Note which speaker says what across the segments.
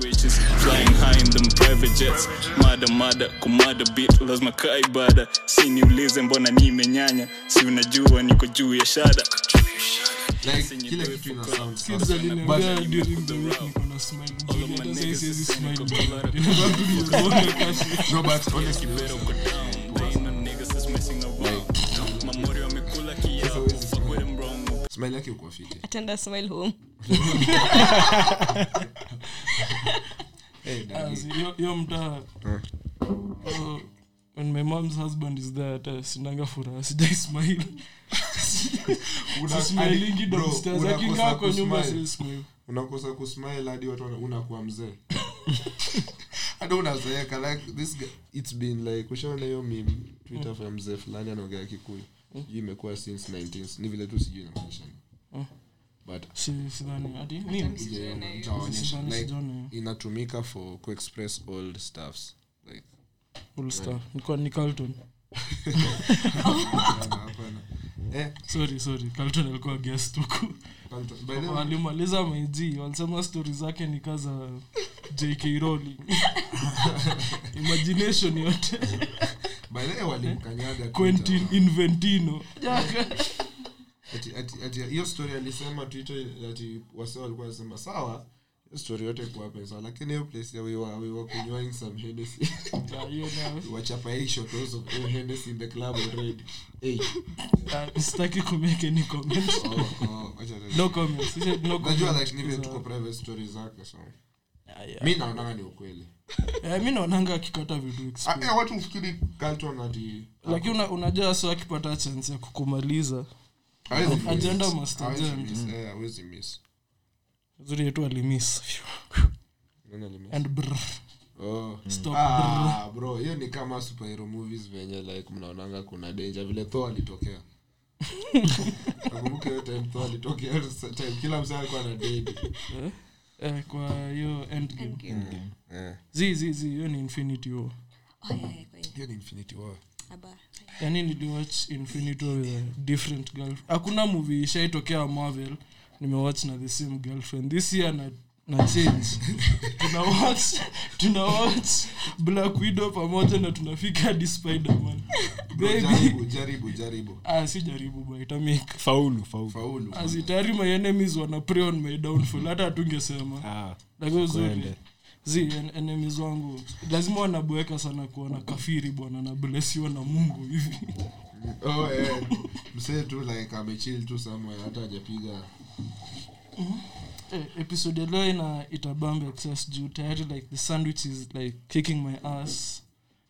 Speaker 1: Riches, flying high in them private jets mada mada kumada bit lazima kaa ibada si niulize mbona nimenyanya si unajua niko juu ya shada
Speaker 2: like kila kitu ina sound
Speaker 3: Kids
Speaker 2: sawa.
Speaker 3: aliniambia during the week niko na smile mzuri, hata sasa siwezi smile mzuri. Inabaki nimeona kashi.
Speaker 2: No, but honestly,
Speaker 1: mamori wamekula kiapo fuck with them wrong
Speaker 2: smile yake uko fiti.
Speaker 4: Tenda smile home.
Speaker 2: Eh,
Speaker 3: Ah,
Speaker 2: dadi.
Speaker 3: so hiyo- hiyo mtaa oh, when my mom's husband is there hata sinanga furaha sijai smile
Speaker 2: Una-
Speaker 3: sismailingi
Speaker 2: bro,
Speaker 3: downstairs
Speaker 2: unakosa
Speaker 3: akingaa kwa nyumba
Speaker 2: kusmile.
Speaker 3: sismile
Speaker 2: unakosa kusmile hadi watu wana- unakuwa mzee hata unazeeka like this guy, it's been like ushaona hiyo meme
Speaker 3: Mm.
Speaker 2: twitter ya mzee fulani anaongea kikuyu sijui imekuwa since 19 ni vile tu sijui inaonyesha
Speaker 3: Mm.
Speaker 2: but
Speaker 3: Si- sidhani ati nini
Speaker 2: sijaona, nitaonyesha.
Speaker 3: Sidhani,
Speaker 2: Like,
Speaker 3: sijaona hiyo.
Speaker 2: inatumika for kuexpress old stuffs like
Speaker 3: All star. Nilikuwa ni Carlton.
Speaker 2: hapana. Eh,
Speaker 3: sorry sorry Carlton alikuwa guest huku
Speaker 2: Carlton. By the way,
Speaker 3: walimaliza maiji walisema stori zake ni kaza jk rolling imagination yote
Speaker 2: by the way, walimkanyaga
Speaker 3: quentin
Speaker 2: Twitter.
Speaker 3: inventino
Speaker 2: Ati- ati- ati- hiyo story alisema twitter ati wase walikuwa nasema sawa hiyo story yote kuwa pesa lakini hiyo place ya we were, we were kunywing some Hennessy
Speaker 3: Yeah, hiyo nayo.
Speaker 2: wachapa hii shotos of your Hennessy in the club already hey
Speaker 3: Ah, sitaki kumake any comment
Speaker 2: oh, oh, wacha tu-
Speaker 3: no comments He said no
Speaker 2: najua
Speaker 3: comments.
Speaker 2: like ni vile tuko
Speaker 3: Za-
Speaker 2: private story zake so
Speaker 3: Yeah, yeah.
Speaker 2: mi naonanga ni ukweli
Speaker 3: Eh, mi naonanga akikata vitu
Speaker 2: Ah,
Speaker 3: explain.
Speaker 2: eh, watu ufikiri Carlton ati
Speaker 3: lakini una- unajua so akipata chance ya kukumaliza
Speaker 2: hawezi miss.
Speaker 3: Agenda must
Speaker 2: Hawezi
Speaker 3: agenda.
Speaker 2: miss, eh, hawezi miss
Speaker 3: zuri yetu alimiss
Speaker 2: Nani alimiss?
Speaker 3: and brr.
Speaker 2: Oh.
Speaker 3: Stop.
Speaker 2: Ah, bro hiyo ni kama superhero movies venye like mnaonanga kuna danger vile thor alitokea nakumbuka hiyo time thor alitokea sa- time kila msaa alikuwa na dedi
Speaker 3: Eh, kwa hiyo endgame
Speaker 4: Endgame.
Speaker 2: Eh,
Speaker 3: zi zi zi hiyo ni infinity war
Speaker 4: Oh, yeah, yeah, kweli.
Speaker 2: hiyo ni infinity war
Speaker 4: Aba.
Speaker 3: yani niliwatch Yaani infinity war with a different girl hakuna movie ishaitokea marvel nimewatch na the same girlfriend this year na na change tunawatch tunawatch black widow pamoja na tunafika hadi spiderman
Speaker 2: Bro,
Speaker 3: baby
Speaker 2: jaribu jaribu jaribu
Speaker 3: ah si jaribu but itamake
Speaker 5: faulu faulu
Speaker 2: faulu
Speaker 3: as it are my enemies wana prey on my downfall hata hatungesema
Speaker 5: Ah,
Speaker 3: lakini uzuri
Speaker 5: Kwende.
Speaker 3: zi en- enemies wangu lazima wanaboeka sana kuona kafiri bwana na blesiwa na mungu hivi
Speaker 2: oh, eh, msee tu like amechill tu somewhere hata hajapiga
Speaker 3: Eh, episode ya leo ina itabambe access juu tayari like the sandwich is like kicking my ass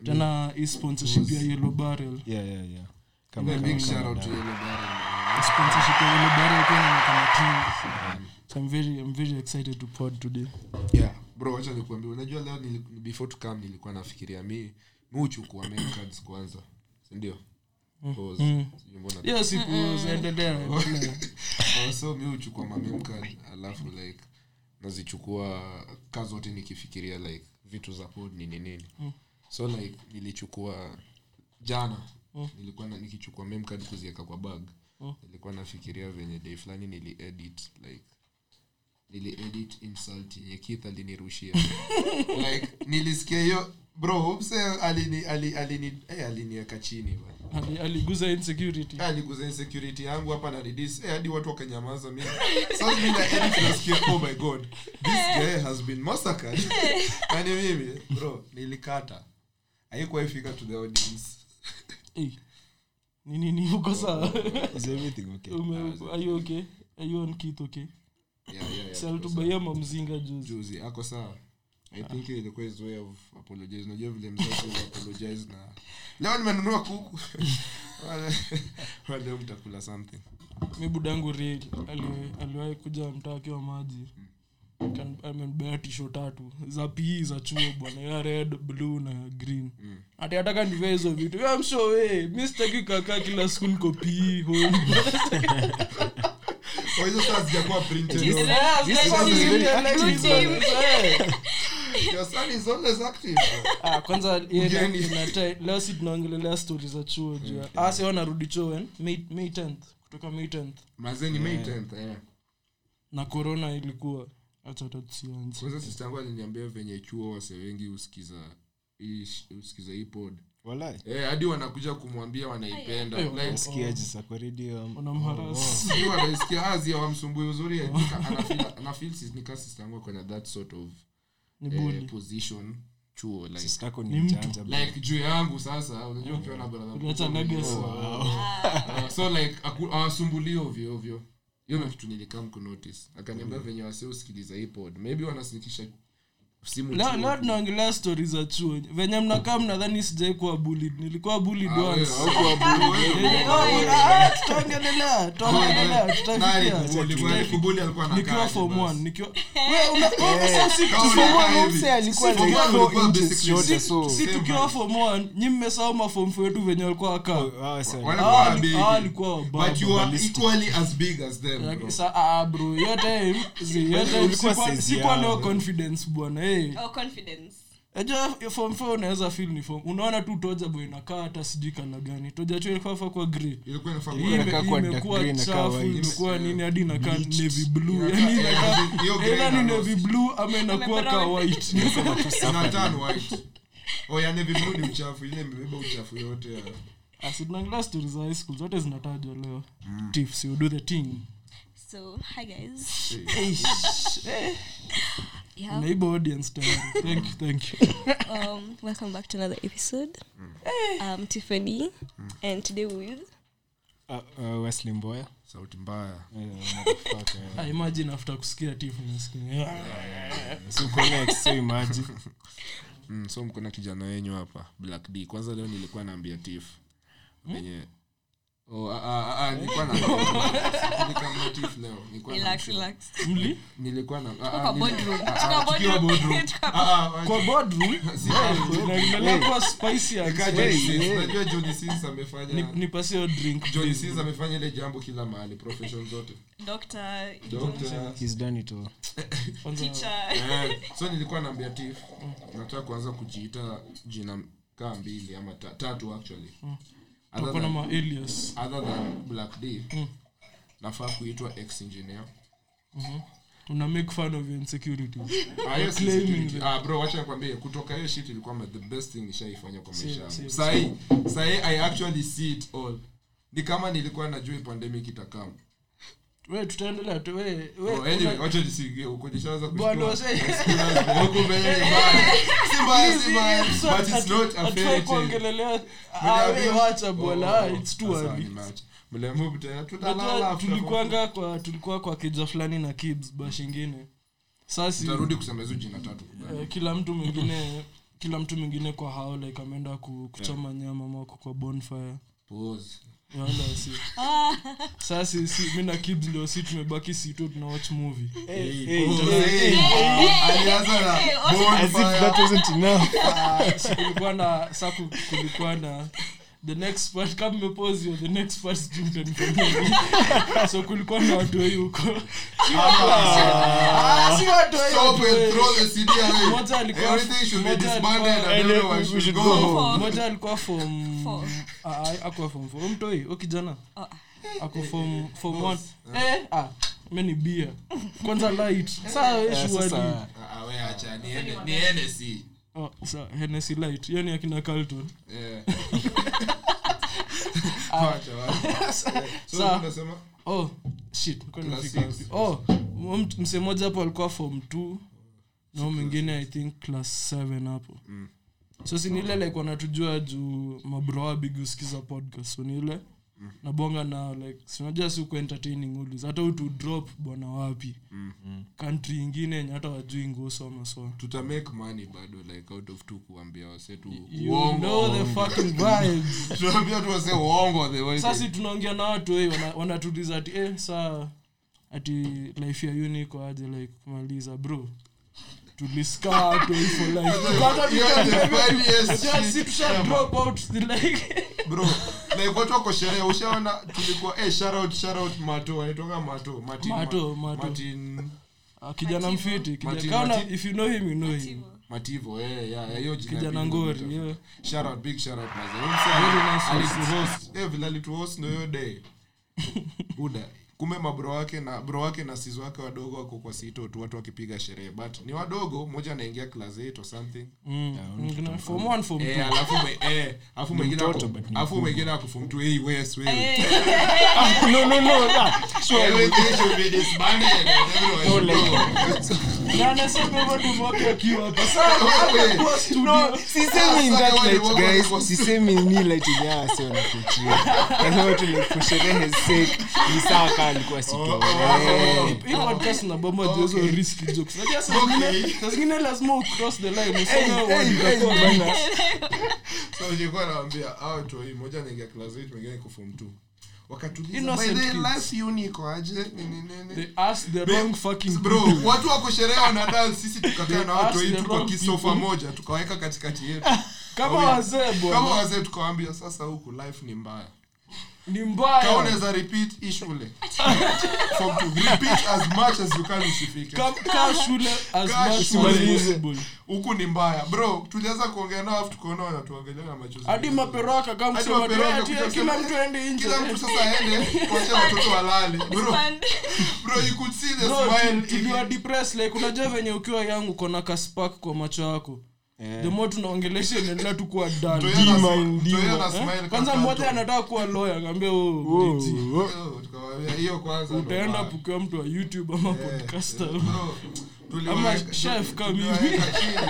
Speaker 3: tena hii sponsorship ya yellow barrel
Speaker 5: yeah, yeah, yeah. Kama-
Speaker 2: a
Speaker 5: kama-
Speaker 2: big
Speaker 5: kama
Speaker 2: shout out to
Speaker 5: dada.
Speaker 2: yellow barrel
Speaker 3: sponsorship ya yellow barrel pia inaonekana team so I'm very, I'm very excited to pod today
Speaker 2: yeah bro wacha nikuambia unajua leo nili, before to come nilikuwa nafikiria mi mi huchukua main cards kwanza sindio Pause. Sijui mbona-
Speaker 3: yes sikuendelea endelea
Speaker 2: Ah, so mi huchukua mamemka alafu like nazichukua ka zote nikifikiria like vitu za pod nini nini so like nilichukua jana nilikuwa na, nikichukua memkad kuziweka kwa bag nilikuwa nafikiria venye day fulani niliedit like niliedit insult yenye kith alinirushia like nilisikia hiyo bro mse alini alini alini eh, aliniweka chini bana
Speaker 3: Ali- aliguza insecurity
Speaker 2: Ah, niguze insecurity yangu hapa na release eh hadi watu wakanyamaza mimi sasa mimi na edit nasikia oh my god this guy has been massacred yani mimi bro nilikata haikuwa ifika to the audience
Speaker 3: Eh, ni nini uko sawa
Speaker 5: Is everything okay?
Speaker 3: Ume- are you okay are you on kit okay
Speaker 2: Ah, yeah yeah yeah
Speaker 3: si
Speaker 2: tuko sawa.
Speaker 3: alitubaiya mamzinga juzi
Speaker 2: juzi ako sawa
Speaker 3: Ah.
Speaker 2: i think hiyo ilikuwa his way of apologize unajua vile mzazi wa apologize na leo nimenunua kuku Wale- wale leo mtakula something
Speaker 3: mi budangu real ali- aliwahi kuja mtaa akiwa maji Kan- amenibea tisho tatu za pii za chuo bwana ya red blue na green ati ataka nivea hizo vitu Ya msho we mi sitaki kakaa kila siku niko pii home
Speaker 2: kwa hizo sasa sijakuwa printed
Speaker 4: Jesus,
Speaker 5: This
Speaker 4: like
Speaker 5: one is
Speaker 4: you
Speaker 5: very
Speaker 4: did, like
Speaker 5: active,
Speaker 4: you did.
Speaker 2: your son is always active
Speaker 3: Eh, Ah, kwanza yeye na-
Speaker 2: Mgeni.
Speaker 3: inata- leo si tunaongelelea stori za chuo juu ya- ah, si wanarudi chuo when? May- May 10th kutoka may 10th
Speaker 2: mazeni may 10th eh
Speaker 3: na corona ilikuwa hata hata tusianze
Speaker 2: kwanza sistangu aliniambia venye chuo wase wengi husikiza hii sh- husikiza hii pod
Speaker 5: Walai.
Speaker 2: Eh, hadi wanakuja kumwambia wanaipenda Like,
Speaker 5: Nasikiaje sasa kwa radio? Oh, am-
Speaker 3: wanamharas
Speaker 2: si wanaisikia azi awamsumbui uzuri nika- anafeel- anafeel sis- nika sistangu kwenye that sort of
Speaker 3: ni
Speaker 2: eh,
Speaker 3: buli
Speaker 2: position chuo like
Speaker 5: Sister yako ni
Speaker 3: Ni mtu.
Speaker 5: mjanja, bro.
Speaker 2: like juu yangu sasa unajua ukiwa na brother
Speaker 3: Uliacha
Speaker 2: mkubwa
Speaker 3: legacy.
Speaker 2: mdogo, ah, so like aku- awasumbulii ovyo ovyo hiyo ndo kitu nilikam kunotice akaniambia venye wase usikiliza hii pod maybe wanasinikisha simu
Speaker 3: leo
Speaker 2: chuo.
Speaker 3: leo tunaongelea stori za chuo venye mnakaa mnadhani sijai kuwa bullied nilikuwa bullied
Speaker 2: Ah, wewe,
Speaker 3: once
Speaker 2: haukuwa bulu, wewe.
Speaker 3: Eh, oh, ah, tutaongelea tutaongelea tutafikia
Speaker 2: Naye, ulikuwa kibuli alikuwa anakaa
Speaker 3: nikiwa
Speaker 2: aje
Speaker 3: form
Speaker 2: basi.
Speaker 3: one nikiwa wewe una wewe sasa si
Speaker 2: Kama
Speaker 3: si-
Speaker 2: unakaa
Speaker 5: Mama
Speaker 2: hivi.
Speaker 5: mse alikuwa
Speaker 2: Mama
Speaker 5: like
Speaker 2: alikuwa
Speaker 5: four inches
Speaker 2: basically
Speaker 5: shorter,
Speaker 2: six-
Speaker 5: so-
Speaker 3: si tukiwa form one nyi mmesahau maform four wetu venye walikuwa
Speaker 2: Oh,
Speaker 3: wakaa
Speaker 5: Ah, sawa.
Speaker 2: Wale- Walikuwa
Speaker 3: Hawa wali-
Speaker 2: big.
Speaker 3: hawa walikuwa wababa.
Speaker 2: But you are equally as big as them, bro.
Speaker 3: Like, sa- ah, bro, hiyo time- zi- hiyo time
Speaker 5: Ulikuwa
Speaker 3: sikuwa-
Speaker 5: size
Speaker 3: sikuwa
Speaker 5: yao.
Speaker 3: nayo confidence bwana eh.
Speaker 4: Oh, confidence.
Speaker 3: Unajua form four unaweza feel ni form unaona tu toja boy inakaa hata sijui kala gani toja chuo ilikuwa faa kuwa grey
Speaker 2: Ilikuwa inafaa
Speaker 3: Hii
Speaker 2: kuwa-
Speaker 3: ime-
Speaker 5: Inakaa kuwa dark
Speaker 3: imekuwa
Speaker 5: grey, inakaa
Speaker 3: chafu
Speaker 5: white.
Speaker 3: imekuwa nini hadi inakaa navy blue
Speaker 2: Inakaa-
Speaker 3: yani
Speaker 2: yeah,
Speaker 3: inakaa
Speaker 2: hiyo grey
Speaker 3: either ni
Speaker 2: na
Speaker 3: navy
Speaker 2: rose.
Speaker 3: blue ama inakuwa ka
Speaker 4: Imebrown.
Speaker 3: white
Speaker 2: Ina turn white. Oh, ya navy blue ni uchafu ile imebeba uchafu yote ya-
Speaker 3: Asi, tunaangalia stori za high school zote zinatajwa leo tips you do the thing
Speaker 4: So, hi guys. Yeah.
Speaker 3: naiba audience tayari thank you thank you
Speaker 4: Um, welcome back to another episode. Um, Tiffany, and today we will.
Speaker 5: Ah, ah, Wesley Mboya.
Speaker 2: sauti mbaya
Speaker 5: Eh, motherfucker, eh.
Speaker 3: Ah, imagine after kusikia tips unasikia yeah.
Speaker 5: So connect, so imagine.
Speaker 2: mm, so mko na kijana wenyu hapa black d kwanza leo nilikuwa naambia tif
Speaker 3: Hmm?
Speaker 2: venye Oh, ah, ah, ah, nilikuwa na- nikamwambia Tiff leo, nilikuwa na-
Speaker 4: Relax, relax.
Speaker 3: mli
Speaker 2: nilikuwa na- ah, ah,
Speaker 4: Kwa
Speaker 2: nili-
Speaker 4: boardroom.
Speaker 2: ah, ah,
Speaker 4: Tuka
Speaker 2: tukiwa
Speaker 4: boardroom.
Speaker 2: boardroom.
Speaker 4: Tuka-
Speaker 2: Ah, ah,
Speaker 3: kwa boardroom
Speaker 2: si-
Speaker 3: inaendelea kuwa spicy and
Speaker 2: Ikaja
Speaker 3: spicy.
Speaker 2: Johnny Sins. Unajua Johnny Sins amefanya-
Speaker 3: Ni- nipasie hiyo drink
Speaker 2: Johnny
Speaker 3: please.
Speaker 2: Sins amefanya ile jambo kila mahali profession zote
Speaker 4: Doctor,
Speaker 2: Doctor.
Speaker 5: He's done it all.
Speaker 3: Kwanza-
Speaker 4: teacher.
Speaker 2: Eh, so nilikuwa naambia tif nataka kuanza kujiita jina kaa mbili ama ta, tatu actually other
Speaker 3: tutakuwa na
Speaker 2: than,
Speaker 3: ma alias
Speaker 2: other than black d nafaa kuitwa ex engineer
Speaker 3: una make fun of your insecurities
Speaker 2: Ah, hiyo si
Speaker 3: Claiming
Speaker 2: security.
Speaker 3: them.
Speaker 2: Ah, bro wacha nikwambie kutoka hiyo shit ilikuwa ma- the best thing nishaifanya kwa
Speaker 3: Same,
Speaker 2: maisha yangu
Speaker 3: same.
Speaker 2: sahi sahi i actually see it all ni kama nilikuwa najua hii pandemic itakam
Speaker 3: we tutaendelea tu we we
Speaker 2: oh, anyway wacha nisigie huko nishaanza kushtua.
Speaker 3: Eh, bwana wase
Speaker 2: Huku mbele ni mbaya. Si mbaya, si mbaya. But it's not a fairy
Speaker 3: hatufai
Speaker 2: tale.
Speaker 3: kuongelelea Ah, we
Speaker 2: Mliambiwa-
Speaker 3: wacha bwana
Speaker 2: Oh,
Speaker 3: ah, it's too
Speaker 2: sasa
Speaker 3: early
Speaker 2: ni match. Mliambiwa mtaenda, tutalala
Speaker 3: Unajua
Speaker 2: after football.
Speaker 3: tulikwanga kwa tulikuwa kwa keja fulani na kids bash ingine sasi
Speaker 2: tutarudi kusema hizo jina tatu kubali.
Speaker 3: eh, kila mtu mwingine kila mtu mwingine kwa hao like ameenda ku, kuchoma nyama mako kwa bonfire
Speaker 2: Pause.
Speaker 3: Yaona si. sasi si mi na kids leo si tumebaki situ tuna watch movie
Speaker 2: Hey, hey, alianza na bonfire.
Speaker 5: As if that wasn't enough.
Speaker 3: Si kulikuwa na sa ku- kulikuwa na the next part kama mmepause hiyo, the next part sijui mtanifanyia. so kulikuwa na watu wai huko Ah, si watu wai,
Speaker 2: Stop
Speaker 3: watu wai.
Speaker 2: and throw the CD away.
Speaker 3: Moja alikuwa-
Speaker 2: Everything should be
Speaker 3: moja
Speaker 2: disbanded
Speaker 3: alikuwa-
Speaker 2: and
Speaker 5: And then
Speaker 2: everyone
Speaker 5: we
Speaker 2: should
Speaker 5: should
Speaker 2: go
Speaker 5: go
Speaker 2: home.
Speaker 4: home.
Speaker 3: moja alikuwa Ah, fom
Speaker 4: Four.
Speaker 3: akuwa fom fo mtoi o kijana
Speaker 4: Oh,
Speaker 3: ako fom fom one eh ah meni bia kwanza light saa we
Speaker 5: Eh,
Speaker 3: shuali.
Speaker 5: sasa,
Speaker 2: Ah, ah, we acha, ni N- E. ni NSE.
Speaker 3: Oh, sa Hennessy light hiyo ni akina Carlton
Speaker 2: Eh.
Speaker 3: Ah.
Speaker 2: Acha, wacha. So,
Speaker 3: Sawa.
Speaker 2: tunasema,
Speaker 3: oh shit nilikuwa
Speaker 2: Class
Speaker 3: nimefika
Speaker 2: six.
Speaker 3: wapi? oh m- mse mmoja hapo alikuwa form t na huyu mwingine i think class 7 hapo so si niile like wanatujua juu mabroa big husikiza podcast so niile nabonga nao like sinajua si uko entertaining ulis hata utu drop bwana wapi country ingine yenye hata wajui ngosoma so
Speaker 2: tuta make money bado like out of two kuambia wasetu
Speaker 3: you know the fucking vibes
Speaker 2: tunaambia tu wase uongo the way
Speaker 3: sasi tunaongea na watu eh, wana- wanatuliza ati eh, saa ati life ya uni iko aje like kumaliza bro tuliskaa watu hii for life. Tukata
Speaker 2: You are the funniest
Speaker 3: vijana, si
Speaker 2: shit
Speaker 3: tusha
Speaker 2: ever.
Speaker 3: drop out, si like-
Speaker 2: bro like watu wako sherehe ushaona tulikuwa eh shout out shout out mato anaitwanga mato Martin
Speaker 3: Mato, Mato.
Speaker 2: Martin
Speaker 3: Ah, kijana
Speaker 4: Mativo.
Speaker 3: mfiti kijana-
Speaker 2: Mativo,
Speaker 3: kama una-
Speaker 2: Mativo.
Speaker 3: if you know him you know him
Speaker 4: Tivo.
Speaker 2: Mativo eh yeah yeah, hiyo jina
Speaker 3: kijana
Speaker 2: pili
Speaker 3: ngori
Speaker 2: nimetafuta.
Speaker 3: yeah.
Speaker 2: shout out big shout out mazee
Speaker 3: Very nice
Speaker 2: alituhost eh vile alituhost ndio hiyo day buda kume mabro wake na bro wake na sis wake wadogo wako kwa sito tu watu wakipiga sherehe but ni wadogo mmoja anaingia class 8 or something
Speaker 3: Mwingine, form one, form
Speaker 2: Eh,
Speaker 3: two.
Speaker 2: alafu mwe- eh, alafu mwingine
Speaker 5: mtoto,
Speaker 2: ako-
Speaker 5: but ni
Speaker 2: alafu mwingine akufumtu hey wes wewe
Speaker 3: Eh.
Speaker 5: Ah, no, no, no, ah, sure.
Speaker 2: Everything should be disbanded and everyone should
Speaker 5: like-
Speaker 2: go.
Speaker 3: Na anasema hivyo tu wake akiwa hapa.
Speaker 5: No, sisemi in that
Speaker 2: Sasa
Speaker 5: light,
Speaker 2: wale
Speaker 5: guys.
Speaker 2: wako-
Speaker 5: Sisemi in hii light yenye hawa wasio wanafikiria. Nasema tu like for sherehe sake, ni sawa kama alikuwa sito.
Speaker 2: Oh,
Speaker 5: Eh,
Speaker 2: oh,
Speaker 3: Hii podcast inabomba juu ya hizo risky jokes. Unajua saa
Speaker 2: Okay.
Speaker 3: zingine- saa zingine lazima ucross the line,
Speaker 5: hey,
Speaker 3: useme
Speaker 5: hey,
Speaker 3: one
Speaker 5: hey,
Speaker 3: utakuwa
Speaker 5: bana.
Speaker 2: So, nilikuwa nawaambia, hao watu wawili, mmoja anaingia class 8 mwingine ako form 2 wakatuliza,
Speaker 3: Innocent
Speaker 2: by the way,
Speaker 3: kids.
Speaker 2: last uni iko aje? Nini, nini?
Speaker 3: They ask the wrong fucking
Speaker 2: bro
Speaker 3: people.
Speaker 2: watu wako sherehe wanadan sisi tukakaa na watu
Speaker 3: They
Speaker 2: hii
Speaker 3: ask the
Speaker 2: tuko
Speaker 3: wrong
Speaker 2: kisofa
Speaker 3: people.
Speaker 2: moja tukaweka katikati yetu
Speaker 3: Kama
Speaker 2: Oh, yeah.
Speaker 3: wazee
Speaker 2: kama
Speaker 3: bwana,
Speaker 2: wazee tukawambia sasa huku life ni mbaya
Speaker 3: ni
Speaker 2: Kama
Speaker 3: mbaya.
Speaker 2: unaweza repeat hii shule Form two, repeat as much as you can usifike
Speaker 3: Ka- kaa shule as
Speaker 2: Kaa
Speaker 3: much as
Speaker 2: shule.
Speaker 3: possible.
Speaker 2: huku ni mbaya bro tulianza kuongea nao afu tukaona wanatuangalia na machozi
Speaker 3: hadi maperaka kama
Speaker 2: Hadi
Speaker 3: msema
Speaker 2: maperaka
Speaker 3: "Tia,
Speaker 2: kuja
Speaker 3: kila
Speaker 2: kusema,
Speaker 3: mtu aende nje
Speaker 2: kila mtu sasa ende kuacha watoto walale bro bro you could see the
Speaker 3: Bro,
Speaker 2: smile
Speaker 3: tu- tuliwa
Speaker 2: in-
Speaker 3: depressed, like unajua venye ukiwa yangu kona kaspak kwa macho yako the more tunaongelesha inaendelea tu kuwa dull.
Speaker 2: Toyota smi-
Speaker 5: Dima,
Speaker 2: Toyota
Speaker 3: Eh?
Speaker 2: smile
Speaker 3: kwanza
Speaker 2: kaka
Speaker 3: mmoja
Speaker 2: mtu.
Speaker 3: anataka kuwa lawyer akaambia
Speaker 5: Oh,
Speaker 3: "Oh, DG,
Speaker 5: oh.
Speaker 2: Yo, tukawaambia, hiyo kwanza ndo
Speaker 3: utaenda
Speaker 2: mbaya."
Speaker 3: up ukiwa mtu wa youtube ama podcaster
Speaker 2: Bro, tuliwaweka-
Speaker 3: Ama chef kama mimi.
Speaker 2: tuliwaweka chini.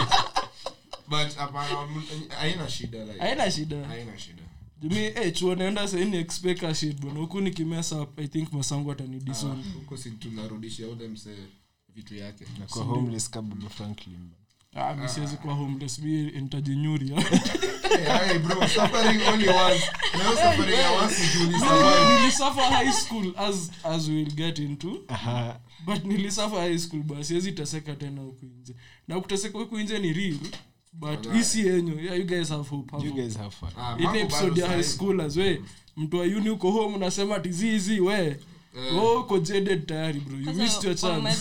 Speaker 2: But hapana, m- haina shida like,
Speaker 3: haina shida
Speaker 2: haina shida
Speaker 3: jumi eh, chuo naenda sahii ni expect a shit bwana huku nikimesa up i think masangu
Speaker 2: Ah,
Speaker 3: atanidison
Speaker 2: huko si tunarudishia ule msee vitu yake
Speaker 5: Kwa homeless ka Baba Franklin.
Speaker 3: ah, mi siwezi kuwa homeless mi ntajinyuri
Speaker 2: Hey, hey, bro, suffering only once. Na hiyo suffering ya once ndio ulisurvive.
Speaker 3: nilisuffer high school as, as we'll get into
Speaker 5: Aha.
Speaker 3: but nilisuffer high school bas siwezi teseka tena huku nje na kuteseka huku nje ni real but isi yenyu yeah, you guys have hope, have
Speaker 5: You
Speaker 3: hope.
Speaker 5: guys have fun.
Speaker 2: Ah, mambo
Speaker 3: ile episode
Speaker 2: bado
Speaker 3: ya high
Speaker 2: sahi.
Speaker 3: schoolers we mtu wa uni uko home unasema tizizi we
Speaker 2: Eh.
Speaker 3: Oh, uko jaded tayari bro you missed your chance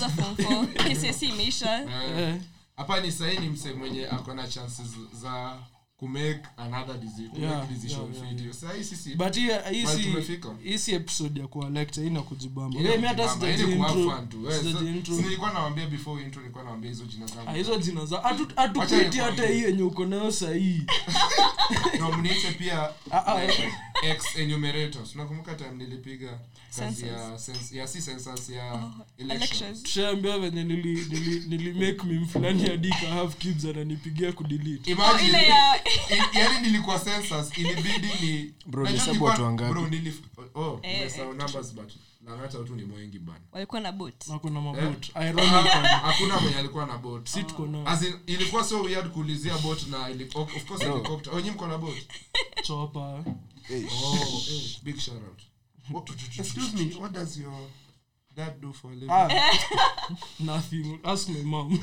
Speaker 2: Eh,
Speaker 3: Eh,
Speaker 2: hapa ni sahii ni msee mwenye ako na chances za kumake another desi- kumake
Speaker 3: Yeah,
Speaker 2: decision
Speaker 3: yeah,
Speaker 2: fit. Sahii sisi-
Speaker 3: but hii- hii
Speaker 2: Well,
Speaker 3: si-
Speaker 2: tumefika.
Speaker 3: hii si episode ya kuwalecta ina kujibamba
Speaker 2: Ile
Speaker 3: Eh, mi hata
Speaker 2: kujibamba, ile
Speaker 3: sijaji
Speaker 2: ku have
Speaker 3: intro-
Speaker 2: fun tu. Eh,
Speaker 3: sijaji
Speaker 2: so-
Speaker 3: intro.
Speaker 2: si nilikuwa nawambia before intro nilikuwa nawambia hizo jina zangu
Speaker 3: Ah, hizo jina za hatu-
Speaker 2: Wacha
Speaker 3: hatukuiti
Speaker 2: nikwambie.
Speaker 3: hata hii yenye uko nayo sahii
Speaker 2: na mniite pia
Speaker 3: Ah, ah,
Speaker 2: eh, ex enumerators nakumbuka time nilipiga kazi ya sens- ya si census
Speaker 4: Oh,
Speaker 2: ya election
Speaker 3: tushaambia venye nili, nili, nili make mim fulani adika have kids ananipigia kudelete
Speaker 4: Oh,
Speaker 2: Imagine- i- yaani nilikuwa census ilibidi ni
Speaker 5: Bro,
Speaker 2: Najua
Speaker 5: hesabu
Speaker 2: nilikuwa-
Speaker 5: watu wangapi?
Speaker 2: bro, nilif- oh,
Speaker 4: Eh,
Speaker 2: nimesahau numbers, but langata watu ni mwengi bana
Speaker 4: walikuwa na bot
Speaker 3: nako na
Speaker 2: Eh,
Speaker 3: mabot
Speaker 2: ha-
Speaker 3: ironic
Speaker 2: hakuna mwenye alikuwa na bot
Speaker 3: si
Speaker 4: Oh.
Speaker 3: tuko nao
Speaker 2: As in, ilikuwa so weird kuulizia bot na heli- of of course helicopter. Oh, nyinyi mko na bot
Speaker 3: chopa
Speaker 2: Oh, eh, big shout out. What- excuse me, what does your dad do for a living?
Speaker 3: ah, nothing ask my mom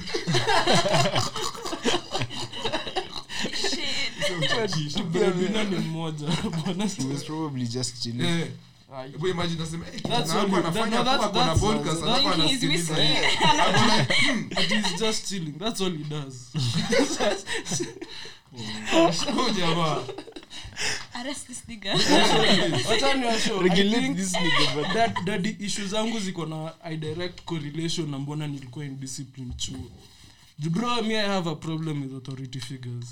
Speaker 3: Bina ni mmoja bwana.
Speaker 5: He was probably just chilling.
Speaker 2: Eh, hebu imagine nasema, eh, kijana
Speaker 3: That's
Speaker 2: wangu
Speaker 3: what-
Speaker 2: anafanya
Speaker 3: no, that's-
Speaker 2: kuwa kuna
Speaker 3: that's-
Speaker 2: podcast,
Speaker 3: that's-
Speaker 2: alafu
Speaker 4: he's
Speaker 2: anasikiliza Eh,
Speaker 4: whistling.
Speaker 2: hii. I'm like, hmm,
Speaker 3: But he's just chilling. That's all he does. Oh,
Speaker 2: huyu jamaa.
Speaker 4: Arrest this nigga.
Speaker 3: Wacha
Speaker 2: Eh,
Speaker 3: niwashow. I
Speaker 5: Regulate
Speaker 3: think
Speaker 5: this nigga, but-
Speaker 3: that- that the issue zangu ziko na i direct correlation na mbona nilikuwa indiscipline chuo Ju- bro mi i have a problem with authority figures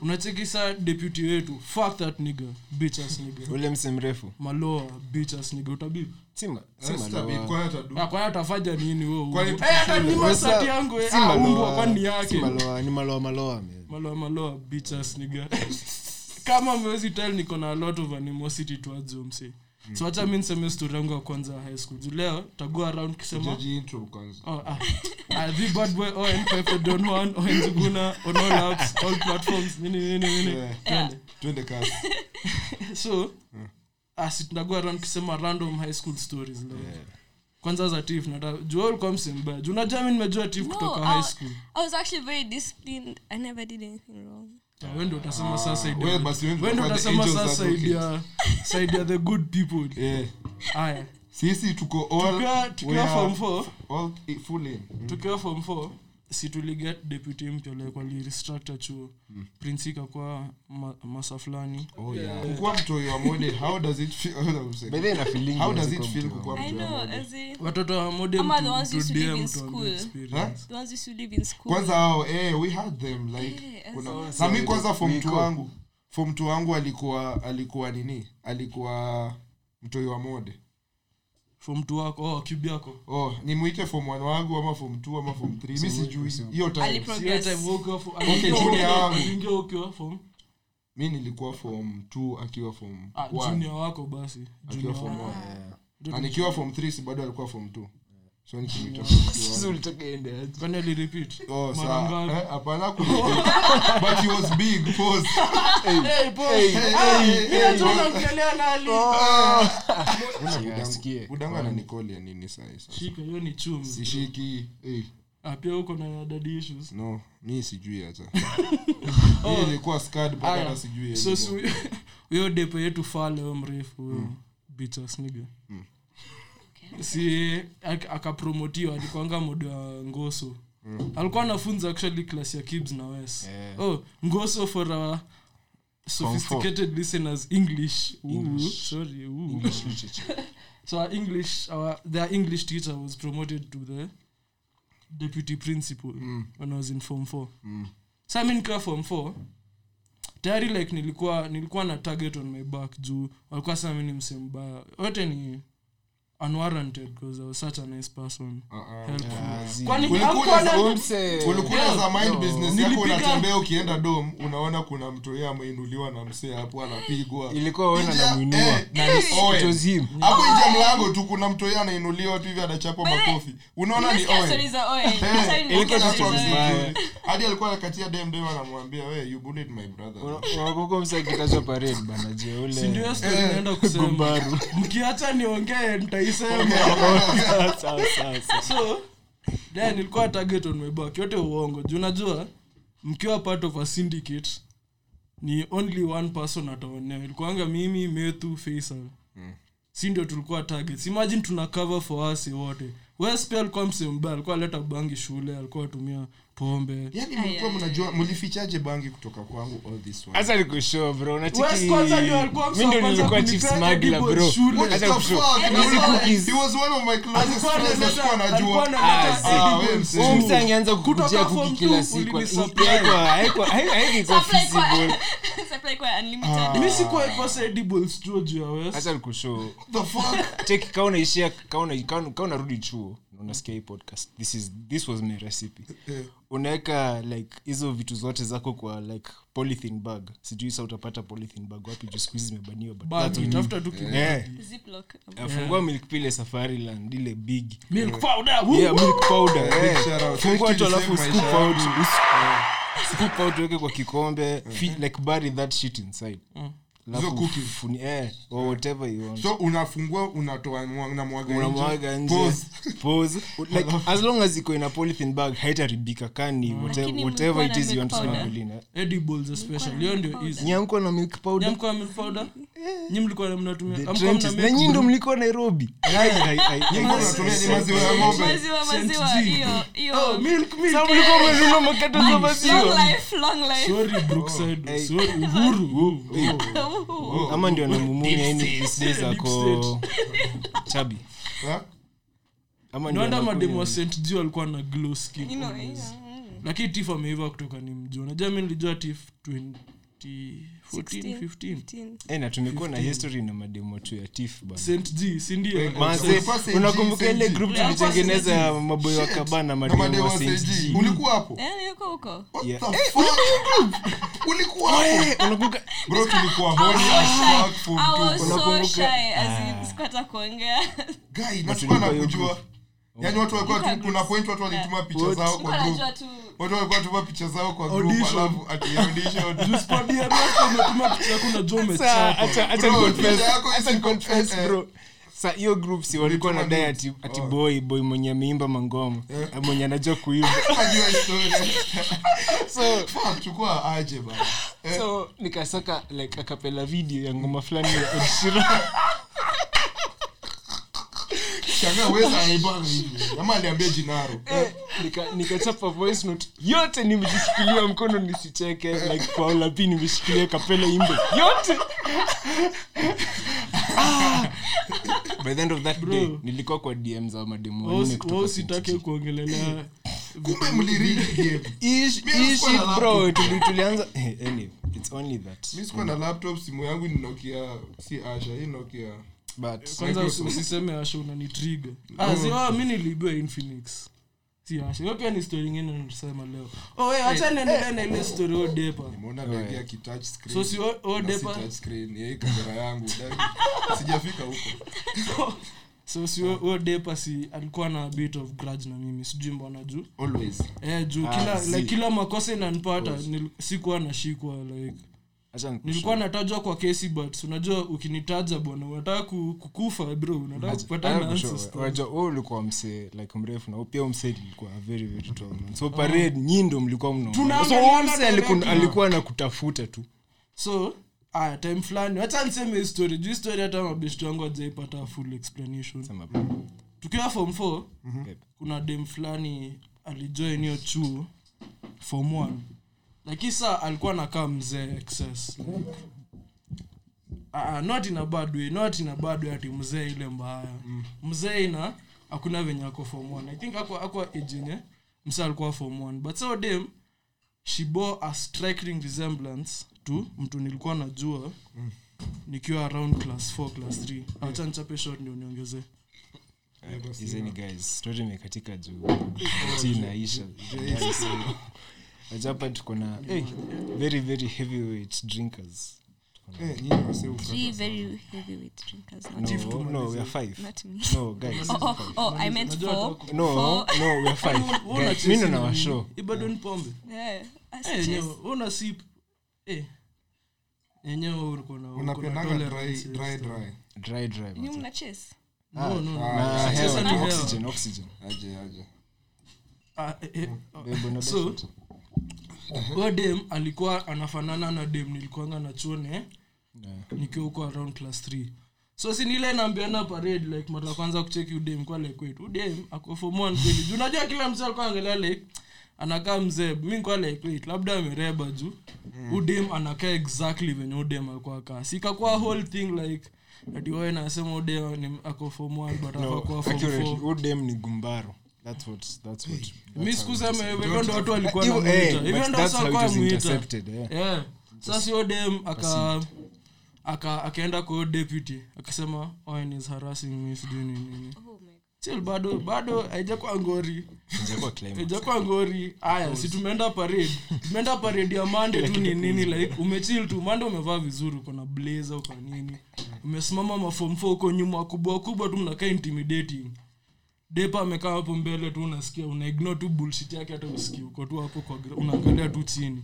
Speaker 3: unacheki saa deputy wetu fuck that nigga bitches nigga
Speaker 5: Ule mse mrefu.
Speaker 3: maloa bitches nigga utabibi
Speaker 5: Sima-
Speaker 2: Sasa
Speaker 5: sima
Speaker 2: tabii,
Speaker 5: loa.
Speaker 2: kwani atadu-
Speaker 3: Ah, kwani atafaja nini wewe umbwa?
Speaker 2: Kwani
Speaker 3: Eh,
Speaker 2: tukushule?
Speaker 3: ataniuma
Speaker 5: Sasa-
Speaker 3: sati yangu eh.
Speaker 5: si
Speaker 3: Ah,
Speaker 5: maloa-
Speaker 3: umbwa kwani
Speaker 5: si
Speaker 3: yake
Speaker 5: maloa, ni maloa maloa man.
Speaker 3: maloa maloa bitches nigga kama mwezi tell niko na a lot of animosity towards you msee
Speaker 5: Mm.
Speaker 3: so acha mi niseme story yangu ya kwanza ya high school Ju leo tago around kisema
Speaker 2: Jaji intro kwanza.
Speaker 3: oh, ah, ah, the bad boy on pepe don juan on oh, zuguna on all apps all platforms nini nini nini
Speaker 2: Eh,
Speaker 3: Twende.
Speaker 2: twende kasi.
Speaker 3: so ah, asitagua around kisema random high school stories like kwanza za tif nata jua ulikuwa msembea juu unajua mi nimejua tif
Speaker 4: No,
Speaker 3: kutoka
Speaker 4: I-
Speaker 3: high school
Speaker 4: I was actually very disciplined. I never did anything wrong.
Speaker 3: Ah, wendo utasema sasa idea-
Speaker 2: wewe basi wendo
Speaker 3: wendo
Speaker 2: utakuwa the
Speaker 3: utasema
Speaker 2: angels
Speaker 3: sasa
Speaker 2: advocate.
Speaker 3: idea- saidia the good people
Speaker 2: Eh,
Speaker 3: haya
Speaker 2: sisi tuko all-
Speaker 3: Tukiwa-
Speaker 2: we
Speaker 3: tukiwa
Speaker 2: are Mm.
Speaker 3: form four
Speaker 2: all i- full in.
Speaker 3: tukiwa form four situliget deputy mpya like walirestructure chuo mm. prince ikakuwa ma, masa fulani
Speaker 2: oh, yeah. kukua mtoi wa model how does it feel Hold on a second.
Speaker 5: By the way, na feeling
Speaker 2: how
Speaker 5: unaweza
Speaker 2: does it
Speaker 5: kuwa
Speaker 2: feel
Speaker 5: mtu wa-
Speaker 2: kukua
Speaker 4: I
Speaker 2: mtoi wa
Speaker 4: know,
Speaker 2: model?
Speaker 4: as in,
Speaker 3: watoto wa modem
Speaker 4: Ama the
Speaker 3: to-
Speaker 4: ones
Speaker 3: to
Speaker 4: used to live
Speaker 3: DM
Speaker 4: in
Speaker 3: to
Speaker 4: school.
Speaker 3: have experience.
Speaker 4: the ones used to live in school.
Speaker 2: kwanza hao eh, we had them like
Speaker 4: Eh,
Speaker 2: kuna-
Speaker 4: as
Speaker 2: na mi kwanza fom
Speaker 5: Oh, Niko.
Speaker 2: tu wangu fom tu wangu alikuwa alikuwa nini alikuwa mtoi wa mode
Speaker 3: From mtu wako oh, cube yako
Speaker 2: oh nimuite fom one wangu ama fom t ama fom th mi sijui hiyo time
Speaker 4: Alipro-
Speaker 3: Hiyo
Speaker 4: Yes.
Speaker 3: time ukiwa fo-
Speaker 2: junior
Speaker 3: ukiwa-
Speaker 2: wangu.
Speaker 3: ukiingia ukiwa form
Speaker 2: mi nilikuwa fom t akiwa fom
Speaker 3: ah, junior wako basi
Speaker 2: akiwa
Speaker 3: junior
Speaker 2: fom
Speaker 3: wako.
Speaker 2: na nikiwa fom th si bado alikuwa fom t so nikimuita
Speaker 5: Sasa ulitoka ende aje?
Speaker 3: Kwani alirepeat?
Speaker 2: Oh,
Speaker 3: Mara
Speaker 2: saa-
Speaker 3: ngapi?
Speaker 2: eh, hapana kuli- but he was big pause.
Speaker 3: Hey, boss.
Speaker 2: Hey,
Speaker 3: Ah,
Speaker 2: hey,
Speaker 3: ila
Speaker 2: hey,
Speaker 3: tu
Speaker 2: boss.
Speaker 3: unaongelea nani?
Speaker 2: Mbona
Speaker 5: Yeah,
Speaker 2: budangu-
Speaker 5: sikie.
Speaker 2: budangu ananikolia nini sahi sasa?
Speaker 3: Shika, hiyo ni chumi.
Speaker 2: sishiki eh,
Speaker 3: Ah, pia uko na daddy issues.
Speaker 2: no mi sijui hata Mi nilikuwa scared mpaka
Speaker 3: Aya,
Speaker 2: hata sijui
Speaker 3: so si
Speaker 2: anymore.
Speaker 3: huyo- huyo depo yetu fale huyo mrefu huyo bichas niga si ak- akapromotiwa alikwanga modo ya ngoso alikuwa anafunza actually class ya kibs na wes
Speaker 5: Yeah.
Speaker 3: oh, ngoso for our sophisticated listeners english, Ooh, sorry ooh. so our english our, their english teacher was promoted to the deputy principal when i was in form 4 sa mi nikiwa form 4 tayari like nilikuwa nilikuwa na target on my back juu walikuwa sasa mi ni mse mbaya wote ni unwarranted because i was such a nice person
Speaker 2: Ah, ah.
Speaker 3: helpful
Speaker 5: Ah, zi.
Speaker 3: kwani
Speaker 2: Ulikuwa
Speaker 3: hakuwa na-
Speaker 5: Huyu mse-
Speaker 2: ulikuwa za mind business yako
Speaker 3: Nilipiga-
Speaker 2: unatembea ukienda dom unaona kuna mtu yeye ameinuliwa na msee hapo anapigwa
Speaker 5: ilikuwa wewe na
Speaker 2: Nija-
Speaker 5: namuinua.
Speaker 2: eh,
Speaker 5: Na
Speaker 2: eh,
Speaker 5: ni-
Speaker 2: Owen.
Speaker 5: it was him.
Speaker 2: hapo nje ya mlango tu kuna mtu yeye anainuliwa tu hivi anachapwa
Speaker 4: Wewe,
Speaker 2: makofi unaona ni
Speaker 4: Nimesikia
Speaker 2: Owen.
Speaker 4: stories za Owen.
Speaker 2: Eh,
Speaker 4: Hata nimesikia
Speaker 5: ilikuwa
Speaker 4: stories
Speaker 5: kitu
Speaker 4: za Owen.
Speaker 5: mbaya.
Speaker 2: hadi alikuwa anakatia dem dem anamwambia we you bullied my brother
Speaker 5: Una- unakumbuka mse akitajwa parade bana je ule-
Speaker 3: Si ndio hiyo story naenda kusema.
Speaker 5: Gumbaru.
Speaker 3: mkiacha niongee nitaisema
Speaker 5: Sawa, sawa, sawa, sawa.
Speaker 3: so then ilikuwa target on my back yote uongo juu unajua mkiwa part of a syndicate ni only one person ataonea ilikuanga mimi methu faisal
Speaker 5: Hmm.
Speaker 3: si ndio tulikuwa targets imagine tuna cover for wasi wote wes pia alikuwa msembaya alikuwa aleta bangi shule alikuwa atumia pombe
Speaker 2: yani Yaani mlikuwa mnajua mlifichaje bangi kutoka kwangu all this one
Speaker 5: Hasa nikushow, bro, unacheki-
Speaker 3: Wes kwanza ndio alikuwa msa
Speaker 5: Mi ndio
Speaker 3: kwanza
Speaker 5: nilikuwa
Speaker 3: kunipea
Speaker 5: chief smuggler,
Speaker 3: edible
Speaker 5: bro.
Speaker 3: shule.
Speaker 2: What
Speaker 5: Hasa
Speaker 2: the
Speaker 5: nikushow.
Speaker 2: fuck?
Speaker 4: Hizi
Speaker 2: Alikuwa-
Speaker 5: cookies.
Speaker 2: he was one of my closest
Speaker 3: Alikuwa
Speaker 2: friends,
Speaker 3: analeta-
Speaker 2: alikuwa anajua.
Speaker 3: alikuwa
Speaker 5: Ah,
Speaker 3: analeta
Speaker 5: zi.
Speaker 2: Ah,
Speaker 3: edible
Speaker 2: we mse.
Speaker 3: shule.
Speaker 5: Huyu mse angeanza kukujia
Speaker 3: Kutoka form
Speaker 5: kuki
Speaker 3: two
Speaker 5: kila siku.
Speaker 3: ulinisupply.
Speaker 5: Haikuwa- haikuwa- haikuwa- haikuwa
Speaker 4: Supply kwa-
Speaker 5: feasible.
Speaker 4: supply kwa unlimited.
Speaker 5: Ah.
Speaker 3: mi sikuwa ikosa edibles chuo juu ya wes
Speaker 5: Hasa nikushow.
Speaker 2: The fuck?
Speaker 5: cheki kaa unaishia kaa una- kaa una- kaa unarudi chuo na unasikia hii podcast this, is, this was my recipe unaweka like hizo vitu zote zako kwa like polythene bag sijui sa utapata polythene bag wapi juu siku hizi zimebaniwa but that's
Speaker 3: bagi
Speaker 5: what-
Speaker 3: tafuta tu kidogo.
Speaker 5: Yeah.
Speaker 4: Ziploc.
Speaker 5: fungua milk pile safari land ile big
Speaker 3: Milk powder, woo,
Speaker 5: yeah, milk powder
Speaker 2: Big
Speaker 5: yeah.
Speaker 2: shout out.
Speaker 5: fungua
Speaker 2: Thank
Speaker 5: tu
Speaker 2: you,
Speaker 5: alafu
Speaker 2: save my
Speaker 5: scoop
Speaker 2: shout out.
Speaker 5: out us- scoop out weke kwa kikombe fi- like bury that shit inside Alafu
Speaker 2: Hizo cookies.
Speaker 5: funi- eh, or whatever you want
Speaker 2: so unafungua unatoa mwa- unamwaga nje.
Speaker 5: unamwaga nje
Speaker 2: Pause.
Speaker 5: Pause. like as long as iko ina polythene bag haitaribika kani
Speaker 2: Mm.
Speaker 5: whatever,
Speaker 4: Lakini
Speaker 5: whatever it
Speaker 4: mlikuwa
Speaker 5: is
Speaker 4: na
Speaker 5: you want to
Speaker 4: milk powder?
Speaker 5: smuggle in eh.
Speaker 3: edibles especially hiyo ndio easy
Speaker 5: nyanko na milk powder
Speaker 3: nyamko milk powder nyi mlikuwa mnatumia
Speaker 5: the
Speaker 3: amkuwa
Speaker 5: trenches.
Speaker 3: mna
Speaker 5: na
Speaker 3: make
Speaker 5: nyinyi ndo
Speaker 3: brew.
Speaker 5: mlikuwa nairobi Ai, ai, ai, ai.
Speaker 2: Mbona unatumia ni maziwa ya ng'ombe?
Speaker 4: Maziwa,
Speaker 3: Saint
Speaker 4: maziwa,
Speaker 3: G.
Speaker 4: hiyo- hiyo.
Speaker 3: Oh, milk, milk.
Speaker 5: Sasa mlikuwa mmenunua makato za
Speaker 4: Long
Speaker 5: maziwa
Speaker 4: life, long life.
Speaker 3: Sorry, Brookside. Sorry, Uhuru. oh.
Speaker 2: Oh,
Speaker 4: Uhu.
Speaker 5: ama ndio anamumunya ini these days
Speaker 3: Deep
Speaker 5: ako chabi
Speaker 2: Ha?
Speaker 5: ama ndio
Speaker 3: Naona mademu wa
Speaker 5: anakunywa-
Speaker 3: St. G walikuwa na glow skin
Speaker 4: You know,
Speaker 3: always.
Speaker 4: yeah.
Speaker 3: lakini tif ameiva kutoka ni mjuu najua mi nilijua tif 2014
Speaker 5: eh na tumekuwa na history na mademo tu ya tif bana
Speaker 3: st g sindio
Speaker 5: Manze,
Speaker 2: Kwa St. G,
Speaker 5: unakumbuka ile
Speaker 2: St. G.
Speaker 5: group tulitengeneza maboyo wa kabana
Speaker 2: Na madeo
Speaker 5: mademo
Speaker 2: wa
Speaker 5: wa
Speaker 2: St.
Speaker 5: St.
Speaker 2: G.
Speaker 5: G.
Speaker 2: ulikuwa hapo
Speaker 4: Eh, yuko huko.
Speaker 3: Oh,
Speaker 2: What
Speaker 5: Yeah. Eh,
Speaker 2: the fuck? ulikuwa hapo
Speaker 5: unakumbuka
Speaker 2: bro tulikuwa horny as fuck for
Speaker 4: Ah, I
Speaker 2: two.
Speaker 4: was so
Speaker 5: Unakumbuka?
Speaker 4: shy, as
Speaker 3: Ah.
Speaker 4: in, sikuwa hata kuongea.
Speaker 2: Guy, na sikuwa
Speaker 5: tulikuwa hiyo
Speaker 2: nakujua yaani watu walikuwa tu-
Speaker 4: Nilikuwa
Speaker 2: kuna point watu walituma picha
Speaker 5: What?
Speaker 2: zao
Speaker 4: Eh. Nilikuwa
Speaker 2: kwa group
Speaker 4: najua tu,
Speaker 2: watu walikuwa wanatuma picha zao kwa group
Speaker 3: Audition.
Speaker 2: alafu ati audition
Speaker 3: umetuma picha yako unajua
Speaker 5: Sa-
Speaker 3: umechapa
Speaker 5: acha- acha
Speaker 2: Bro,
Speaker 5: niconfess-
Speaker 2: picha yako
Speaker 5: acha
Speaker 2: iko-
Speaker 5: niconfess,
Speaker 2: eh, eh.
Speaker 5: bro. Sa, hiyo group si walikuwa
Speaker 2: Ulituma
Speaker 5: nadai
Speaker 2: nudes.
Speaker 5: ati, ati
Speaker 2: Oh.
Speaker 5: boy boy mwenye ameimba mangoma Ah, mwenye anajua kuimba
Speaker 2: Unajua historia.
Speaker 5: so
Speaker 2: Fuck, chukua aje bana
Speaker 5: so nikasaka like akapela video ya ngoma fulani ya Ed Sheeran.
Speaker 2: shangaa weza aibana hivi ama aliambia jinaro
Speaker 5: Eh, nika- nikachapa voice note yote nimejishikilia mkono nisicheke like paula p nimeshikilia kapele imbe yote Ah. by the end of that day nilikuwa kwa dm za mademu wanne kutoka
Speaker 3: wao
Speaker 5: St.
Speaker 3: sitake kuongelelea
Speaker 2: kumbe mliriki game
Speaker 5: Ish-
Speaker 2: Mimi
Speaker 5: ish
Speaker 2: sikuwa na
Speaker 5: it, bro. Tuli- tulianza Eh, anyway, it's only that.
Speaker 2: mi sikuwa na laptop simu yangu ni nokia si asha hii nokia
Speaker 5: But-
Speaker 3: eh, kwanza usi- usiseme asha unanitriga ah, si, oh, mi niliibiwa infinix si asha hiyo pia ni story ingine nitasema leo oh, we, acha niendelee na ile story oh, depa
Speaker 2: nimeona dagia kitouch screen
Speaker 3: so si oh, oh,
Speaker 2: na si
Speaker 3: depa
Speaker 2: touch screen yeye kamera yangu dai sijafika huko
Speaker 3: so si oh, oh, depa si alikuwa na a bit of grudge na mimi sijui mbona juu
Speaker 2: always
Speaker 3: eh, juu
Speaker 5: Ah,
Speaker 3: kila
Speaker 5: si.
Speaker 3: like, kila makosa inanipata nil, sikuwa nashikwa like
Speaker 5: Acha nikushauri.
Speaker 3: nilikuwa natajwa kwa kesi but unajua ukinitaja bwana unataka ku- kukufa bro unataka
Speaker 5: Acha-
Speaker 3: kupata
Speaker 5: acha
Speaker 3: na
Speaker 5: nikushauri.
Speaker 3: answers.
Speaker 5: Wajua, wewe ulikuwa mse like mrefu na wewe pia mse ilikuwa very very tall man.
Speaker 3: Ah.
Speaker 5: so parade nyinyi ndio mlikuwa mnaongea. so
Speaker 3: Tunaangaliana
Speaker 5: wewe mse alikuwa-
Speaker 3: direct,
Speaker 5: alikuwa nakutafuta tu
Speaker 3: so aya time fulani wacha niseme hii story juu hii story hata mabeshti wangu hajaipata full explanation
Speaker 5: Sema,
Speaker 3: tukiwa form 4
Speaker 5: Yep.
Speaker 3: kuna dem fulani alijoin hiyo chuo form 1 lakini saa alikuwa nakaa mzee excess like, uh, not in a bad way not in a bad way ati mzee ile mbaya mzee ina hakuna venye ako form 1 i think ako ako age yenye msee alikuwa form 1 but so dem she bore a striking resemblance to mtu nilikuwa najua nikiwa around class 4 class 3 acha nichape short ndio niongezee
Speaker 5: Izeni eh, guys story imekatika juu tea inaisha ajapa tuko na eh, very very heavyweight drinkers
Speaker 2: eh nyinyi wase huko
Speaker 4: Three very heavyweight drinkers. Not,
Speaker 5: no, no we are five
Speaker 4: not me.
Speaker 5: no guys
Speaker 4: Oh, oh, oh, I meant four.
Speaker 5: no no we are five Guys, mi ndo na washow
Speaker 3: ibado ni pombe
Speaker 4: Yeah. I
Speaker 3: Eh, yenyewe,
Speaker 4: suggest-
Speaker 3: una sip eh yenyewe uko na uko na
Speaker 2: unapendaga dry
Speaker 3: tolerance ya
Speaker 2: dry
Speaker 3: stuff.
Speaker 2: dry
Speaker 5: dry dry
Speaker 4: Ni
Speaker 5: man.
Speaker 4: mna chase?
Speaker 3: no no no.
Speaker 5: na
Speaker 2: Ah,
Speaker 3: Sasa
Speaker 5: hewa
Speaker 3: ni
Speaker 5: ni
Speaker 3: hewa.
Speaker 5: oxygen oxygen
Speaker 2: aje aje
Speaker 3: Ah, eh, eh, oh.
Speaker 5: Bebo na
Speaker 3: So, Uh-huh.
Speaker 5: basket.
Speaker 3: huyo dem alikuwa anafanana na dem nilikuanga na chuone nikiwa huko around class 3 so si nile naambiana parade like mara ya kwanza kucheki udem kwa like wait udem ako form 1 kweli juu unajua kila mzee alikuwa angalia like anakaa mzee mi nikuwa like wait labda amereba juu udem anakaa exactly venye udem alikuwa akaa sikakuwa whole thing like ati wewe nasema udem ni- ako form 1 but
Speaker 5: No,
Speaker 3: akakuwa form
Speaker 5: accurately,
Speaker 3: 4
Speaker 5: huyu dem ni gumbaro that's what that's what
Speaker 3: mi sikusema hivyo, hivyo ndo watu walikuwa
Speaker 5: Hivyo,
Speaker 3: wanamuita.
Speaker 5: eh,
Speaker 3: Hivyo
Speaker 5: but
Speaker 3: ndo
Speaker 5: that's
Speaker 3: watu
Speaker 5: how it
Speaker 3: walikuwa
Speaker 5: was
Speaker 3: wanamuita.
Speaker 5: intercepted, eh.
Speaker 3: Yeah. sasa hiyo dem aka aka akaenda kwa huyo deputy akasema "Owen is harassing me sijui nini nini."
Speaker 4: Oh my God.
Speaker 3: Chill, bado bado haijakuwa ngori
Speaker 5: Haijakuwa climax.
Speaker 3: haijakuwa ngori aya si tumeenda parade tumeenda parade ya mande tu ni nini like umechil tu mande umevaa vizuri uko na blazer uko na nini umesimama mafomfo uko nyuma kubwa kubwa tu mnakaa intimidating depa amekaa hapo mbele tu unasikia unaignore tu bullshit yake hata usikii uko tu hapo kwa gra- unaangalia tu chini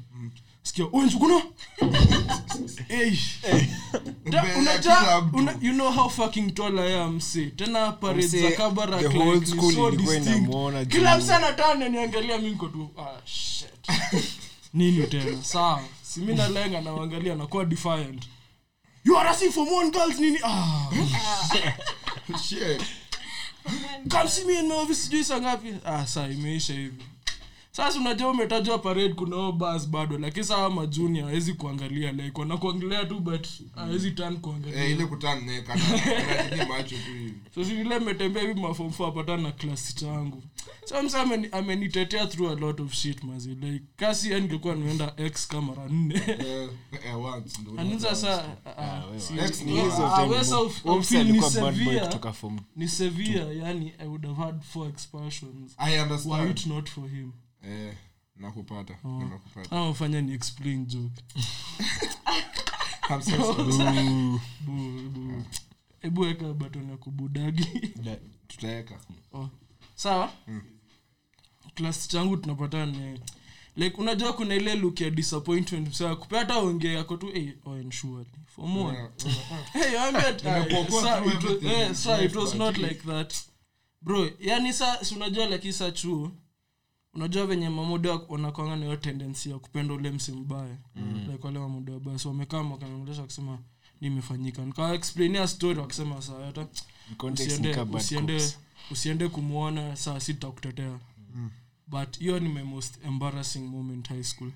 Speaker 3: sikia unjukuna Da-
Speaker 2: Mbele ya kila
Speaker 3: unajua
Speaker 2: mtu.
Speaker 3: una, you know how fucking tall i am see tena parade
Speaker 5: Msee,
Speaker 3: za Kabarak,
Speaker 5: the
Speaker 3: like,
Speaker 5: whole
Speaker 3: ni
Speaker 5: school
Speaker 3: so
Speaker 5: ilikuwa
Speaker 3: distinct.
Speaker 5: inamuona juu.
Speaker 3: kila msana tane niangalia mi niko tu ah, shit. nini tena sawa simi nalenga nawangalia nakuwa defiant you are asking for one girls nini ah,
Speaker 2: shit
Speaker 3: come see me in my office sijui saa ngapi ah, saa imeisha hivi sasa unajua umetajwa parade kunao bas bado lakini saa majunia hawezi kuangalia like wanakuangalia tu but hawezi tan kuangalia
Speaker 2: eh ile kutana kana macho tu hivi
Speaker 3: sosile metembea hivi mafomfo apatana na klasi changu samsa amenitetea through a lot of shit mazi like kasi ya ningekuwa nimeenda x kama mara nne
Speaker 2: eh eh once ndo
Speaker 3: aniza saa
Speaker 5: Ah, wewe,
Speaker 2: Next
Speaker 5: ni
Speaker 2: one.
Speaker 5: hizo
Speaker 3: Ah,
Speaker 5: time
Speaker 3: wewe
Speaker 5: ambapo-
Speaker 3: sa-
Speaker 5: wewe mse
Speaker 3: ufeel ni
Speaker 5: alikuwa bad boy
Speaker 3: severe.
Speaker 5: kutoka form-
Speaker 3: ni severe yani i would have had four expulsions
Speaker 2: i
Speaker 3: were it
Speaker 2: understand
Speaker 3: not for him
Speaker 2: eh nakupata
Speaker 3: Oh.
Speaker 2: nakupata
Speaker 3: amafanya ni explain joke
Speaker 2: I'm so sorry.
Speaker 3: Bu- bu-
Speaker 5: Ah.
Speaker 3: hebu weka baton ya kubudagi
Speaker 5: Da-
Speaker 2: tutaweka
Speaker 3: Oh. sawa klasi changu tunapatana naye like unajua kuna ile look ya disappointment msaa kupea hata ongea yako tu hey, oh, sure. for more hey, I'm bad.
Speaker 2: Nimekuokoa
Speaker 3: Sir,
Speaker 2: through
Speaker 3: it was-
Speaker 2: everything.
Speaker 3: eh, sir, it was not like that bro yani sa si unajua lakini sa chuo unajua venye mamodo wa- wanakwanga nayo tendensi ya kupenda ule msi mbaya like wale mamodo wa basi wamekaa wakanongelesha wakisema nimefanyika nikawaexplainia story wakisema saa hata
Speaker 5: context ni
Speaker 3: usiende
Speaker 5: ka bad
Speaker 3: usiende
Speaker 5: cops.
Speaker 2: Mm.
Speaker 3: usiende kumwona saa si takutetea but hiyo ni my most embarrassing moment high school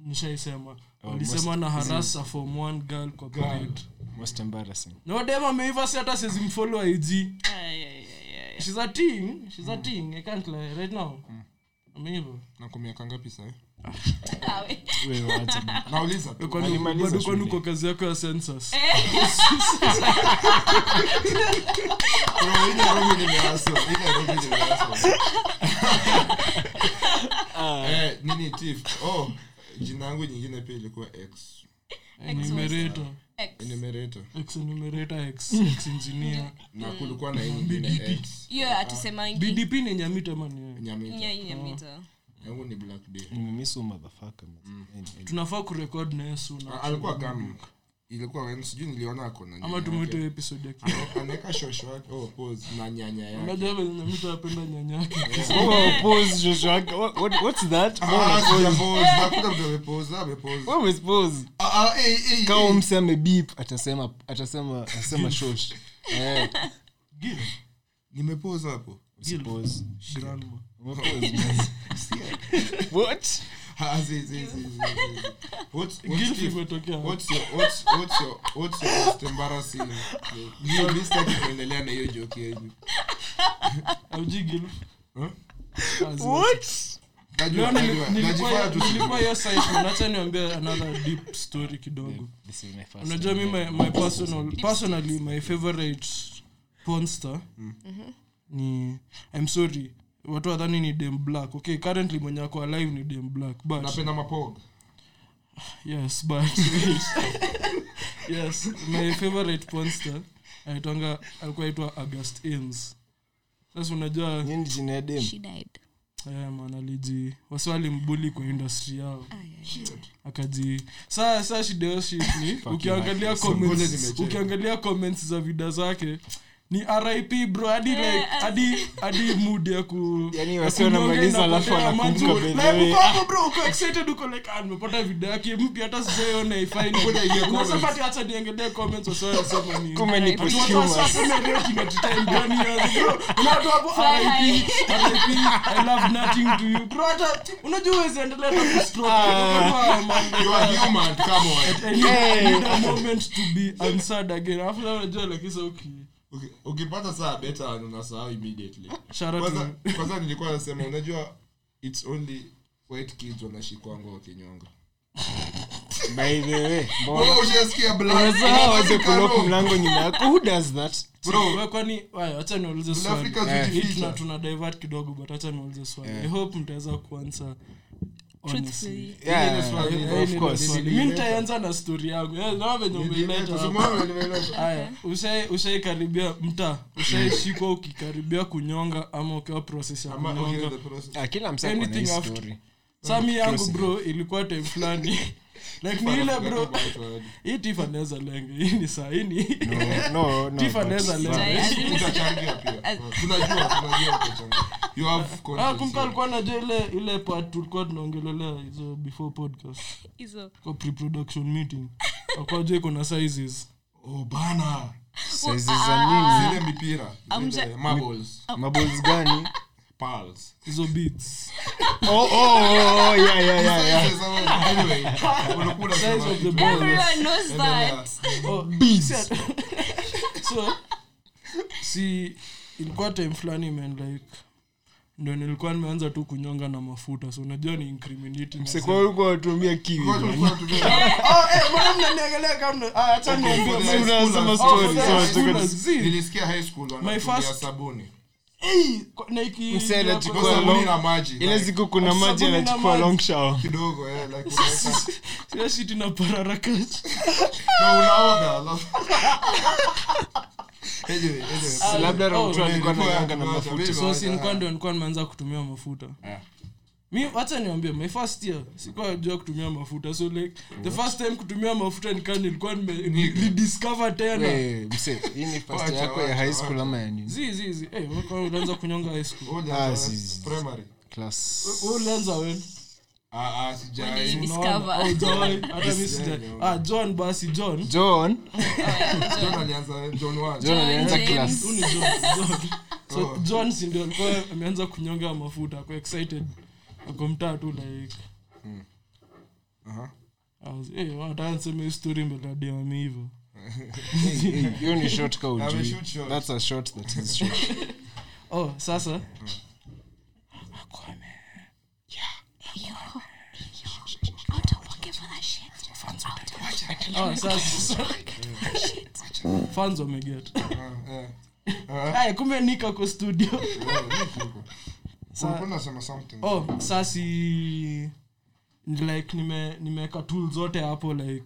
Speaker 3: nishaisema
Speaker 5: Oh,
Speaker 3: walisema na harasa form one girl kwa parade
Speaker 5: most embarrassing
Speaker 3: no dem ameiva si hata sizimfollow ig
Speaker 5: Ah, Eh.
Speaker 3: she's a thing she's
Speaker 2: Mm.
Speaker 3: a thing i can't lie right now ameiva
Speaker 2: na kwa miaka ngapi sahii
Speaker 6: Ah,
Speaker 5: Wewe wacha bana.
Speaker 2: nauliza tu. Yaani,
Speaker 5: Alimaliza
Speaker 3: bado kwani
Speaker 5: shule.
Speaker 3: uko kazi yako ya census
Speaker 2: Kuna wengine Nairobi ni miaso, wengine Nairobi ni miaso.
Speaker 3: Ah.
Speaker 2: Eh, nini chief oh jina yangu nyingine pia ilikuwa x
Speaker 3: Eh, enumerator
Speaker 2: enumerator
Speaker 3: ex enumerator ex ex engineer
Speaker 2: na kulikuwa na hii nyingine x
Speaker 4: hiyo hatusemangi
Speaker 3: bdp ni nyamita mani
Speaker 2: nyamita
Speaker 5: Ah.
Speaker 4: nyanyamita
Speaker 2: yangu ni black day
Speaker 5: Nimemiss huyu motherfucker, man. Yaani, yaani.
Speaker 3: tunafaa kurekod naye suna
Speaker 2: Ah, alikuwa kam ilikuwa wen sijui niliona ako na
Speaker 3: ama
Speaker 2: nyanya
Speaker 3: tumwite
Speaker 2: yake.
Speaker 3: episode yake
Speaker 2: anaweka shosho yake oh, pause, na nyanya yake
Speaker 3: unajua venye nyamita apenda nyanyake
Speaker 5: Wewe pause, Joshua. What- what- what's that?
Speaker 2: Ah, sijapause. Hakuna mtu amepause, amepause.
Speaker 5: Wewe umepause.
Speaker 2: Ah, ah, eh, eh, eh.
Speaker 5: kama mseme bip atasema atasema atasema shosh Eh,
Speaker 2: nimepause hapo Oh,
Speaker 5: pause.
Speaker 3: grandma
Speaker 5: Umepause, man. What?
Speaker 2: Ah, zi, zi, zi, zi, zi. What's- what's
Speaker 3: Guilt
Speaker 2: if-
Speaker 3: imetokea.
Speaker 2: what's your- what's- what's your- what's your most embarrassing? Mi- mi sitaki kuendelea na hiyo joke yenyu.
Speaker 3: aujui gilf
Speaker 2: Huh?
Speaker 3: Leo
Speaker 2: Najua, najua,
Speaker 3: nili- nilikuwa
Speaker 2: najifanya tu sijui.
Speaker 3: nilikuwa hiyo site man. Acha niambie another deep story kidogo
Speaker 5: This is my first
Speaker 3: unajua mi my, my personal, personally my favorite ponster
Speaker 2: Hmm.
Speaker 3: ni i'm sorry watu wadhani ni dem black okay currently mwenye ako alive ni dem black but
Speaker 2: napenda mapog
Speaker 3: yes but wait. yes my favorite ponster anaitwanga alikuwa aitwa august ins sasa unajua
Speaker 5: Nini jina ya dem?
Speaker 4: she died
Speaker 3: eh, man aliji wasiwali mbuli kwa industry yao akaji saa saa shida hiyo shit ni ukiangalia
Speaker 2: Sungule
Speaker 3: comments
Speaker 2: zimecheka.
Speaker 3: ukiangalia comments za vida zake ni rip bro hadi like hadi hadi mood ya ku
Speaker 5: Yaani
Speaker 3: ya
Speaker 5: wasi
Speaker 3: kunyonga
Speaker 5: wanamaliza alafu
Speaker 3: inapotea,
Speaker 5: wanakumbuka
Speaker 3: manju,
Speaker 5: by the
Speaker 3: like,
Speaker 5: way.
Speaker 3: uko hapo bro uko excited uko like ah nimepata video yake mpya hata sijaiona ifai na-
Speaker 2: Kuna hiyo
Speaker 3: Na sasa
Speaker 2: comments.
Speaker 3: pati acha niangalie comments wasi wanasema ni
Speaker 5: Kumbe ni
Speaker 3: Ati
Speaker 5: posthumous.
Speaker 3: watu waseme leo kinatutime gani yaani, bro. Na watu hapo RIP, RIP, I love nothing to you. Bro, hata- unajua huwezi endelea na kustroke. Unakuwa, man,
Speaker 2: You are human, come on.
Speaker 3: I need- I need a moment to be answered again. Alafu sasa unajua, like, it's okay.
Speaker 2: Uki- ukipata saa beta unasahau immediately
Speaker 3: Shout out
Speaker 2: kwanza
Speaker 3: to-
Speaker 2: kwanza nilikuwa nasema unajua its only white kids wanashikwanga wakinyonga
Speaker 5: By the way, mbona-
Speaker 2: Bro, Oh, ushasikia black?
Speaker 5: Unazaa waje
Speaker 2: Inapatikana.
Speaker 5: kulock mlango nyuma yako. Who does that?
Speaker 2: Bro,
Speaker 3: Wewe kwani- waya, wacha niulize swali.
Speaker 2: Afrika
Speaker 5: Eh,
Speaker 3: Hii tuna-
Speaker 2: zijificha.
Speaker 3: tuna divert kidogo but hacha niulize swali i hope mtaweza kuansa
Speaker 4: truthfully
Speaker 5: Yeah,
Speaker 2: Ile swali,
Speaker 5: yeah, of course.
Speaker 2: ile-
Speaker 3: mi nitaanza na stori yangu Eh, naona venye umeleta
Speaker 2: Nilieleza,
Speaker 3: hapo.
Speaker 2: Sumawe nilieleza.
Speaker 3: haya ushai- ushaikaribia mtaa ushaishikwa ukikaribia kunyonga ama ukiwa proses ya
Speaker 2: Ama, okay,
Speaker 3: kunyonga
Speaker 2: the process.
Speaker 5: Ah, kila msee ako na hii
Speaker 3: Anything after.
Speaker 5: story.
Speaker 3: sami yangu bro ilikuwa time fulani like ni ile bro hii tifa anaweza lenga hii ni saa hii ni
Speaker 5: No, no, no,
Speaker 3: tifa
Speaker 5: but-
Speaker 3: anaweza lenga
Speaker 5: Ah,
Speaker 2: Utachangia pia. Tunajua, tunajua utachangia. You have
Speaker 3: Ah,
Speaker 2: content.
Speaker 3: kumka alikuwa najua ile ile part tulikuwa tunaongelelea hizo before podcast
Speaker 4: hizo
Speaker 3: kwa pre-production meeting akwajua iko na sizes
Speaker 2: Oh, bana.
Speaker 5: Sizes za nini?
Speaker 2: Zile mipira. Zile
Speaker 4: Amja-
Speaker 2: marbles.
Speaker 5: Marbles gani?
Speaker 2: Pearls.
Speaker 3: hizo beats
Speaker 5: Oh, oh, oh, oh, yeah, yeah, yeah, yeah.
Speaker 2: Sasa, anyway, ulikuwa unasema
Speaker 3: Size of the
Speaker 2: kitu.
Speaker 3: ball.
Speaker 5: Oh,
Speaker 4: everyone knows
Speaker 2: Endelea.
Speaker 4: that
Speaker 5: uh,
Speaker 3: Oh, si- so si ilikuwa time fulani man like ndo nilikuwa nimeanza tu kunyonga na mafuta so unajua ni incriminating as
Speaker 5: Msekuwa ulikuwa watumia kiwi,
Speaker 2: Kwa hiyo
Speaker 5: man.
Speaker 2: tulikuwa tunatumia-
Speaker 3: Oh, eh, mbona mnaniangalia kama mna- ah, acha niambie
Speaker 2: for the
Speaker 3: mimi.
Speaker 2: high
Speaker 5: Unasema
Speaker 2: schoolers. Oh,
Speaker 5: stories,
Speaker 2: for the
Speaker 5: so
Speaker 2: high
Speaker 5: nataka-
Speaker 2: schoolers,
Speaker 3: zi.
Speaker 2: nilisikia high school wanatumia
Speaker 3: first-
Speaker 2: sabuni
Speaker 3: Eh, kwa- na iki-
Speaker 5: Msee anachukua
Speaker 2: Kwa
Speaker 5: Well,
Speaker 2: sabuni
Speaker 5: long-
Speaker 2: na maji
Speaker 5: ile
Speaker 2: like,
Speaker 5: siku kuna
Speaker 3: Sabuni
Speaker 5: maji
Speaker 3: na
Speaker 5: anachukua
Speaker 3: maji.
Speaker 5: long shower
Speaker 2: kidogo eh, like, unaweka-
Speaker 3: Sio shit inaparara kachi.
Speaker 2: na unaoga alafu- Anyway, anyway.
Speaker 5: Si labda
Speaker 3: Oh,
Speaker 5: mtu alikuwa
Speaker 2: nilikuwa
Speaker 5: ananyanga na
Speaker 2: natumia
Speaker 5: mafuta
Speaker 2: sabuni.
Speaker 3: so si nilikuwa ndo nilikuwa nimeanza kutumia mafuta mi hata niambie my first year sikuwa najua kutumia mafuta so like the first time kutumia mafuta nikaa nilikuwa nime- ni- nidiscover tena
Speaker 5: Eh, msee, hii ni first
Speaker 2: Wacha,
Speaker 5: yako ya
Speaker 2: wacha,
Speaker 5: high school ama ya nini
Speaker 3: zi zi zi eh, wewe kwa nini ulianza kunyonga high school
Speaker 2: Ngoja,
Speaker 5: Ah,
Speaker 2: eh,
Speaker 5: si- si-
Speaker 2: primary.
Speaker 5: class
Speaker 3: Wewe ulianza wewe
Speaker 2: Ah, ah, sijai.
Speaker 4: Nini?
Speaker 3: Unaona?
Speaker 4: Discover.
Speaker 3: Au hujawahi? hata mimi sija ah john basi john
Speaker 5: john
Speaker 2: John alianza, eh, John one.
Speaker 5: john alianza
Speaker 4: James.
Speaker 5: class
Speaker 3: Huyu ni John, John. so john si ndio alikuwa ameanza kunyonga mafuta ako excited ako mtaa tu like
Speaker 2: Aha.
Speaker 3: I was, eh, wanataka niseme hii story mbele ya demi hivyo
Speaker 5: hiyo ni shot ka
Speaker 2: Ame
Speaker 5: ujui.
Speaker 2: shoot shot.
Speaker 5: That's a shot that is shot.
Speaker 3: oh sasa oh, sasa fans wameget Aya, kumbe nika ko studio
Speaker 2: Ulikuwa unasema something.
Speaker 3: oh sasi ni like nime nimeweka tools zote hapo like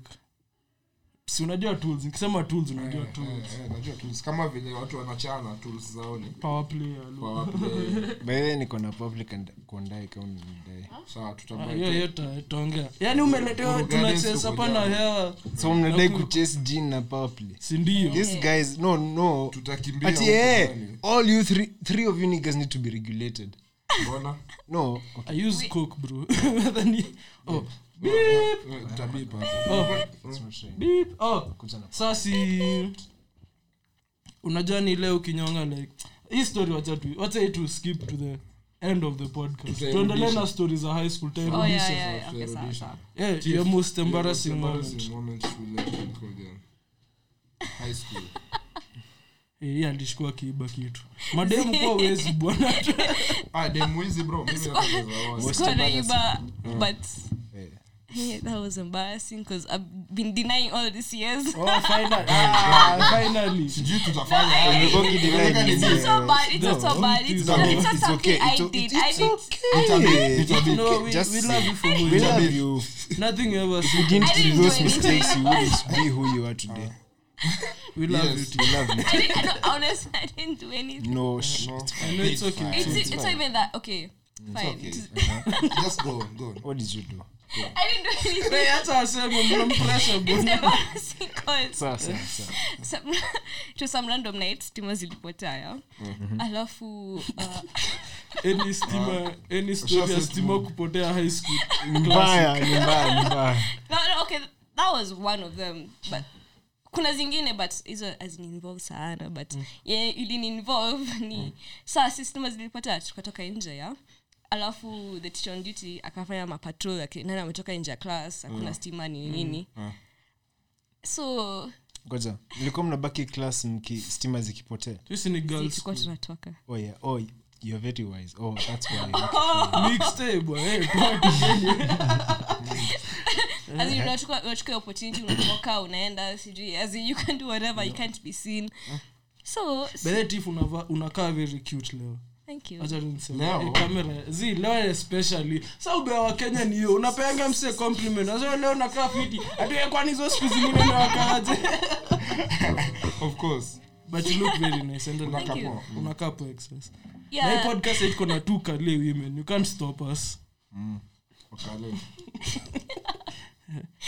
Speaker 3: si unajua tools nikisema tools unajua
Speaker 2: Eh,
Speaker 3: tools
Speaker 2: eh, najua tools. kama vile watu wanachana tools zao ni eh.
Speaker 3: power play ya lu-
Speaker 2: power play.
Speaker 5: By the way, niko na public and kuandai kama nimedai.
Speaker 2: sawa
Speaker 3: Ah,
Speaker 2: tutabuy
Speaker 3: hiyo hiyo ta- taongea yaani umeletewa
Speaker 2: Urugani
Speaker 3: tunachesa
Speaker 2: siku
Speaker 3: hapa na
Speaker 2: ujao.
Speaker 3: hewa
Speaker 5: So mnadai kuchase Jean na Purple.
Speaker 3: sindio
Speaker 5: These guys, no, no.
Speaker 2: tutakimbia
Speaker 5: Ati
Speaker 2: huko
Speaker 5: eh,
Speaker 2: ndani.
Speaker 5: all you three, three of you niggas need to be regulated.
Speaker 2: Mbona?
Speaker 5: No,
Speaker 3: i use coke bro Rather ni- oh
Speaker 2: Eh, tutabeep hapo.
Speaker 3: oh
Speaker 5: it's not right.
Speaker 3: beep oh
Speaker 5: Kuja na-
Speaker 3: sasi unajua ni leo ukinyonga like hii story wacha tu wacha hii tu skip to the end of the podcast
Speaker 2: Tutairudisha.
Speaker 3: tuendelee na story za high school
Speaker 6: Oh, yeah,
Speaker 3: tairudisha
Speaker 6: yeah, yeah. Okay, sawa, sawa.
Speaker 3: yeah, your Eh, most embarrassing
Speaker 2: Embarrassing
Speaker 3: moment
Speaker 2: moment shule ilikuwa gani? High school.
Speaker 3: Eh, yeye alishikua kiiba kitu mademu kwa uwezi bwana
Speaker 2: Ah, demu hizi bro, mimi napenda za wazi.
Speaker 6: Sikuwa naiba, but
Speaker 5: Eh.
Speaker 4: Yeah, that was embarrassing because I've been denying all these years.
Speaker 3: oh finally ah, finally
Speaker 2: Sijui tutafanya aje.
Speaker 5: Umekuwa ukideny
Speaker 6: It's
Speaker 5: nini,
Speaker 6: not so
Speaker 5: eh?
Speaker 6: bad. It's not so bad. It's
Speaker 5: No,
Speaker 6: not. It's not
Speaker 5: it's
Speaker 6: something
Speaker 5: okay.
Speaker 6: I
Speaker 5: It's o-
Speaker 6: did.
Speaker 5: it's
Speaker 6: I did.
Speaker 5: Okay.
Speaker 3: no we,
Speaker 5: Just
Speaker 3: we love you for who
Speaker 5: We
Speaker 3: you are
Speaker 5: love you.
Speaker 3: nothing ever
Speaker 5: You didn't
Speaker 6: I didn't
Speaker 5: do those
Speaker 6: do anything.
Speaker 5: mistakes, you wouldn't be who you are today.
Speaker 3: we love
Speaker 2: Yes.
Speaker 3: you too.
Speaker 5: We love you.
Speaker 6: I didn't- I don't- Honestly, I didn't do anything.
Speaker 5: No, sh-
Speaker 2: No,
Speaker 3: i know it's okay
Speaker 6: It's
Speaker 3: too.
Speaker 6: it's not even that. Okay, fine.
Speaker 2: okay.
Speaker 6: It's-
Speaker 2: just go on, go on.
Speaker 5: what did you do?
Speaker 6: I didn't do anything.
Speaker 3: Eh, hata aseme mnampresha
Speaker 6: It's
Speaker 3: bwana
Speaker 6: embarrassing because
Speaker 5: Sawa, sawa, sawa.
Speaker 6: some, to some random night stima zilipotea Mm-hmm. alafu uh,
Speaker 3: any stima any story ya
Speaker 2: Ushasema.
Speaker 3: stima kupotea high school
Speaker 5: Mbaya, ni mbaya, ni mbaya.
Speaker 6: no, no, okay that was one of them but kuna zingine but hizo azininvolve sana but
Speaker 3: Mm.
Speaker 6: ye ilininvolve ni saa si stima zilipotea tukatoka nje ya alafu the teacher on duty akafanya mapatrol akinana ametoka nje ya class hakuna
Speaker 3: Mm.
Speaker 6: stima ni nini so
Speaker 5: ngoja mlikuwa mnabaki class mki stima zikipotea
Speaker 3: sisi ni girls
Speaker 6: tulikuwa tunatoka
Speaker 5: oh yeah oh you're very wise oh that's why
Speaker 3: mixtape bwana eh kwa-
Speaker 6: As in, unachukua unachukua opportunity unatoka unaenda sijui as in, you can do whatever you can't be seen
Speaker 3: Mm.
Speaker 6: so
Speaker 3: By the way, Tiff, unava- unakaa very cute leo
Speaker 6: thank you
Speaker 3: Acha tu niseme,
Speaker 2: Leo?
Speaker 3: eh, kamera zi leo especially sa ubea wa kenya ni hiyo unapeanga mse compliment Unasema leo nakaa fiti atuye kwani hizo siku zingine nawakaaje
Speaker 2: Of course.
Speaker 3: but you look very nice and
Speaker 2: Unakaa
Speaker 6: you.
Speaker 2: poa.
Speaker 3: unakaa po excess na hii
Speaker 6: yeah
Speaker 3: podcast iko na two kale women you can't stop us
Speaker 2: Ukale.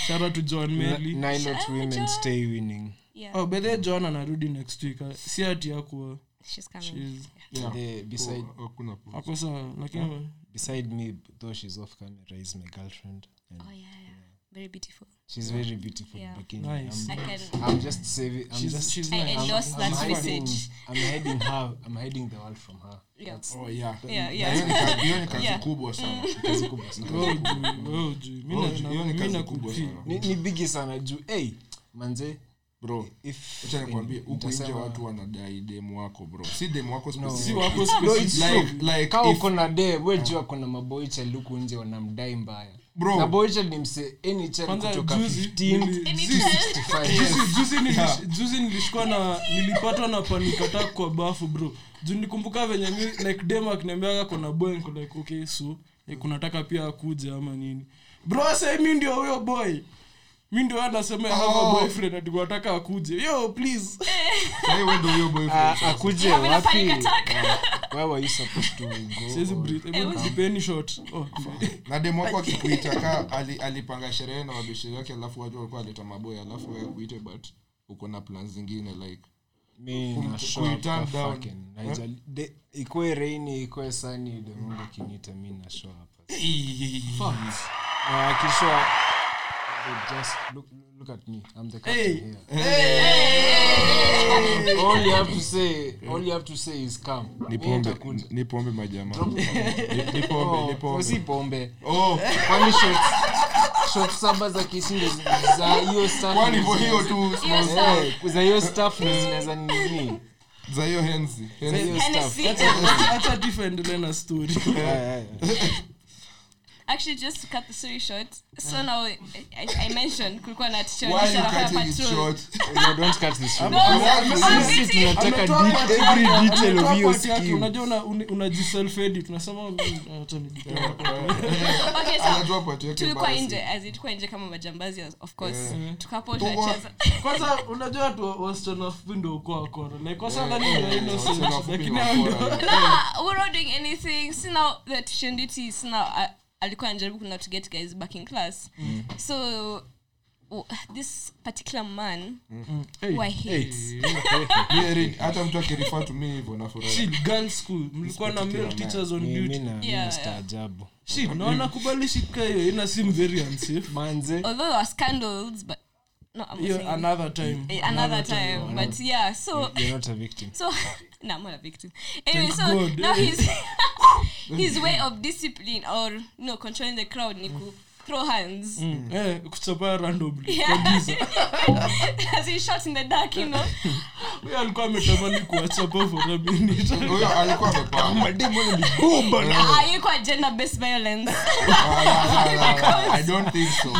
Speaker 3: shout out to john Melly.
Speaker 5: nilot women stay winning
Speaker 6: yeah
Speaker 3: oh by the way, john anarudi next week Ah, si ati yakuwa
Speaker 6: she's coming
Speaker 3: She's-
Speaker 2: Yeah.
Speaker 5: the, beside,
Speaker 2: Oh, hakuna poa.
Speaker 3: ako sawa
Speaker 2: Hmm.
Speaker 3: lakini
Speaker 5: beside me though she's off camera is my girlfriend and
Speaker 6: oh yeah yeah very beautiful
Speaker 5: she's very beautiful
Speaker 6: Yeah.
Speaker 5: but in-
Speaker 3: Nice.
Speaker 6: I
Speaker 5: I'm,
Speaker 6: can
Speaker 5: I'm just saving I'm
Speaker 3: she's-
Speaker 5: just
Speaker 3: she's
Speaker 6: I
Speaker 3: nice.
Speaker 6: endorse
Speaker 5: I'm
Speaker 6: that
Speaker 5: hiding,
Speaker 6: message
Speaker 5: I'm hiding her I'm hiding the world from her
Speaker 6: yeah
Speaker 2: Oh, yeah.
Speaker 6: yeah
Speaker 2: Hiyo
Speaker 6: yeah
Speaker 2: ni kazi- hiyo ni kazi
Speaker 6: Yeah.
Speaker 2: kubwa sana.
Speaker 5: Kazi kubwa sana.
Speaker 3: Wewe hujui, wewe hujui. Mi na-
Speaker 2: Hiyo ni- hiyo ni
Speaker 3: na- mi
Speaker 2: kazi
Speaker 3: na
Speaker 2: kubwa
Speaker 3: kufi.
Speaker 2: sana.
Speaker 5: ni, ni bigi sana juu hey, manze
Speaker 2: Bro,
Speaker 5: if
Speaker 2: acha nikwambie huku nje
Speaker 5: nitasema-
Speaker 2: watu wanadai demu wako bro. Si demu wako
Speaker 3: si
Speaker 2: specific.
Speaker 3: wako
Speaker 5: No, it's
Speaker 3: specific.
Speaker 5: true.
Speaker 2: like
Speaker 5: Kaa
Speaker 2: if-
Speaker 5: uko na de wejua kuna maboichel huku nje wanamdai mbaya
Speaker 2: Bro.
Speaker 5: na boichel ni mse any chel
Speaker 3: Kwanza
Speaker 5: kutoka
Speaker 3: juzi
Speaker 5: 15
Speaker 3: nili-
Speaker 6: Any
Speaker 3: juzi-
Speaker 6: child.
Speaker 5: 65.
Speaker 3: juzi- juzi nilish- juzi nilishikwa na nilipatwa na panikata kwa bafu bro juu nikumbuka venye mi like dem akiniambiaga kona boy niko like okay so like, kunataka pia akuja ama nini bro sai mi ndio huyo boy mi ndio anasema I have a
Speaker 2: Oh.
Speaker 3: boyfriend atikwataka akuje yo please
Speaker 2: Hey, wewe ndio huyo boyfriend.
Speaker 5: Ah, akuje
Speaker 6: Mimi na
Speaker 5: wapi
Speaker 6: panic attack.
Speaker 5: Ah, where were you supposed to go?
Speaker 3: siwezi breathe hebu nipeni shot oh
Speaker 2: na demu wako akikuita ka ali, alipanga sherehe na mabesheri yake alafu watu walikuwa aleta maboy alafu wewe kuite but uko na plan zingine like
Speaker 5: Mi na show
Speaker 2: Kui
Speaker 5: up
Speaker 2: turn
Speaker 5: kwa
Speaker 2: down.
Speaker 5: fucking Nigel. De- ikue reini ikue sani demungu kinita mi na show up.
Speaker 2: Fuck.
Speaker 5: Na akishow up, Dude, just look, look at me. I'm the
Speaker 3: Hey.
Speaker 5: captain here.
Speaker 2: Oh,
Speaker 5: all you have to say, all you have to say is
Speaker 2: Ni
Speaker 5: come. Mimi
Speaker 2: pombe-
Speaker 5: nitakuja.
Speaker 2: ni pombe majamaa Ni- ni pombe, ni
Speaker 5: Oh, oh,
Speaker 2: pombe.
Speaker 5: si pombe.
Speaker 2: Oh,
Speaker 5: Kwani shots- shots saba za kisinde za hiyo stuff
Speaker 2: kwani
Speaker 5: ni
Speaker 2: kwa
Speaker 5: zile-
Speaker 2: hiyo tu
Speaker 6: Hiyo
Speaker 2: small-
Speaker 6: stuff.
Speaker 5: Eh, za hiyo stuff ni zinaweza nini?
Speaker 2: za hiyo henzi
Speaker 5: Za
Speaker 2: Henzi.
Speaker 5: hiyo stuff.
Speaker 6: Hennessy.
Speaker 3: acha tifendelee na story
Speaker 5: Eh, eh,
Speaker 6: actually just to cut the story short so now I, I, I mentioned kulikuwa na teacher
Speaker 2: Why you
Speaker 6: onyesha anafanya
Speaker 2: cutting it
Speaker 6: patrol.
Speaker 2: short?
Speaker 5: eh. No, don't cut this short.
Speaker 6: No, I'm- I'm
Speaker 5: Sisi
Speaker 6: busy.
Speaker 5: tunataka
Speaker 3: Ametoa
Speaker 5: de-
Speaker 3: pati
Speaker 5: every
Speaker 3: yake,
Speaker 5: detail of
Speaker 3: ametoa
Speaker 5: hiyo
Speaker 3: pati yake,
Speaker 5: scheme.
Speaker 3: unajua una- una- unajiselfedi tunasema mm, acha nijitoe.
Speaker 6: Okay, so
Speaker 2: Anajua part yake
Speaker 6: tulikuwa
Speaker 2: embarrassing.
Speaker 6: nje as in, tulikuwa nje kama majambazi of course tukapo
Speaker 2: Tuko-
Speaker 6: tunacheza
Speaker 3: kwanza unajua tu wasichana wafupi ndo uko wakora like
Speaker 2: Eh,
Speaker 3: wasanani
Speaker 2: eh,
Speaker 3: ndo innocent
Speaker 2: wasichana wafupi
Speaker 3: lakini
Speaker 2: ni
Speaker 3: hao
Speaker 2: wakora.
Speaker 3: ndio
Speaker 6: no Ah, we're not doing anything so now the tuition duty so now uh, alikuwa anajaribu kuna to get guys back in class
Speaker 2: Mm.
Speaker 6: so w- this particular man
Speaker 3: Hey,
Speaker 6: who i hate
Speaker 2: Mi Erin, hata mtu akirifa tu mi hivyo nafurahi
Speaker 3: shit, girls school mlikuwa na male teachers on
Speaker 5: Mi- mi
Speaker 3: duty
Speaker 5: na- mi
Speaker 6: Yeah,
Speaker 5: nastaajabu.
Speaker 3: shit na wanakubali shit ka hiyo ina seem very unsafe
Speaker 5: Manze,
Speaker 6: although there were scandals but no i'm not
Speaker 3: hiyo
Speaker 6: saying-
Speaker 3: another time
Speaker 6: Eh, another time but yeah so
Speaker 5: you're not a victim.
Speaker 6: so no, I'm not a victim. Anyway,
Speaker 3: Thank
Speaker 6: so
Speaker 3: God.
Speaker 6: now his his way of discipline or no controlling the crowd, Niku, throw hands.
Speaker 3: eh kuchapa randomly
Speaker 6: Yeah. As he shot in the dark, you know.
Speaker 3: huyo alikuwa ametamani kuwachapa for a minute
Speaker 2: huyo alikuwa amepanga.
Speaker 6: Are you quite gender based violence?
Speaker 2: I don't think so.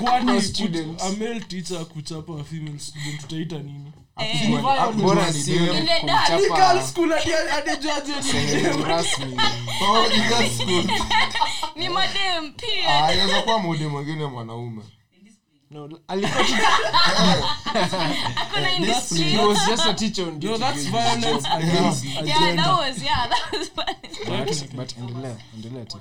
Speaker 3: kwani
Speaker 5: students.
Speaker 3: a male teacher kuchapa a female student utaita nini
Speaker 6: Eh,
Speaker 2: Ni violence.
Speaker 5: Bora si wewe
Speaker 6: In the dark.
Speaker 5: kumchapa
Speaker 3: Ni girls school hadi- hadi judge ni-
Speaker 5: sehemu rasmi.
Speaker 2: Oh, ni girls school.
Speaker 6: Ni madam, period.
Speaker 2: Ah, inaweza kuwa mode mwingine mwanaume
Speaker 5: No, alikuwa tu-
Speaker 6: Hakuna in the
Speaker 5: he
Speaker 6: street.
Speaker 5: was just a teacher on
Speaker 3: Yo,
Speaker 5: duty
Speaker 3: that's
Speaker 5: doing his
Speaker 3: violence
Speaker 5: job.
Speaker 3: against a
Speaker 6: Yeah, that
Speaker 3: gender.
Speaker 6: was yeah, that was fun.
Speaker 5: But- but endelea, endelea tu.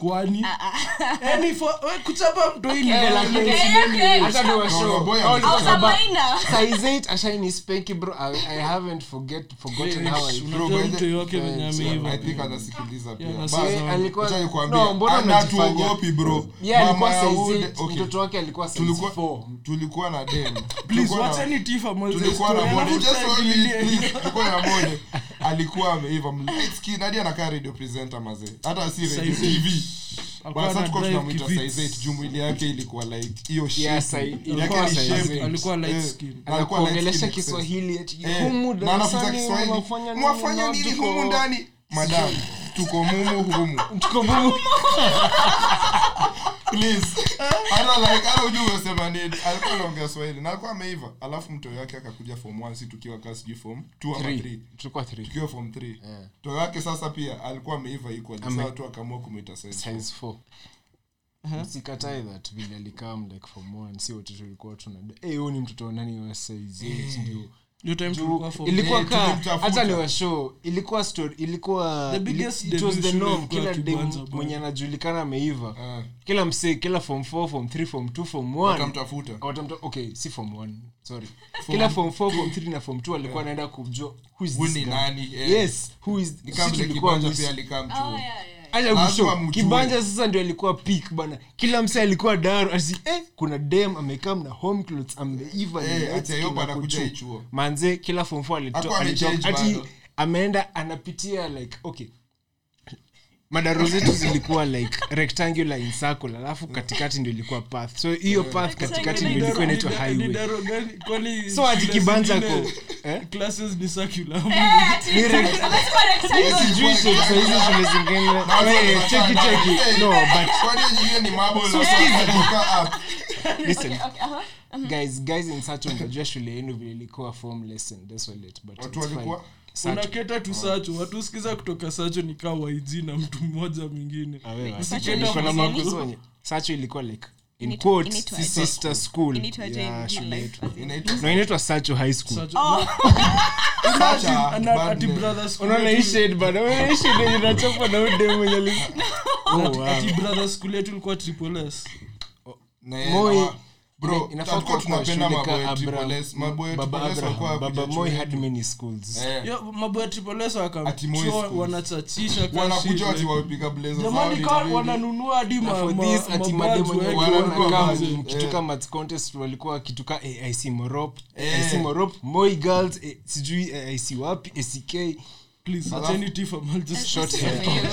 Speaker 3: kwani
Speaker 6: Ah,
Speaker 3: Eh, ni for- we kuchapa mtoi ni
Speaker 5: Eh,
Speaker 3: violence.
Speaker 5: lakini-
Speaker 6: Yeah, okay.
Speaker 5: Hata ni washow.
Speaker 2: No, no, boy,
Speaker 5: Hao ni
Speaker 6: I was a
Speaker 5: washow.
Speaker 6: minor.
Speaker 5: Size eight, ashaini spanky, bro. I- I haven't forget- forgotten how I-
Speaker 3: Unajua mtu yoyote
Speaker 5: Yeah,
Speaker 3: mwenye
Speaker 5: it's-
Speaker 3: ameiva.
Speaker 2: I think anasikiliza pia.
Speaker 3: Yeah,
Speaker 2: Basi,
Speaker 5: Eh, alikuwa-
Speaker 2: acha
Speaker 5: No,
Speaker 2: nikwambie,
Speaker 5: mbona
Speaker 2: ana
Speaker 5: unajifanya?
Speaker 2: tuogopi bro
Speaker 5: Yeah, alikuwa
Speaker 2: mama ya
Speaker 5: size
Speaker 2: Wood-
Speaker 5: eight,
Speaker 2: okay.
Speaker 5: mtoto wake alikuwa size
Speaker 2: Tulikuwa-
Speaker 5: four.
Speaker 2: tulikuwa na dem
Speaker 3: Please,
Speaker 2: Tulikuwa na-
Speaker 3: wacheni Tifa mwanze
Speaker 2: tulikuwa na
Speaker 3: story.
Speaker 2: mode
Speaker 3: Alafu
Speaker 2: just only
Speaker 3: tuingilie.
Speaker 2: please, tulikuwa na mode alikuwa ameiva mlight skin hadi anakaa radio presenter mazee hata si radio
Speaker 3: Size eight.
Speaker 2: tv
Speaker 3: Alikuwa
Speaker 2: basa
Speaker 3: ana
Speaker 2: tukuwa
Speaker 3: drive
Speaker 2: tunamuita
Speaker 3: kivits.
Speaker 2: size 8 juu mwili yake ilikuwa like hiyo
Speaker 5: Yeah,
Speaker 2: shape.
Speaker 5: size-
Speaker 2: Yake
Speaker 5: ilikuwa
Speaker 2: ni
Speaker 5: size
Speaker 2: shape.
Speaker 5: eight.
Speaker 3: Alikuwa light
Speaker 2: Eh,
Speaker 3: skin.
Speaker 2: alikuwa light
Speaker 5: Anakuongelesha
Speaker 2: skin,
Speaker 5: Kiswahili eti
Speaker 2: Eh,
Speaker 5: humu
Speaker 2: na anafunza
Speaker 5: darasani
Speaker 2: Kiswahili.
Speaker 5: mwafanya nini?
Speaker 2: mwafanya nini
Speaker 5: Tuko-
Speaker 2: humu ndani madam tuko mumu humu
Speaker 5: tuko humu.
Speaker 2: Please. Hata like hata ujui unasema nini alikuwa anaongea swahili na alikuwa ameiva alafu mtoyo wake akakuja form 1 si tukiwa kaa sijui form 2 ama 3
Speaker 5: Three. Tulikuwa three.
Speaker 2: tukiwa form 3
Speaker 5: Yeah.
Speaker 2: mtoyo wake sasa pia alikuwa ameiva equally
Speaker 5: Ame-
Speaker 2: sasa tu akaamua kumwita size
Speaker 5: Size four. Uh-huh. Msikatae that vile alikaa mdaki form one, si wote tulikuwa tunada- Eh, huyu ni mtoto wa nani wa size eight, ndio.
Speaker 3: Hiyo time tulikuwa form
Speaker 5: ilikuwa
Speaker 2: Eh,
Speaker 5: kaa
Speaker 2: tulimtafuta.
Speaker 5: hata ni washow ilikuwa story ilikuwa
Speaker 3: The biggest
Speaker 5: it was the
Speaker 3: delusion
Speaker 5: norm
Speaker 3: ilikuwa
Speaker 5: kila dem
Speaker 3: Kibanza boy.
Speaker 5: mwenye anajulikana ameiva
Speaker 2: Ah.
Speaker 5: kila msee kila form 4 form 3 form 2 form 1
Speaker 2: akamtafuta
Speaker 5: watamta okay si form 1 sorry kila form 4 form 3 na form 2 alikuwa anaenda kujua who is
Speaker 2: Huyu
Speaker 5: this
Speaker 2: ni
Speaker 5: guy?
Speaker 2: nani, eh.
Speaker 5: yes who is
Speaker 2: Ni kama
Speaker 5: si
Speaker 2: vile
Speaker 5: tulikuwa
Speaker 2: kibanja
Speaker 5: miss-
Speaker 2: pia alikaa
Speaker 6: Oh,
Speaker 2: mchuo
Speaker 6: yeah, yeah.
Speaker 5: Acha
Speaker 2: Lazima
Speaker 5: kushow,
Speaker 2: mjue.
Speaker 5: kibanja sasa ndio alikuwa peak bana kila msee alikuwa daru asi eh, kuna dem amekaa mna home clothes ameiva
Speaker 2: Eh,
Speaker 5: lights,
Speaker 2: acha yopa
Speaker 5: kila
Speaker 2: anakuja
Speaker 5: kuchu.
Speaker 2: hii chuo.
Speaker 5: manze kila form four alito-
Speaker 2: Hakuwa
Speaker 5: alitoka-
Speaker 2: amechange
Speaker 5: ati
Speaker 2: bado.
Speaker 5: ameenda anapitia like okay madaro zetu zilikuwa like rectangular in circle alafu katikati ndio ilikuwa path so hiyo
Speaker 2: Eh.
Speaker 5: path katikati ndio ilikuwa inaitwa
Speaker 3: Ni daro- ni
Speaker 5: highway
Speaker 3: daro gani? Kwani
Speaker 5: so ati
Speaker 3: shule
Speaker 5: kibanja ko
Speaker 3: zingine
Speaker 5: eh?
Speaker 3: classes ni circular.
Speaker 6: Eh.
Speaker 5: ni rect- sijui shape saa hizi shule zingine Eh, cheki cheki no but
Speaker 2: eh, Kwani hiyo nyingine ni marble
Speaker 5: So
Speaker 2: na-
Speaker 5: sikiza.
Speaker 2: kukaa up.
Speaker 5: listen
Speaker 6: Okay, uh-huh.
Speaker 5: guys guys in search unajua shule yenu vile ilikuwa form lesson that's all it but
Speaker 2: Watu
Speaker 5: it's
Speaker 2: walikuwa-
Speaker 5: fine. Search.
Speaker 3: unaketa tu sacho watusikiza kutoka sacho ni kaa waiji na mtu mmoja mwingine
Speaker 5: Ah, wewe,
Speaker 6: Search
Speaker 5: wewe,
Speaker 6: ilikuwa
Speaker 5: uko na
Speaker 6: ni-
Speaker 5: makuzonye. Search ilikuwa like in
Speaker 6: Inaitwa-
Speaker 5: quotes,
Speaker 6: inaitwa-
Speaker 5: sister school
Speaker 6: Inaitwa
Speaker 5: ya
Speaker 6: Jane Hill
Speaker 5: shule
Speaker 6: Life,
Speaker 5: yetu
Speaker 6: as in.
Speaker 2: Inaitwa
Speaker 5: No, inaitwa Sacho high school
Speaker 3: Sacho-
Speaker 6: Oh,
Speaker 3: Imagine,
Speaker 2: Sacha,
Speaker 3: ana-
Speaker 2: bad
Speaker 3: ati
Speaker 2: name.
Speaker 3: brothers school
Speaker 5: unaona hii
Speaker 3: yetu-
Speaker 5: shade bana unaona hii shade yenye inachapwa na huyu dem mwenye ali- Oh,
Speaker 3: ati-
Speaker 5: wow.
Speaker 3: ati brothers school yetu ilikuwa triple s
Speaker 2: Na yeye
Speaker 5: Moi,
Speaker 2: na wa- Bro,
Speaker 5: Inafaa
Speaker 2: tulikuwa
Speaker 5: kuwa kwa
Speaker 2: tunapenda
Speaker 5: shule ka
Speaker 2: maboe
Speaker 5: Abraham-
Speaker 2: triple S. Maboe
Speaker 5: Baba
Speaker 2: triple S
Speaker 5: Abraham,
Speaker 2: walikuwa
Speaker 5: Baba
Speaker 2: kuja
Speaker 5: Moi
Speaker 2: chuo
Speaker 5: had
Speaker 2: yetu.
Speaker 5: many schools.
Speaker 2: Eh,
Speaker 3: maboya tripolesa
Speaker 2: Ati Moi schools.
Speaker 3: wanachachisha ka shit,
Speaker 2: wanakuja wati
Speaker 3: eh.
Speaker 2: wamepiga blazer
Speaker 3: jamani
Speaker 2: zao
Speaker 3: ka
Speaker 2: ni nini?
Speaker 3: wananunua hadi
Speaker 5: Na
Speaker 3: ma-
Speaker 5: for
Speaker 3: ma-
Speaker 5: this, ati
Speaker 3: mabags
Speaker 5: madem wenye
Speaker 3: waweke
Speaker 5: walikuwa
Speaker 2: walikuwa
Speaker 5: wanakaa
Speaker 2: badge,
Speaker 5: mki-
Speaker 2: eh.
Speaker 5: mkituka maths contest walikuwa wakituka aic morop
Speaker 2: Eh.
Speaker 5: aic morop moi girls eh, sijui aic wapi ack
Speaker 3: Please,
Speaker 2: Alafu-
Speaker 3: acheni tifa, mal just-
Speaker 5: short hair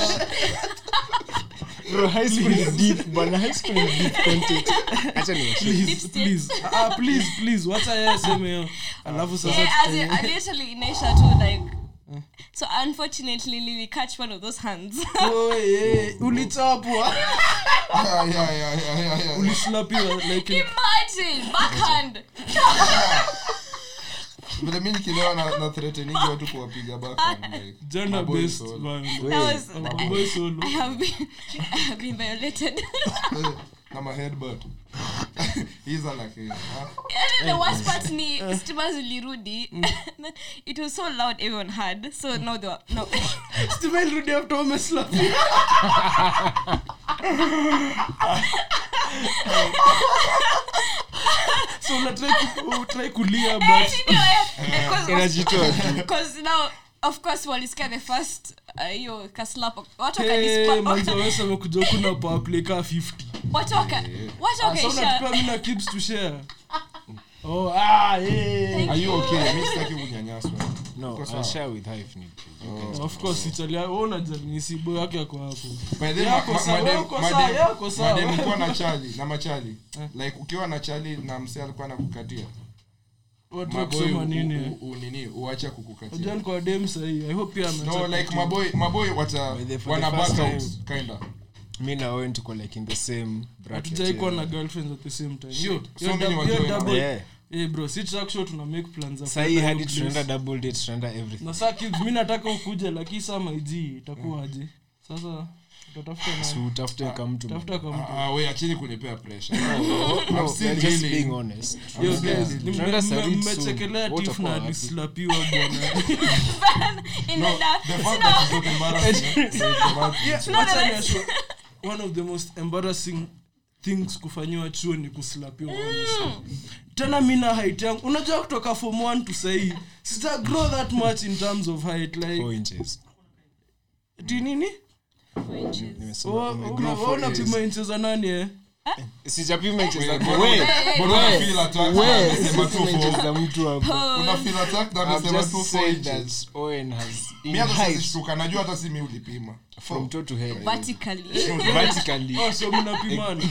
Speaker 5: Bro, high school is deep, bana. High school is deep content. Acha niwashe.
Speaker 3: Please, please. Ah, ah, please, please, wacha yeye aseme hiyo. Alafu sasa
Speaker 5: Eh,
Speaker 6: Yeah, as in,
Speaker 3: tutenge-
Speaker 6: I literally inaisha tu like so unfortunately Lily catch one of those hands
Speaker 3: Oh, eh, ulichapwa
Speaker 2: Ah, yeah, yeah, yeah, yeah, yeah.
Speaker 3: ulislapiwa like
Speaker 6: imagine backhand
Speaker 2: vile mi nikilewa na- na threateningi watu kuwapiga backhand, like,
Speaker 3: gender
Speaker 2: maboy
Speaker 3: based
Speaker 2: solo.
Speaker 3: violence.
Speaker 6: that was
Speaker 3: Maboy solo.
Speaker 5: oh
Speaker 6: I have been I have been violated
Speaker 2: Eh, na maheadbutt. Hizo la Kenya, ah.
Speaker 6: and then the
Speaker 5: Eh.
Speaker 6: worst part ni stima zilirudi
Speaker 5: Mm.
Speaker 6: it was so loud everyone heard so now they were no
Speaker 5: Eh.
Speaker 3: Stima ilirudi after umeslapiwa. So unatry ku- unatry kulia but
Speaker 5: Eh. Inajitoa tu.
Speaker 6: because now of course walisikia the first uh, hiyo kaslap watu
Speaker 3: Hey,
Speaker 6: wakanispa-
Speaker 3: manze wewe sema kuja huku na power play kaa 50.
Speaker 6: watu waka watu
Speaker 3: Ah, so unatupea
Speaker 6: wakaisha
Speaker 3: mimi na Kibz to share. Oh, ah, eh.
Speaker 2: Are you okay? Mi sitaki kunyanyaswa.
Speaker 5: No,
Speaker 2: Uko
Speaker 5: I'll
Speaker 2: sawa?
Speaker 5: share with Hive Need.
Speaker 3: Oh, of course italia wewe unajali ni sibo yake yako hapo
Speaker 2: By the way,
Speaker 3: Yako
Speaker 2: ma-
Speaker 3: sawa,
Speaker 2: madem-
Speaker 3: yako
Speaker 2: madem-
Speaker 3: sawa, yako sawa. Eh.
Speaker 2: madem kuwa na chali na machali like ukiwa na chali na msee alikuwa nakukatia
Speaker 3: watu
Speaker 2: maboy
Speaker 3: wakisema
Speaker 2: u-
Speaker 3: nini
Speaker 2: u-
Speaker 3: eh?
Speaker 2: u- nini uacha
Speaker 3: unajua
Speaker 2: kukukatia
Speaker 3: niko wadem sahii i hope pia
Speaker 2: no like
Speaker 3: ameacha kukatia.
Speaker 2: maboy maboy wata
Speaker 5: By the- for
Speaker 2: wana
Speaker 5: the
Speaker 2: back
Speaker 5: first
Speaker 2: out
Speaker 5: time.
Speaker 2: kinda
Speaker 3: Mm-hmm.
Speaker 5: mi na wewe tuko like in the same bracket, eh.
Speaker 3: Hatujai kuwa
Speaker 5: yeah.
Speaker 3: na girlfriends at the same time Yo,
Speaker 2: So
Speaker 3: yo
Speaker 2: many
Speaker 3: dab-
Speaker 2: wajua
Speaker 3: yo
Speaker 2: ina-
Speaker 3: double-
Speaker 5: Yeah.
Speaker 3: eh, bro si trackshow tuna make plans za
Speaker 5: Sahi
Speaker 3: kwenda
Speaker 5: hadi
Speaker 3: hiyo
Speaker 5: tunaenda
Speaker 3: place.
Speaker 5: double date tunaenda everything
Speaker 3: na saa kids mi nataka ukuje lakini saa maiji itakuwa aje sasa utatafuta
Speaker 5: So
Speaker 3: nani?
Speaker 5: utafute kamtu
Speaker 3: tafuta kwa mtu
Speaker 2: Ah, we achini kunipea pressure Oh.
Speaker 5: No,
Speaker 2: I've seen
Speaker 5: we're just
Speaker 2: really-
Speaker 5: being honest.
Speaker 3: Yo,
Speaker 2: Yeah.
Speaker 3: guys, ni-
Speaker 5: Tunaenda
Speaker 3: mme-
Speaker 5: Saudi soon.
Speaker 3: mmechekelea
Speaker 5: Wote
Speaker 3: tif na
Speaker 5: wako wapi?
Speaker 3: alislapiwa bwana
Speaker 6: in the dark
Speaker 2: the fact that it's not embarrassing is embarrassing.
Speaker 3: Wacha niashu- one of the most embarrassing things kufanyiwa chuo ni kuslapiwa honestly. tena mi na height yangu unajua kutoka form one to sahii sita grow that much in terms of height
Speaker 5: Four
Speaker 3: like
Speaker 5: inches.
Speaker 3: ti nini
Speaker 5: Nimesoma, nimegrow four
Speaker 3: waona
Speaker 5: inches.
Speaker 3: pima inchi za nani eh?
Speaker 5: Sijapima inches zako.
Speaker 2: Wewe,
Speaker 5: Wewe,
Speaker 2: Mbona una feel attacked?
Speaker 5: wewe,
Speaker 2: Amesema two
Speaker 5: sijapima inches
Speaker 2: four.
Speaker 5: za mtu hapo.
Speaker 2: Una feel attacked na
Speaker 5: I'm
Speaker 2: amesema
Speaker 5: just
Speaker 2: two four
Speaker 5: saying
Speaker 2: inches.
Speaker 5: that Owen has
Speaker 2: Mi hata
Speaker 5: height
Speaker 2: sizishtuka, najua hata si mi ulipima
Speaker 5: from toe to head.
Speaker 6: vertically
Speaker 5: Vertically.
Speaker 3: Oh, so mnapimana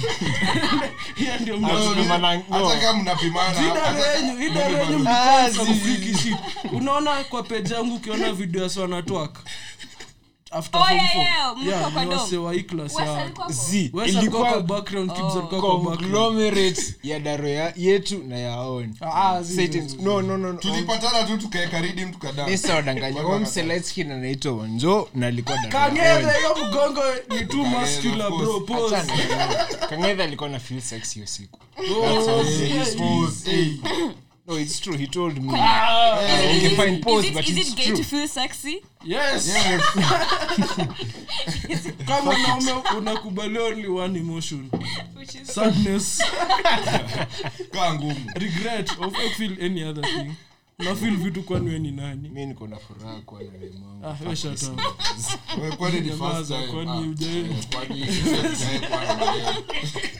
Speaker 3: hiyo ndio mna-
Speaker 5: Hata kama na- no.
Speaker 2: hata kama mnapimana
Speaker 3: Idara yenyu- idara yenyu mlikuwa
Speaker 5: Ah,
Speaker 3: za
Speaker 5: zi-
Speaker 3: kufriki shit. unaona kwa peji yangu ukiona video ya swanatwak after
Speaker 6: Oh,
Speaker 3: form
Speaker 6: yeah,
Speaker 3: four.
Speaker 6: yeah, mko
Speaker 3: Yeah,
Speaker 6: kwa
Speaker 3: ni
Speaker 6: dom.
Speaker 3: wasee wa hii class ya-
Speaker 5: Z
Speaker 3: Wes alikuwa kwa
Speaker 5: ilikuwa
Speaker 3: background, Kibz
Speaker 6: Oh.
Speaker 3: alikuwa kwa background.
Speaker 5: conglomerate ya daro ya- yetu na ya Owen.
Speaker 3: Ah, ah, zi- zi-
Speaker 5: Satan's-
Speaker 3: zi-
Speaker 5: no, no, no, no.
Speaker 2: tulipatana tu tukaeka ridi mtu kadhaa
Speaker 5: Mi siwadanganya. Owen Selaikin anaitwa wanjo na alikuwa daro ya Owen.
Speaker 3: Kang'ethe, hiyo mgongo ni too muscular,
Speaker 2: of
Speaker 3: bro,
Speaker 2: course.
Speaker 3: pose.
Speaker 5: Achana na- Kang'ethe alikuwa na feel sex hiyo siku
Speaker 3: Oh,
Speaker 2: Hey,
Speaker 3: yeah.
Speaker 2: sports, hey.
Speaker 5: no it's true he told me
Speaker 3: Ah,
Speaker 5: Yeah, you find
Speaker 6: Is
Speaker 5: pose,
Speaker 6: it,
Speaker 5: but
Speaker 6: is
Speaker 5: it's
Speaker 6: it gay
Speaker 5: true.
Speaker 6: to feel sexy?
Speaker 3: yes. kama unaume unakubaliwa only one emotion
Speaker 6: Which is
Speaker 3: sadness
Speaker 2: kaa ngumu
Speaker 3: regret of not feel any other thing na feel vitu kwani we ni nani
Speaker 5: mi niko na furaha kuwa na demu wangu.
Speaker 3: ah, we shut up.
Speaker 2: Wewe, kwani ni
Speaker 3: Jamaa
Speaker 2: first
Speaker 3: za
Speaker 2: time?
Speaker 3: kwani
Speaker 2: Ah,
Speaker 3: hujaenda.
Speaker 2: eh, kwani hujaenda.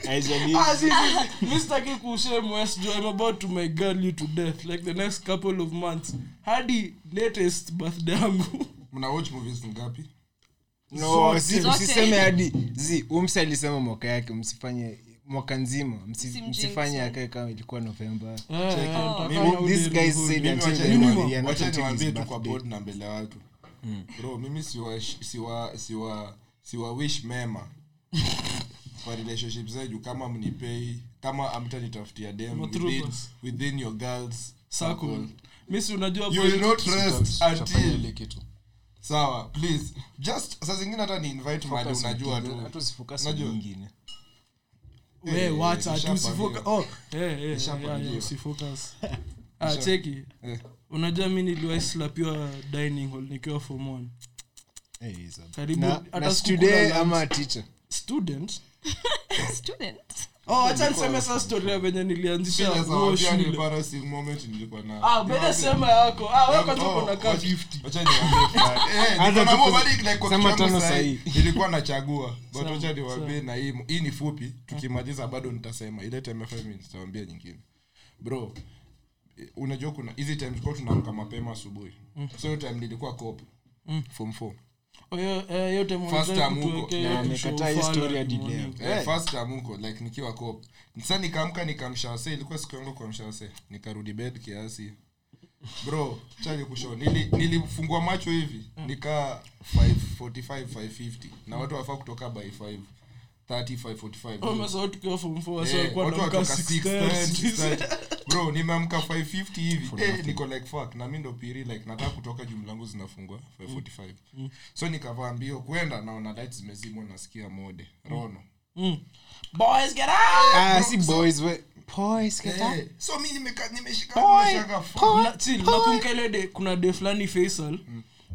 Speaker 5: Haijali-
Speaker 3: Ah, see, see, see. Mi sitaki kushame West Joe. I'm about to my girl you to death like the next couple of months hadi latest birthday yangu
Speaker 2: mna watch movies ngapi
Speaker 5: No,
Speaker 3: Zote.
Speaker 5: si- usiseme hadi zi umsi alisema mwaka yake msifanye mwaka nzima msi-
Speaker 6: Msimjinx.
Speaker 5: msifanye akae kama ilikuwa novemba
Speaker 2: Ah,
Speaker 3: Eh, nataka
Speaker 2: Mimi-
Speaker 3: na
Speaker 5: this
Speaker 3: udeni
Speaker 5: guy
Speaker 3: huu.
Speaker 5: said
Speaker 2: Mimi
Speaker 5: until
Speaker 2: wacha
Speaker 5: January,
Speaker 2: niwaambie-
Speaker 5: he
Speaker 2: wacha
Speaker 5: anataka to
Speaker 2: niwaambie Hmm.
Speaker 5: his
Speaker 2: tu kwa
Speaker 5: birthday.
Speaker 2: board na mbele ya watu bro mimi siwa siwa siwa siwa wish mema kwa relationship zeju kama mnipei kama amtanitafutia dem within,
Speaker 3: Matrubas.
Speaker 2: within your girls
Speaker 3: Circle. mi si unajua
Speaker 2: you
Speaker 3: point-
Speaker 2: will not rest
Speaker 5: Tutafanya
Speaker 2: until
Speaker 5: ile kitu.
Speaker 2: sawa please just saa zingine hata ni invite mali
Speaker 5: Focus
Speaker 2: unajua
Speaker 5: nyingine, hata
Speaker 2: tu
Speaker 5: usifocus
Speaker 2: Unajua.
Speaker 5: nyingine.
Speaker 3: We,
Speaker 2: Eh,
Speaker 3: wacha, ati
Speaker 2: nishapangiwa.
Speaker 3: usifoka- oh, eh, eh,
Speaker 2: Nishapangiwa.
Speaker 3: yeah, yeah, usifocus. Ah, cheki
Speaker 2: Eh.
Speaker 3: unajua mi niliwaislapiwa dining hall nikiwa form one
Speaker 5: Eh, is a-
Speaker 3: Karibu,
Speaker 5: Na-
Speaker 3: hata
Speaker 5: na
Speaker 3: sikukula
Speaker 5: student
Speaker 3: lunch.
Speaker 5: ama teacher
Speaker 3: student
Speaker 6: student
Speaker 3: oh acha niseme sasa story ya venye nilianzisha
Speaker 2: Pia
Speaker 3: nguo
Speaker 2: zawadi ya
Speaker 3: shule
Speaker 2: embarrassing moment nilikuwa nayo.
Speaker 3: ah bele sema yako ah wewe kwa tuko na
Speaker 2: Oh,
Speaker 3: kapi
Speaker 2: wacha niwaambie fulani. Eh,
Speaker 5: Anza
Speaker 2: nilikuwa na
Speaker 5: tu
Speaker 2: more
Speaker 5: kus-
Speaker 2: money, like, kwa
Speaker 5: sema
Speaker 2: kitu yangu
Speaker 5: tano
Speaker 2: sahi,
Speaker 5: sahi.
Speaker 2: nilikuwa nachagua but
Speaker 3: Sawa,
Speaker 2: wacha niwaambie na hii hii ni fupi tukimaliza bado nitasema ile time ya five minutes nitawaambia nyingine bro eh, unajua kuna hizi time tulikuwa tunaamka mapema asubuhi
Speaker 3: Mm.
Speaker 2: so hiyo time nilikuwa cop form four
Speaker 3: oyo eh yote
Speaker 2: First
Speaker 3: mwanzo
Speaker 2: time huko.
Speaker 3: kutuwekea
Speaker 5: Na
Speaker 3: hiyo
Speaker 5: amekataa hii
Speaker 3: shufala
Speaker 5: story hadi
Speaker 3: kimwani.
Speaker 5: leo.
Speaker 2: Eh, first time huko like nikiwa cop sasa nikaamka nikamshawase ilikuwa siku yangu kuamshawase nikarudi bed kiasi bro chali kusho nili nilifungua macho hivi
Speaker 3: Hmm.
Speaker 2: nikaa 545 550 na watu wafaa kutoka by 5 35
Speaker 3: Oh,
Speaker 2: 45
Speaker 3: umesahau tukiwa form four, so
Speaker 2: Eh,
Speaker 3: walikuwa
Speaker 2: watu
Speaker 3: wanaamka
Speaker 2: watoka 6:30,
Speaker 3: 6:30.
Speaker 2: 6:30. bro nimeamka 550 hivi eh, niko like fuck na mi ndo piri like nataka kutoka jumla langu zinafungwa 545
Speaker 3: Hmm.
Speaker 2: so nikavaa mbio kwenda naona light zimezimwa nasikia mode rono
Speaker 3: Mm. Boys, get out!
Speaker 5: Ah, si boys we boys kata
Speaker 2: Eh, so mi nimeka- nimeshika
Speaker 5: Boy,
Speaker 2: nimeshika fuck.
Speaker 3: Na- chill, nakumbuka ile de- kuna de fulani faisal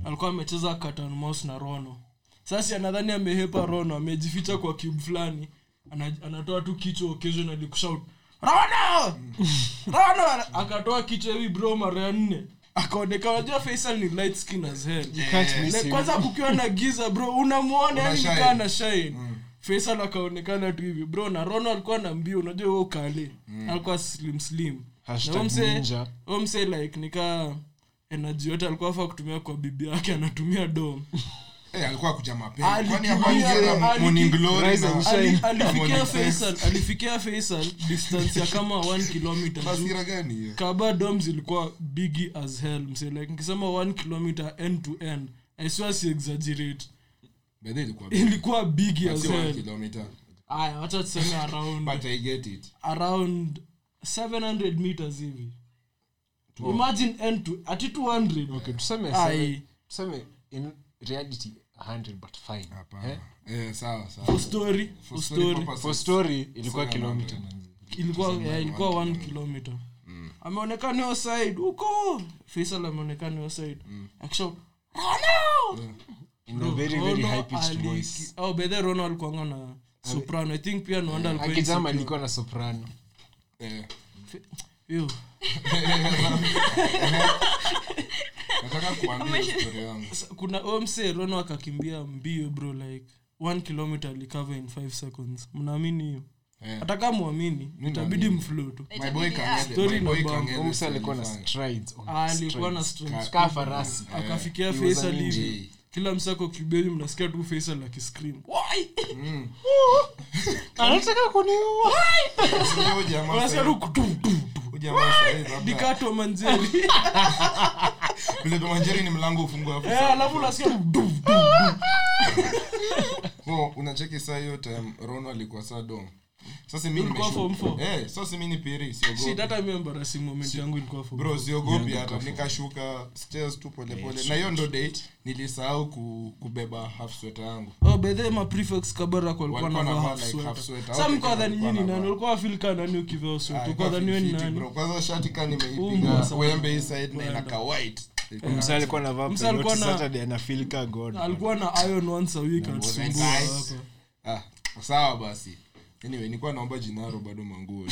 Speaker 3: alikuwa amecheza Cat and Mouse na rono sasa anadhani amehepa rono amejificha kwa cube fulani ana- anatoa tu kichwa occasionally kushout rono rono Ana- akatoa kichwa hivi bro mara ya nne akaonekana unajua faisal ni light skin as hell
Speaker 5: can't
Speaker 3: Na
Speaker 5: miss him
Speaker 3: kwanza kukiwa na giza bro unamwona yani
Speaker 2: Unashine.
Speaker 3: nikaa na shine
Speaker 5: Mm.
Speaker 3: faisal akaonekana tu hivi bro na rono alikuwa na mbio unajua huo ukale alikuwa slim slim
Speaker 5: Mm. Hashtag
Speaker 3: Na huyo msee-
Speaker 5: ninja.
Speaker 3: huyo msee like nikaa energy yote alikuwa faa kutumia kwa bibi yake anatumia dom
Speaker 2: Eh, alikuwa kuja mapema
Speaker 3: Ali-
Speaker 2: Kwani
Speaker 3: Ali-
Speaker 2: hakuwa nje na
Speaker 3: Ali-
Speaker 2: morning glory
Speaker 5: Rise
Speaker 2: na-
Speaker 5: and shine.
Speaker 3: Ali-
Speaker 2: Morning
Speaker 5: Shine.
Speaker 3: alifikia
Speaker 2: sex.
Speaker 3: faisal alifikia faisal distance ya kama 1 kilometer juu
Speaker 2: Taswira gani hiyo?
Speaker 3: kaba dom zilikuwa bigi as hell msee like nikisema 1 kilometer end to end i swear si exaggerate
Speaker 2: By the way, ilikuwa-
Speaker 3: ilikuwa bigi as
Speaker 2: si one
Speaker 3: hell
Speaker 2: kilometer.
Speaker 3: aya wacha tuseme
Speaker 2: But
Speaker 3: around
Speaker 2: I get it.
Speaker 3: around 700 meters hivi imagine end to ati 200
Speaker 5: okay tuseme
Speaker 3: Ai.
Speaker 5: seven- tuseme in reality 100 but fine
Speaker 2: Hapana.
Speaker 5: eh
Speaker 2: Eh, sawa, sawa.
Speaker 3: for story for
Speaker 2: For
Speaker 3: story
Speaker 2: story purposes.
Speaker 5: for story ilikuwa
Speaker 2: Seven hundred.
Speaker 5: kilomita
Speaker 3: ilikuwa yeah, ilikuwa 1 kilometer
Speaker 5: Mm.
Speaker 3: ameonekana hiyo side huko faisal ameonekana hiyo side akishout
Speaker 6: Oh,
Speaker 5: in Mm. a very very high pitched voice
Speaker 3: oh by the way ronald kwanga na soprano i think pia noanda alikuwa
Speaker 5: akijama
Speaker 3: insecure.
Speaker 5: alikuwa na soprano
Speaker 2: Eh,
Speaker 3: Yo.
Speaker 2: nataka kuambia hiyo story yangu.
Speaker 3: Sasa kuna omse rono akakimbia mbio bro like 1 kilometer alikava in 5 seconds mnaamini hiyo
Speaker 2: Eh.
Speaker 3: hata kama mwamini itabidi mflo tu
Speaker 2: My boy Kangele- my
Speaker 3: Story
Speaker 2: boy
Speaker 3: number-
Speaker 2: Kangele
Speaker 5: umsa alikuwa na
Speaker 2: alifanya.
Speaker 5: strides on
Speaker 3: alikuwa na
Speaker 5: strides.
Speaker 3: strength.
Speaker 5: kaa farasi
Speaker 3: akafikia
Speaker 5: He was a
Speaker 3: faisal
Speaker 5: ninja.
Speaker 3: hivi kila msako kibeni mnasikia tu faisal akiscream
Speaker 5: anataka kuniua
Speaker 2: Sijui huyu jamaa
Speaker 3: unasikia
Speaker 2: sasa-
Speaker 3: tu kutum
Speaker 2: huyu jamaa sasa hivi labda-
Speaker 3: dikato manjeri
Speaker 2: vile Tom and Jerry ni mlango ufungwe hapo
Speaker 3: Eh, alafu unasikia tu dum, dum.
Speaker 2: Bro, unacheki saa hiyo time rono alikuwa saa dom sasa mi
Speaker 3: Ulikuwa
Speaker 2: nimeshu-
Speaker 3: form four?
Speaker 2: Eh, sasa mi ni piri siogopi.
Speaker 3: Shit, hata mi embarrassing moment yangu ilikuwa for-
Speaker 2: bro siogopi hata nikashuka stairs tu polepole na hiyo ndo date nilisahau ku, kubeba half sweater yangu
Speaker 3: Oh, by the way, ma prefects kabarako walikuwa
Speaker 2: Walikuwa
Speaker 3: na
Speaker 2: na
Speaker 3: half
Speaker 2: like
Speaker 3: sweater.
Speaker 2: half sweater.
Speaker 3: Sasa
Speaker 2: Hao
Speaker 3: mko
Speaker 2: pekee
Speaker 3: dhani
Speaker 2: walikuwa
Speaker 3: nyinyi
Speaker 2: na
Speaker 3: nani?
Speaker 2: vaa.
Speaker 3: Ulikuwa feel kaa nani ukivaa sweater?
Speaker 2: Ah,
Speaker 3: Ulikuwa
Speaker 2: ilikuwa
Speaker 3: dhani wewe ni
Speaker 2: fiti,
Speaker 3: nani?
Speaker 2: bro. kwanza shati ka
Speaker 3: Umbo,
Speaker 2: nimeipiga
Speaker 3: sawa.
Speaker 2: wembe hii side na inaka white Ilikuwa
Speaker 5: Eh, msa alikuwa na vaa
Speaker 3: Msa alikuwa
Speaker 5: pelote
Speaker 3: na-
Speaker 5: saturday anafilka god
Speaker 3: Alikuwa na iron once a week anasumbua
Speaker 2: nice.
Speaker 3: hapa.
Speaker 2: Ah, sawa basi anyway nilikuwa naomba jinaro bado manguo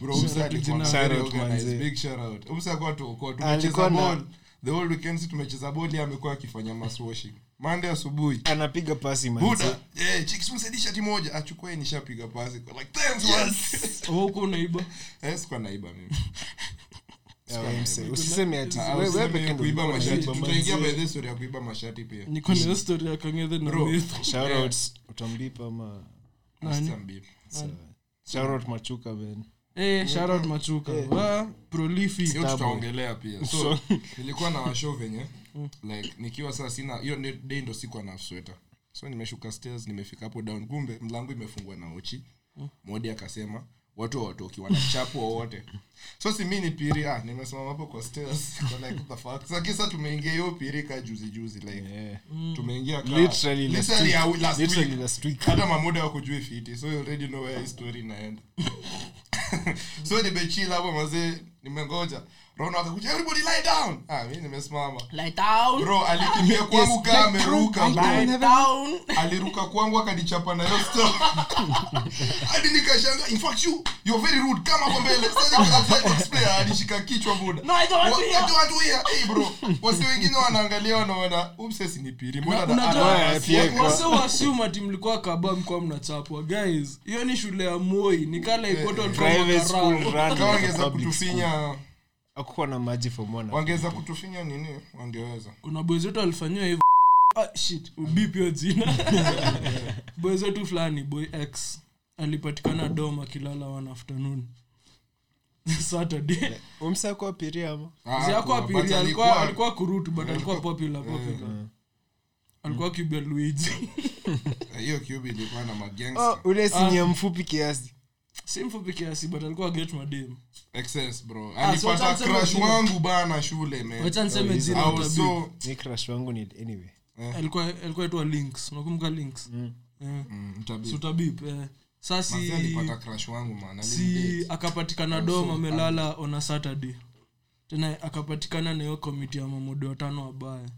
Speaker 2: bro umsa alikuwa
Speaker 5: Jinaro.
Speaker 2: very
Speaker 5: Shout out,
Speaker 2: organized.
Speaker 5: manze.
Speaker 2: big shout out umsa alikuwa tuokoa
Speaker 5: Alikuwa
Speaker 2: tumecheza
Speaker 5: na-
Speaker 2: ball the whole weekend si tumecheza ball yeye amekuwa akifanya mass washing monday asubuhi
Speaker 5: anapiga pasi manzi.
Speaker 2: buda eh chicks msaidie shati moja achukue nishapiga pasi like thanks yes.
Speaker 3: Oh, huko unaiba.
Speaker 2: eh sikuwa naiba mimi
Speaker 5: Ewe mse, usiseme ati
Speaker 2: Ah,
Speaker 5: wewe- wewe
Speaker 2: useme
Speaker 5: pekee ndo
Speaker 2: kuiba
Speaker 5: ulikuwa
Speaker 2: mashati
Speaker 5: unaiba
Speaker 2: tutaingia
Speaker 5: manzi.
Speaker 2: by the story ya kuiba mashati pia
Speaker 3: Niko na hiyo story ya Kangethe na
Speaker 2: Bro.
Speaker 3: Myth.
Speaker 5: Shoutouts, utamlipa ama
Speaker 3: Nani?
Speaker 2: Mstambi.
Speaker 5: shoutout machuka man
Speaker 3: Eh, shout out Machuka. Wa, prolific.
Speaker 2: hiyo tutaongelea pia so nilikuwa na washo venye like nikiwa saa sina hiyo ne- day ndo siku anafsweta so nimeshuka stairs nimefika hapo down kumbe mlango imefungwa na ochi modi akasema watu wawatoki wanachapwa wote so si mi ni piri ah, nimesimama hapo kwa stairs kwa like what the fuck sa kisa tumeingia hiyo piri ka juzi juzi like
Speaker 5: Yeah.
Speaker 2: tumeingia ka
Speaker 5: Literally last
Speaker 2: literally
Speaker 5: week.
Speaker 2: au- last
Speaker 5: Literally
Speaker 2: week
Speaker 5: last week.
Speaker 2: hata mamoda wakujui fiti so you already know where hii story inaenda so nimechila hapo mazee nimengoja rono akakuja everybody lie down ah mimi nimesimama
Speaker 3: Lie down.
Speaker 2: bro alikimbia kwangu kaa ameruka bro.
Speaker 3: Lie down.
Speaker 2: aliruka kwangu akanichapa nayo hadi nikashanga in fact you you're very rude kama kwa mbele Sasa niko outside box player alishika kichwa buda
Speaker 3: No, I don't want to hear.
Speaker 2: Watu- watu here hey bro wasi wengine wanaangalia wanaona umsesi ni piri mbona na-
Speaker 3: Unajua,
Speaker 2: ana-
Speaker 5: asiye-
Speaker 3: wase wasium ati mlikuwa kaba mkuwa mnachapwa guys hiyo ni shule ya moi nikala
Speaker 5: Eh, Private school run like
Speaker 2: kama
Speaker 5: a
Speaker 2: wangeweza
Speaker 5: public school.
Speaker 2: kutufinya
Speaker 5: hakukuwa na maji for one hour.
Speaker 2: wangeweza kutufinya nini wangeweza
Speaker 3: kuna boys wetu alifanyiwa hivyo ah, shit ubip hiyo jina boys wetu fulani boy x alipatikana dom akilala one afternoon saturday
Speaker 5: Umse hakuwa abiria ama?
Speaker 2: Ah,
Speaker 3: ziyako
Speaker 2: kwa- but
Speaker 3: apiria alikuwa
Speaker 2: alikuwa-
Speaker 3: alikuwa kurutu but alikuwa popular popular alikuwa kibe luigi
Speaker 2: Ah, hiyo kiubi ilikuwa na
Speaker 5: Oh,
Speaker 2: magangster
Speaker 5: ule sinia mfupi kiasi
Speaker 3: si mfupi kiasi but alikuwa get madem
Speaker 2: excess bro
Speaker 3: Ah, so wacha
Speaker 2: alipata
Speaker 3: niseme
Speaker 2: crush
Speaker 3: jina.
Speaker 2: wangu bana shule man
Speaker 3: wacha niseme
Speaker 5: hizo.
Speaker 3: jina
Speaker 2: I was
Speaker 3: utabi
Speaker 2: Oh, so
Speaker 5: mi crush wangu ni anyway
Speaker 3: alikuwa alikuwa itwa links unakumbuka links Eh,
Speaker 2: Mm, mtabii.
Speaker 3: si utabip eh. Sa si-
Speaker 2: Mazee alipata crush wangu man
Speaker 3: si
Speaker 2: alimdate.
Speaker 3: akapatikana dom amelala ona saturday tena akapatikana na hiyo komiti ya mamode watano wabaya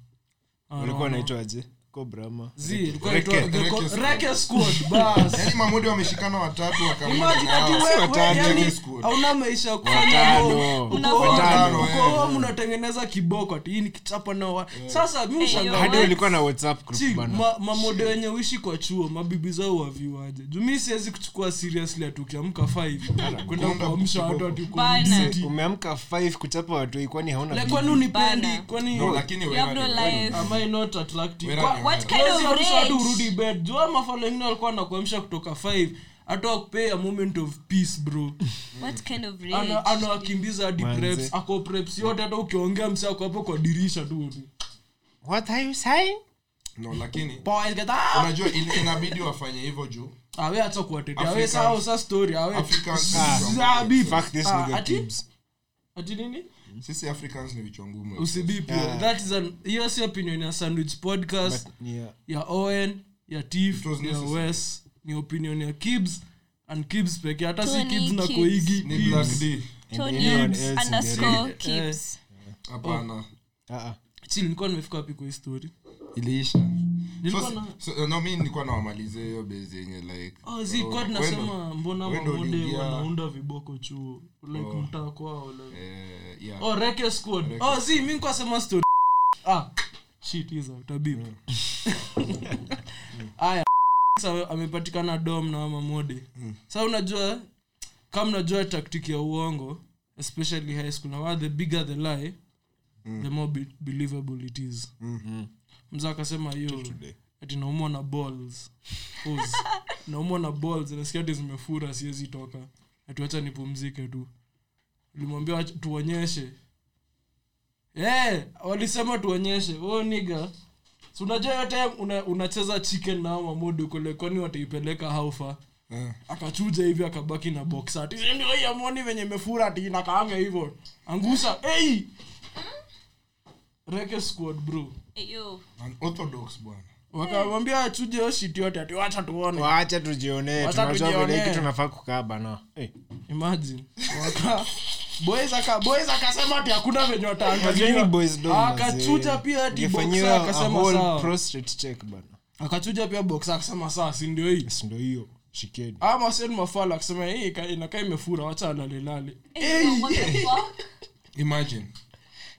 Speaker 3: Ah,
Speaker 5: walikuwa
Speaker 3: no, no.
Speaker 5: wanaitwaje kobrama
Speaker 3: Zii, ilikuwa inaitwa the co-
Speaker 2: Reke squad.
Speaker 3: Reke squad, bas.
Speaker 2: Yaani mamodi wameshikana watatu
Speaker 3: Imagine ati
Speaker 2: wakamaaaaaa
Speaker 3: wewe-
Speaker 5: watano,
Speaker 3: yani,
Speaker 2: Reke squad.
Speaker 3: hauna maisha ya kufanya
Speaker 5: Watano,
Speaker 3: huko- huko
Speaker 5: watano,
Speaker 3: home,
Speaker 2: watano,
Speaker 3: huko
Speaker 2: eh.
Speaker 3: home unatengeneza kiboko ati hii ni kichapa na wa- sasa mi ushangaa
Speaker 5: hadi ulikuwa na whatsapp group
Speaker 3: Chi,
Speaker 5: bana.
Speaker 3: ma- mamode wenye uishi kwa chuo mabibi zao waviwaje jumi siwezi kuchukua seriously atukiamka five kwenda kuamsha watu ati uko
Speaker 6: Bana.
Speaker 3: mzidi.
Speaker 5: Eh, umeamka 5 kuchapa watu hii, kwani haona
Speaker 3: Like,
Speaker 5: bibi?
Speaker 3: kwani unipendi
Speaker 6: Bana.
Speaker 3: kwani
Speaker 2: lakini
Speaker 6: You have no life.
Speaker 3: am i not attractive
Speaker 2: Where
Speaker 3: Kwa-
Speaker 2: are you?
Speaker 6: What kind
Speaker 3: Kazi ya
Speaker 6: of
Speaker 3: mtu hadi
Speaker 6: rage?
Speaker 3: urudi bed jua mafalo wengine walikuwa nakuamsha kutoka 5 hata wakupea a moment of peace bro
Speaker 6: What kind of rage?
Speaker 3: Ana- anawakimbiza hadi
Speaker 5: Manze.
Speaker 3: preps ako preps yote hata ukiongea msi ako hapo kwa dirisha tu
Speaker 5: What are you saying?
Speaker 2: no lakini
Speaker 3: Boys get up!
Speaker 2: unajua ili- inabidi wafanye hivyo juu
Speaker 3: Ah, we acha kuwatetea we
Speaker 2: Africans.
Speaker 3: sawa sa story awe
Speaker 2: Africans
Speaker 5: Ah.
Speaker 2: ni vichwa ngumu.
Speaker 3: Zabi.
Speaker 5: Fuck this
Speaker 3: Ah,
Speaker 5: nigga
Speaker 3: ati-
Speaker 5: Gibbs.
Speaker 3: ati nini
Speaker 2: sisi africans ni vichwa ngumu
Speaker 3: usibipi
Speaker 5: Yeah.
Speaker 3: that is an hiyo si opinion ya sandwich podcast
Speaker 5: But, yeah.
Speaker 3: ya owen ya tif
Speaker 2: It was
Speaker 3: ya
Speaker 2: necessary.
Speaker 3: wes ni opinion ya kibs and kibs peke hata si
Speaker 6: Tony
Speaker 3: kibs na
Speaker 6: Kibbs.
Speaker 3: koigi
Speaker 2: ni black
Speaker 3: Kibbs.
Speaker 2: D.
Speaker 5: And
Speaker 6: Tony
Speaker 5: anyone else in the room.
Speaker 6: underscore keeps.
Speaker 2: hapana
Speaker 3: Oh.
Speaker 5: Ah, ah.
Speaker 3: Chill, nilikuwa nimefika wapi kwa hii story
Speaker 2: iliisha
Speaker 3: nilikuwa
Speaker 2: So,
Speaker 3: na
Speaker 2: so, uh, no mi nilikuwa nawamalizia hiyo bezi yenye like
Speaker 3: Oh, zi
Speaker 2: oh,
Speaker 3: kwa
Speaker 2: wendo- Oh.
Speaker 3: tunasema mbona
Speaker 2: wewe ndo
Speaker 3: mamode
Speaker 2: uliingia-
Speaker 3: wanaunda viboko chuo like mtaa kwao like.
Speaker 2: eh, yeah.
Speaker 3: oh reke squad
Speaker 2: Reke
Speaker 3: oh zi mi kwa sema story ah shit hizo tabib haya sasa amepatikana dom na mamode sasa unajua kama unajua tactic ya uongo especially high school na the bigger the lie the more be- believable it is mzee akasema hiyo ati naumwa na balls Pause. naumwa na balls nasikia ati zimefura siwezi toka atuacha nipumzike tu ulimwambia "Wacha- tuonyeshe Eh, walisema tuonyeshe oh, niga si unajua hiyo time una, unacheza chicken na mamodu kule kwani wataipeleka haufa
Speaker 2: Eh.
Speaker 3: akachuja hivi akabaki na box ati "Si ndio hii amoni venye imefura ati inakaanga hivyo angusha hey! reke squad bro
Speaker 6: Hey, yo.
Speaker 2: An orthodox bwana
Speaker 3: wakamwambia achuje hiyo shit yote ati wacha tuone
Speaker 5: wacha tujionee
Speaker 3: Wacha
Speaker 5: tunajua vile
Speaker 3: tujionee.
Speaker 5: hiki tunafaa kukaa bana Eh,
Speaker 3: imagine waka boys aka boys akasema ati hakuna venye
Speaker 5: wajueni boys dom,
Speaker 3: wataangaliwa akachuja
Speaker 5: mazee.
Speaker 3: pia ati boxer
Speaker 5: Ingefanyiwa a
Speaker 3: akasema
Speaker 5: whole
Speaker 3: sawa
Speaker 5: prostate check bana
Speaker 3: akachuja pia boxer akasema sawa si ndio hii
Speaker 5: Yes, ndo hiyo shikeni
Speaker 3: ama sen mafala akasema hii ika- inakaa imefura wacha alalelale
Speaker 6: Hey, yo, what the fuck?
Speaker 2: imagine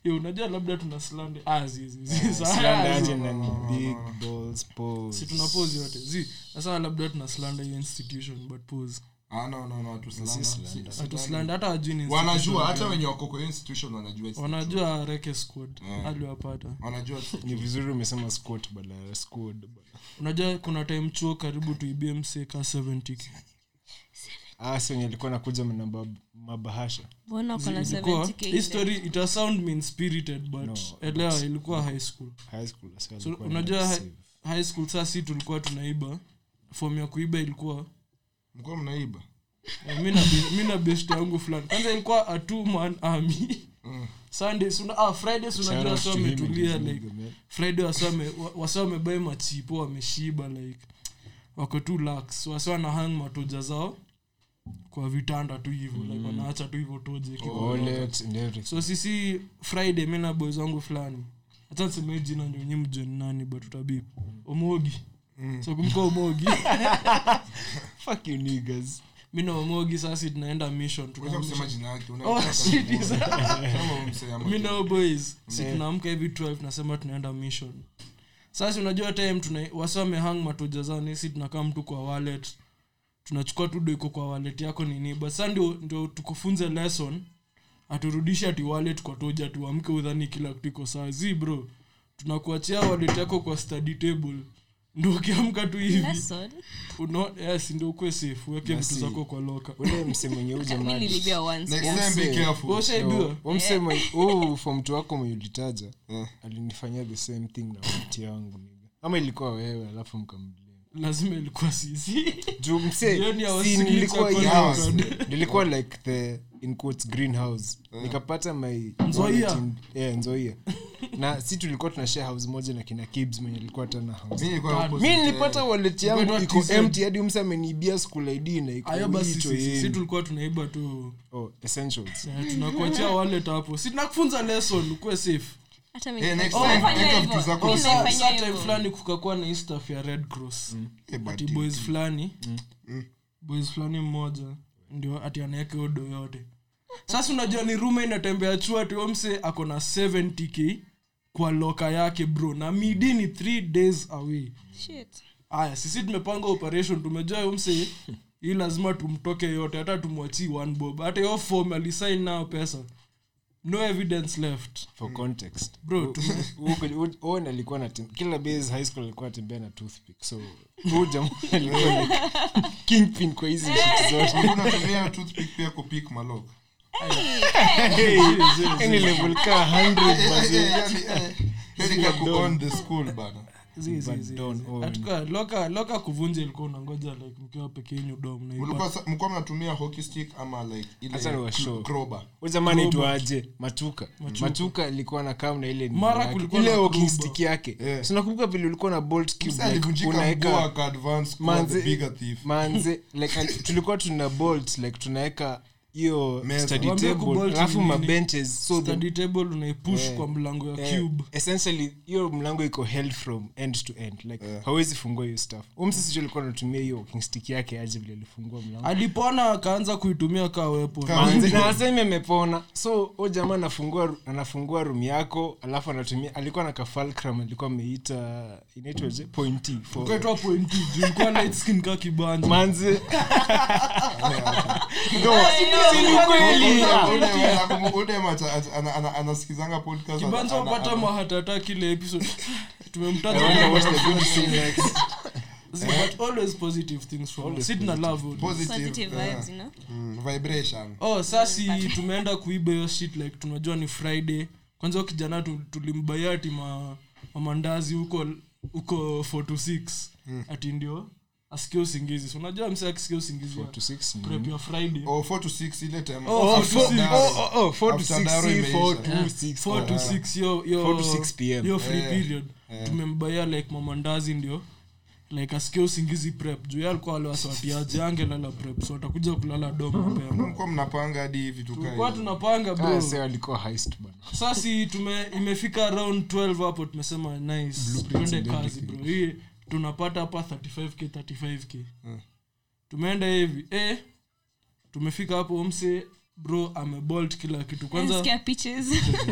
Speaker 3: Eh, unajua labda tuna slande ah zizi
Speaker 5: Slanda aje na ni big balls pose.
Speaker 3: ah, si tuna pose yote zi sasa labda tuna slande hiyo institution but pose
Speaker 2: ah no no no hatuslanda. Si- si-
Speaker 3: hatu slande hata wajui ni institution
Speaker 2: wanajua
Speaker 3: gani.
Speaker 2: hata wenye wako kwa hiyo institution wanajua institution.
Speaker 3: wanajua reke squad aliwapata
Speaker 2: wanajua
Speaker 5: ni vizuri umesema squat bana squat bana
Speaker 3: unajua kuna time chuo karibu tuibie mseka 70
Speaker 5: ah si wenye alikuwa nakuja na mab- mabahasha
Speaker 6: Mbona uko na
Speaker 3: ilikuwa
Speaker 6: 70k
Speaker 3: hii story ita sound mean spirited but
Speaker 5: No,
Speaker 3: elewa ilikuwa high school
Speaker 5: high school so
Speaker 3: so
Speaker 5: alikuwa
Speaker 3: unajua hi-
Speaker 5: aggressive.
Speaker 3: high school saa si tulikuwa tunaiba fomu ya kuiba ilikuwa
Speaker 2: mkuwa mnaiba
Speaker 3: eh, mi na be- mi na best yangu fulani kwanza ilikuwa a two man army sundays una, ah, fridays
Speaker 5: Mm. Shout
Speaker 3: unajua
Speaker 5: out
Speaker 3: wasa
Speaker 5: to him and his
Speaker 3: wametulia
Speaker 5: nigga,
Speaker 3: like
Speaker 5: man.
Speaker 3: friday wasa wame- wa- wasa wamebai machipo wameshiba like wako tu lax wasa wanahang matoja zao kwa vitanda tu hivyo
Speaker 5: Mm.
Speaker 3: like wanaacha tu hivyo toje
Speaker 5: Oh, Wallets and everything.
Speaker 3: oh, so sisi friday mi na boys wangu fulani hata niseme jina ndio nyi mjue ni nani but utabip omogi
Speaker 2: Mm.
Speaker 3: so kumka omogi
Speaker 5: Fuck you niggas.
Speaker 3: mi na omogi sasi tunaenda mission
Speaker 2: Unaweza
Speaker 3: tunaamsha-
Speaker 2: kusema jina yake, unaweza
Speaker 3: Oh,
Speaker 2: kutaka
Speaker 3: shit,
Speaker 2: kumwona.
Speaker 3: is-
Speaker 2: Kama umsema
Speaker 3: mi
Speaker 2: jina.
Speaker 3: nao boys si tunaamka hivi 12 tunasema tunaenda mission sasa unajua time tuna wasi wamehang matoja zao nisi tunakaa mtu kwa wallet tunachukua tu doiko kwa wallet yako nini but sasa ndio ndio tukufunze lesson aturudishe ati wallet kwa toja tuamke udhani kila kitu iko sawa zi bro tunakuachia wallet yako kwa study table ndo ukiamka tu hivi
Speaker 6: Lesson?
Speaker 3: uno- yes ndio ukwe safe uweke vitu
Speaker 5: Basi.
Speaker 3: zako kwa loka
Speaker 5: Ule mse mwenye huu
Speaker 6: Mi
Speaker 5: jamani.
Speaker 6: nilibiwa once.
Speaker 2: Next time be
Speaker 5: Mse.
Speaker 2: careful.
Speaker 3: washaibiwa
Speaker 5: Wa mse mwenye huu from mtu wako mwenye ulitaja
Speaker 3: Eh.
Speaker 5: alinifanyia the same thing na mti wangu nigga. Ama ilikuwa wewe alafu mkamblame.
Speaker 3: lazima ilikuwa sisi
Speaker 5: Juu mse
Speaker 3: Jioni ya
Speaker 5: si
Speaker 3: wasikiliza
Speaker 5: nilikuwa
Speaker 3: kwa
Speaker 5: yeah,
Speaker 3: record.
Speaker 5: nilikuwa like the in quotes greenhouse. Nikapata my
Speaker 3: Eh. Nzoia.
Speaker 5: wallet in- yeah, Nzoia. na si tulikuwa tuna share house moja na kina Kibs mwenye alikuwa tana house.
Speaker 2: Mi nilikuwa
Speaker 3: Tano.
Speaker 2: opposite,
Speaker 5: mi nilipata wallet yangu
Speaker 3: Uganda
Speaker 5: iko
Speaker 3: TZ.
Speaker 5: empty hadi msa ameniibia school id na iko
Speaker 3: ayo basi
Speaker 5: hicho
Speaker 3: sisi-
Speaker 5: yenu.
Speaker 3: si tulikuwa tunaiba tu
Speaker 5: Oh, essentials.
Speaker 3: eh, tunakuachia wallet hapo si tunakufunza lesson ukuwe safe
Speaker 6: Hata
Speaker 2: eh. Eh,
Speaker 6: mi
Speaker 2: next
Speaker 3: Oh,
Speaker 2: time,
Speaker 6: nilifanya
Speaker 2: weka
Speaker 6: hivyo.
Speaker 2: vitu zako.
Speaker 6: Mi
Speaker 3: Sa-
Speaker 6: nilifanya
Speaker 3: sa
Speaker 6: hivyo.
Speaker 3: time fulani kukakuwa na hii stuff ya red cross
Speaker 2: Eh, but
Speaker 3: ati
Speaker 2: you-
Speaker 3: boys fulani boys fulani mmoja ndio ati anaeka hiyo do yote sasa unajua ni rume inatembea chua ati huyo mse ako na 70k kwa loka yake bro na midi ni 3 days away
Speaker 4: Shit.
Speaker 3: aya sisi tumepanga operation tumejua yo mse hii lazima tumtoke yote hata tumwachii one bob hata yo form alisign nao pesa no evidence left
Speaker 5: for context
Speaker 3: bro tume-
Speaker 5: owen alikuwa na kila base high school alikuwa anatembea na toothpick so huu jamaa alikuwa like kingpin kwa hizi shit zote
Speaker 2: unatumia toothpick pia kupick malok
Speaker 5: yani level kaa 100
Speaker 2: eh,
Speaker 5: mazee.
Speaker 2: on the school bana
Speaker 3: zi- zi-
Speaker 5: But
Speaker 3: zi-
Speaker 5: don't
Speaker 3: zi.
Speaker 5: own.
Speaker 3: Hatuka- loka loka kuvunja ilikuwa unangoja like mkiwa peke yenyu dom
Speaker 2: Ulikuwa sa- mlikuwa mnatumia hockey stick ama like ile
Speaker 5: Acha niwashow.
Speaker 2: kroba
Speaker 5: Huyu jamaa anaitwaje matuka matuka alikuwa na kam na ile nini
Speaker 3: Mara
Speaker 5: yake.
Speaker 3: kulikuwa
Speaker 5: ile
Speaker 3: na
Speaker 5: walking
Speaker 3: Kruba.
Speaker 5: stick yake
Speaker 2: Yeah.
Speaker 5: Si unakumbuka vile ulikuwa na bolt cube,
Speaker 2: Msa
Speaker 5: like,
Speaker 2: alivunjika
Speaker 5: unaweka-
Speaker 2: mguu aka advance kuwa the bigger thief.
Speaker 5: manze like al- tulikuwa tuna bolt like tunaweka hiyo
Speaker 2: Meza.
Speaker 5: study
Speaker 3: Wambia
Speaker 5: table
Speaker 3: kubolt
Speaker 5: alafu
Speaker 3: ni nini?
Speaker 5: mabenches so the-
Speaker 3: study table unaipush
Speaker 5: Yeah.
Speaker 3: kwa mlango ya
Speaker 5: eh,
Speaker 3: cube
Speaker 5: essentially hiyo mlango iko held from end to end like hawezi fungua hiyo stuff umsisicho alikuwa anatumia hiyo walking stick yake aje vile alifungua mlango
Speaker 3: alipona akaanza kuitumia kaa wepo
Speaker 5: Manze, na aseme amepona so huyo jamaa anafungua anafungua room yako alafu anatumia alikuwa na kafalcram alikuwa ameita inaitwaje pointy for
Speaker 3: kaitwa point juu ilikuwa light skin ka kibanja
Speaker 5: manze
Speaker 2: Ule- ule- ule- ule mata- ata- ana- ana- anasikizanga podcast, ana-
Speaker 3: kibanja
Speaker 2: ana-
Speaker 3: wapata
Speaker 2: ana- Eh,
Speaker 3: mahatata kile episode tumemtaja
Speaker 5: I
Speaker 3: kama
Speaker 5: watched the good scene next.
Speaker 3: See, but always positive things from us. Sit na love only.
Speaker 2: positive,
Speaker 6: Positive
Speaker 2: eh,
Speaker 6: vibes, you know?
Speaker 2: mm, vibration.
Speaker 3: oh sasi tumeenda kuiba hiyo shit like tunajua ni friday kwanza huyo kijana tu- tulimbaia ati ma, mamandazi huko huko 4 to 6
Speaker 5: Mm.
Speaker 3: ati ndio asikie usingizi so unajua mse akisikia usingizi ya
Speaker 5: Four to six ni
Speaker 3: prep ya friday
Speaker 2: Oh, four to six ile time.
Speaker 3: Oh,
Speaker 2: After
Speaker 3: four to six.
Speaker 2: dark.
Speaker 5: Oh, oh, oh, four to
Speaker 2: After
Speaker 5: six,
Speaker 2: Daro
Speaker 5: see,
Speaker 2: imeisha.
Speaker 5: Ah, four to six.
Speaker 3: 4 to 6 yo yo
Speaker 5: 4 to 6 PM.
Speaker 3: yo free period tumembaia like mamandazi ndio like asikie usingizi prep juu yeye alikuwa wale wasawatiaji angelala prep so atakuja kulala domo mapema
Speaker 2: Mlikuwa mnapanga hadi hivi tukae.
Speaker 3: tulikuwa tunapanga
Speaker 5: Ah,
Speaker 3: bro
Speaker 5: sasa walikuwa heist bana.
Speaker 3: sasi tume imefika round 12 hapo tumesema nice tuende kazi bro hii tunapata hapa 35k 35k tumeenda hivi eh tumefika hapo mse bro amebolt kila kitu kwanza
Speaker 6: Nasikia pitches.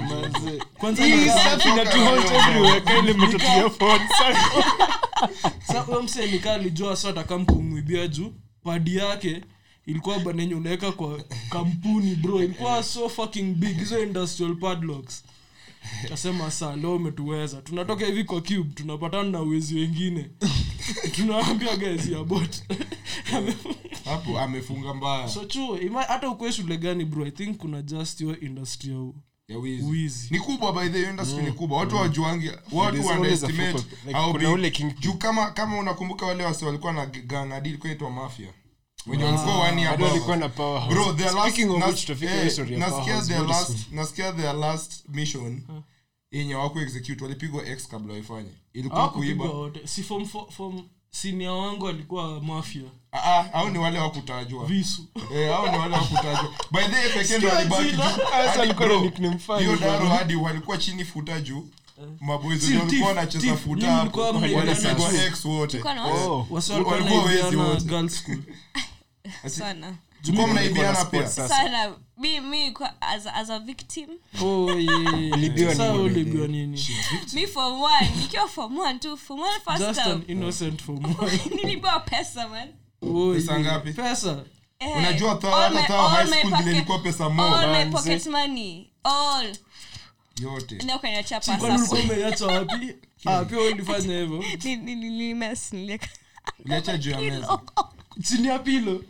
Speaker 5: Manze,
Speaker 3: kwanza
Speaker 5: hii
Speaker 3: nika-
Speaker 5: safi na tu hot everywhere, kaile eh, mtoto ya phone, sorry.
Speaker 3: sa huyo mse nikaa alijua sa atakamkumwibia juu padi yake ilikuwa banenye unaweka kwa kampuni bro ilikuwa so fucking big hizo industrial padlocks kasema saa leo umetuweza tunatoka hivi kwa cube tunapatana na wezi wengine tunaambia guys ya bot
Speaker 2: Hapo amefunga mbaya
Speaker 3: so chuo ima- hata ukue shule gani bro i think kuna just your industrial
Speaker 2: ya wizi.
Speaker 3: wizi
Speaker 2: ni kubwa by the way, industry
Speaker 5: Mm.
Speaker 2: ni kubwa watu wajuangi
Speaker 5: There's
Speaker 2: watu
Speaker 5: always a
Speaker 2: underestimate
Speaker 5: focal- like,
Speaker 2: how
Speaker 5: kuna
Speaker 2: big-
Speaker 5: ule king-
Speaker 2: juu kama kama unakumbuka wale wasi walikuwa na ganadi ilikuwa inaitwa mafia wenye walikuwa wani
Speaker 5: Mm. Bado walikuwa na powerhouse.
Speaker 2: bro their last
Speaker 5: Speaking of which,
Speaker 2: nas-
Speaker 5: tutafika hiyo story
Speaker 2: eh,
Speaker 5: ya
Speaker 2: nasikia
Speaker 5: powerhouse
Speaker 2: their
Speaker 5: very
Speaker 2: last nasikia their last mission yenye waku execute walipigwa x kabla waifanye ilikuwa
Speaker 3: Hawakupigwa
Speaker 2: kuiba
Speaker 3: wote si form fo- form sinia wangu alikuwa mafia
Speaker 2: Ah, au ni wale wakutajwa
Speaker 3: visu
Speaker 2: Eh, hao ni wale wakutajwa by the way pekee ndo
Speaker 3: Sio
Speaker 2: alibaki
Speaker 3: jina.
Speaker 2: juu.
Speaker 5: Ah, sasa
Speaker 2: Hadi
Speaker 5: alikuwa na
Speaker 2: bro,
Speaker 5: nickname fani,
Speaker 2: hiyo
Speaker 5: bro.
Speaker 2: daro hadi walikuwa chini futa juu
Speaker 5: Eh.
Speaker 2: maboezi
Speaker 3: Still
Speaker 2: walikuwa
Speaker 3: thief,
Speaker 2: wanacheza
Speaker 3: thief.
Speaker 2: futa
Speaker 3: Mimi
Speaker 2: hapo.
Speaker 3: nilikuwa mnaelewana
Speaker 2: walipigwa
Speaker 3: tu.
Speaker 2: ex wote
Speaker 6: Mlikuwa na
Speaker 2: Eh,
Speaker 5: Oh.
Speaker 3: Wasi walikuwa
Speaker 2: Walikuwa wezi
Speaker 3: wanaibiana
Speaker 2: wote.
Speaker 3: girls school.
Speaker 6: sana
Speaker 2: mlikuwa
Speaker 5: Nilikuwa na
Speaker 2: mnaibiana pia
Speaker 5: sports sasa.
Speaker 6: sana mi mi kwa- as, as a victim
Speaker 3: Oh, yeah.
Speaker 5: Ulibiwa
Speaker 3: Sasa
Speaker 5: nini?
Speaker 3: ulibiwa nini
Speaker 6: mi form one nikiwa form one tu form one first
Speaker 3: just an
Speaker 6: time
Speaker 3: innocent for more.
Speaker 6: nilipewa pesa man
Speaker 3: Oh,
Speaker 2: Pesa
Speaker 3: yeah.
Speaker 2: ngapi?
Speaker 3: pesa
Speaker 6: Eh,
Speaker 2: unajua thawa-
Speaker 6: all
Speaker 2: hata
Speaker 6: my-
Speaker 2: thawa
Speaker 6: all
Speaker 2: high
Speaker 6: my
Speaker 2: school
Speaker 6: pocket-
Speaker 2: vile ilikuwa pesa
Speaker 6: all
Speaker 2: mo
Speaker 6: my
Speaker 5: manze.
Speaker 6: pocket money all
Speaker 2: yote
Speaker 6: ndio kaniacha
Speaker 3: kwani
Speaker 6: pasa
Speaker 3: ulikuwa umeiacha wapi Ah, pia wewe ulifanya hivyo
Speaker 6: Ni- ni- ni- ni mess, nilieka-
Speaker 2: Uliacha juu ya
Speaker 6: oh,
Speaker 2: meza
Speaker 3: chini ya pilo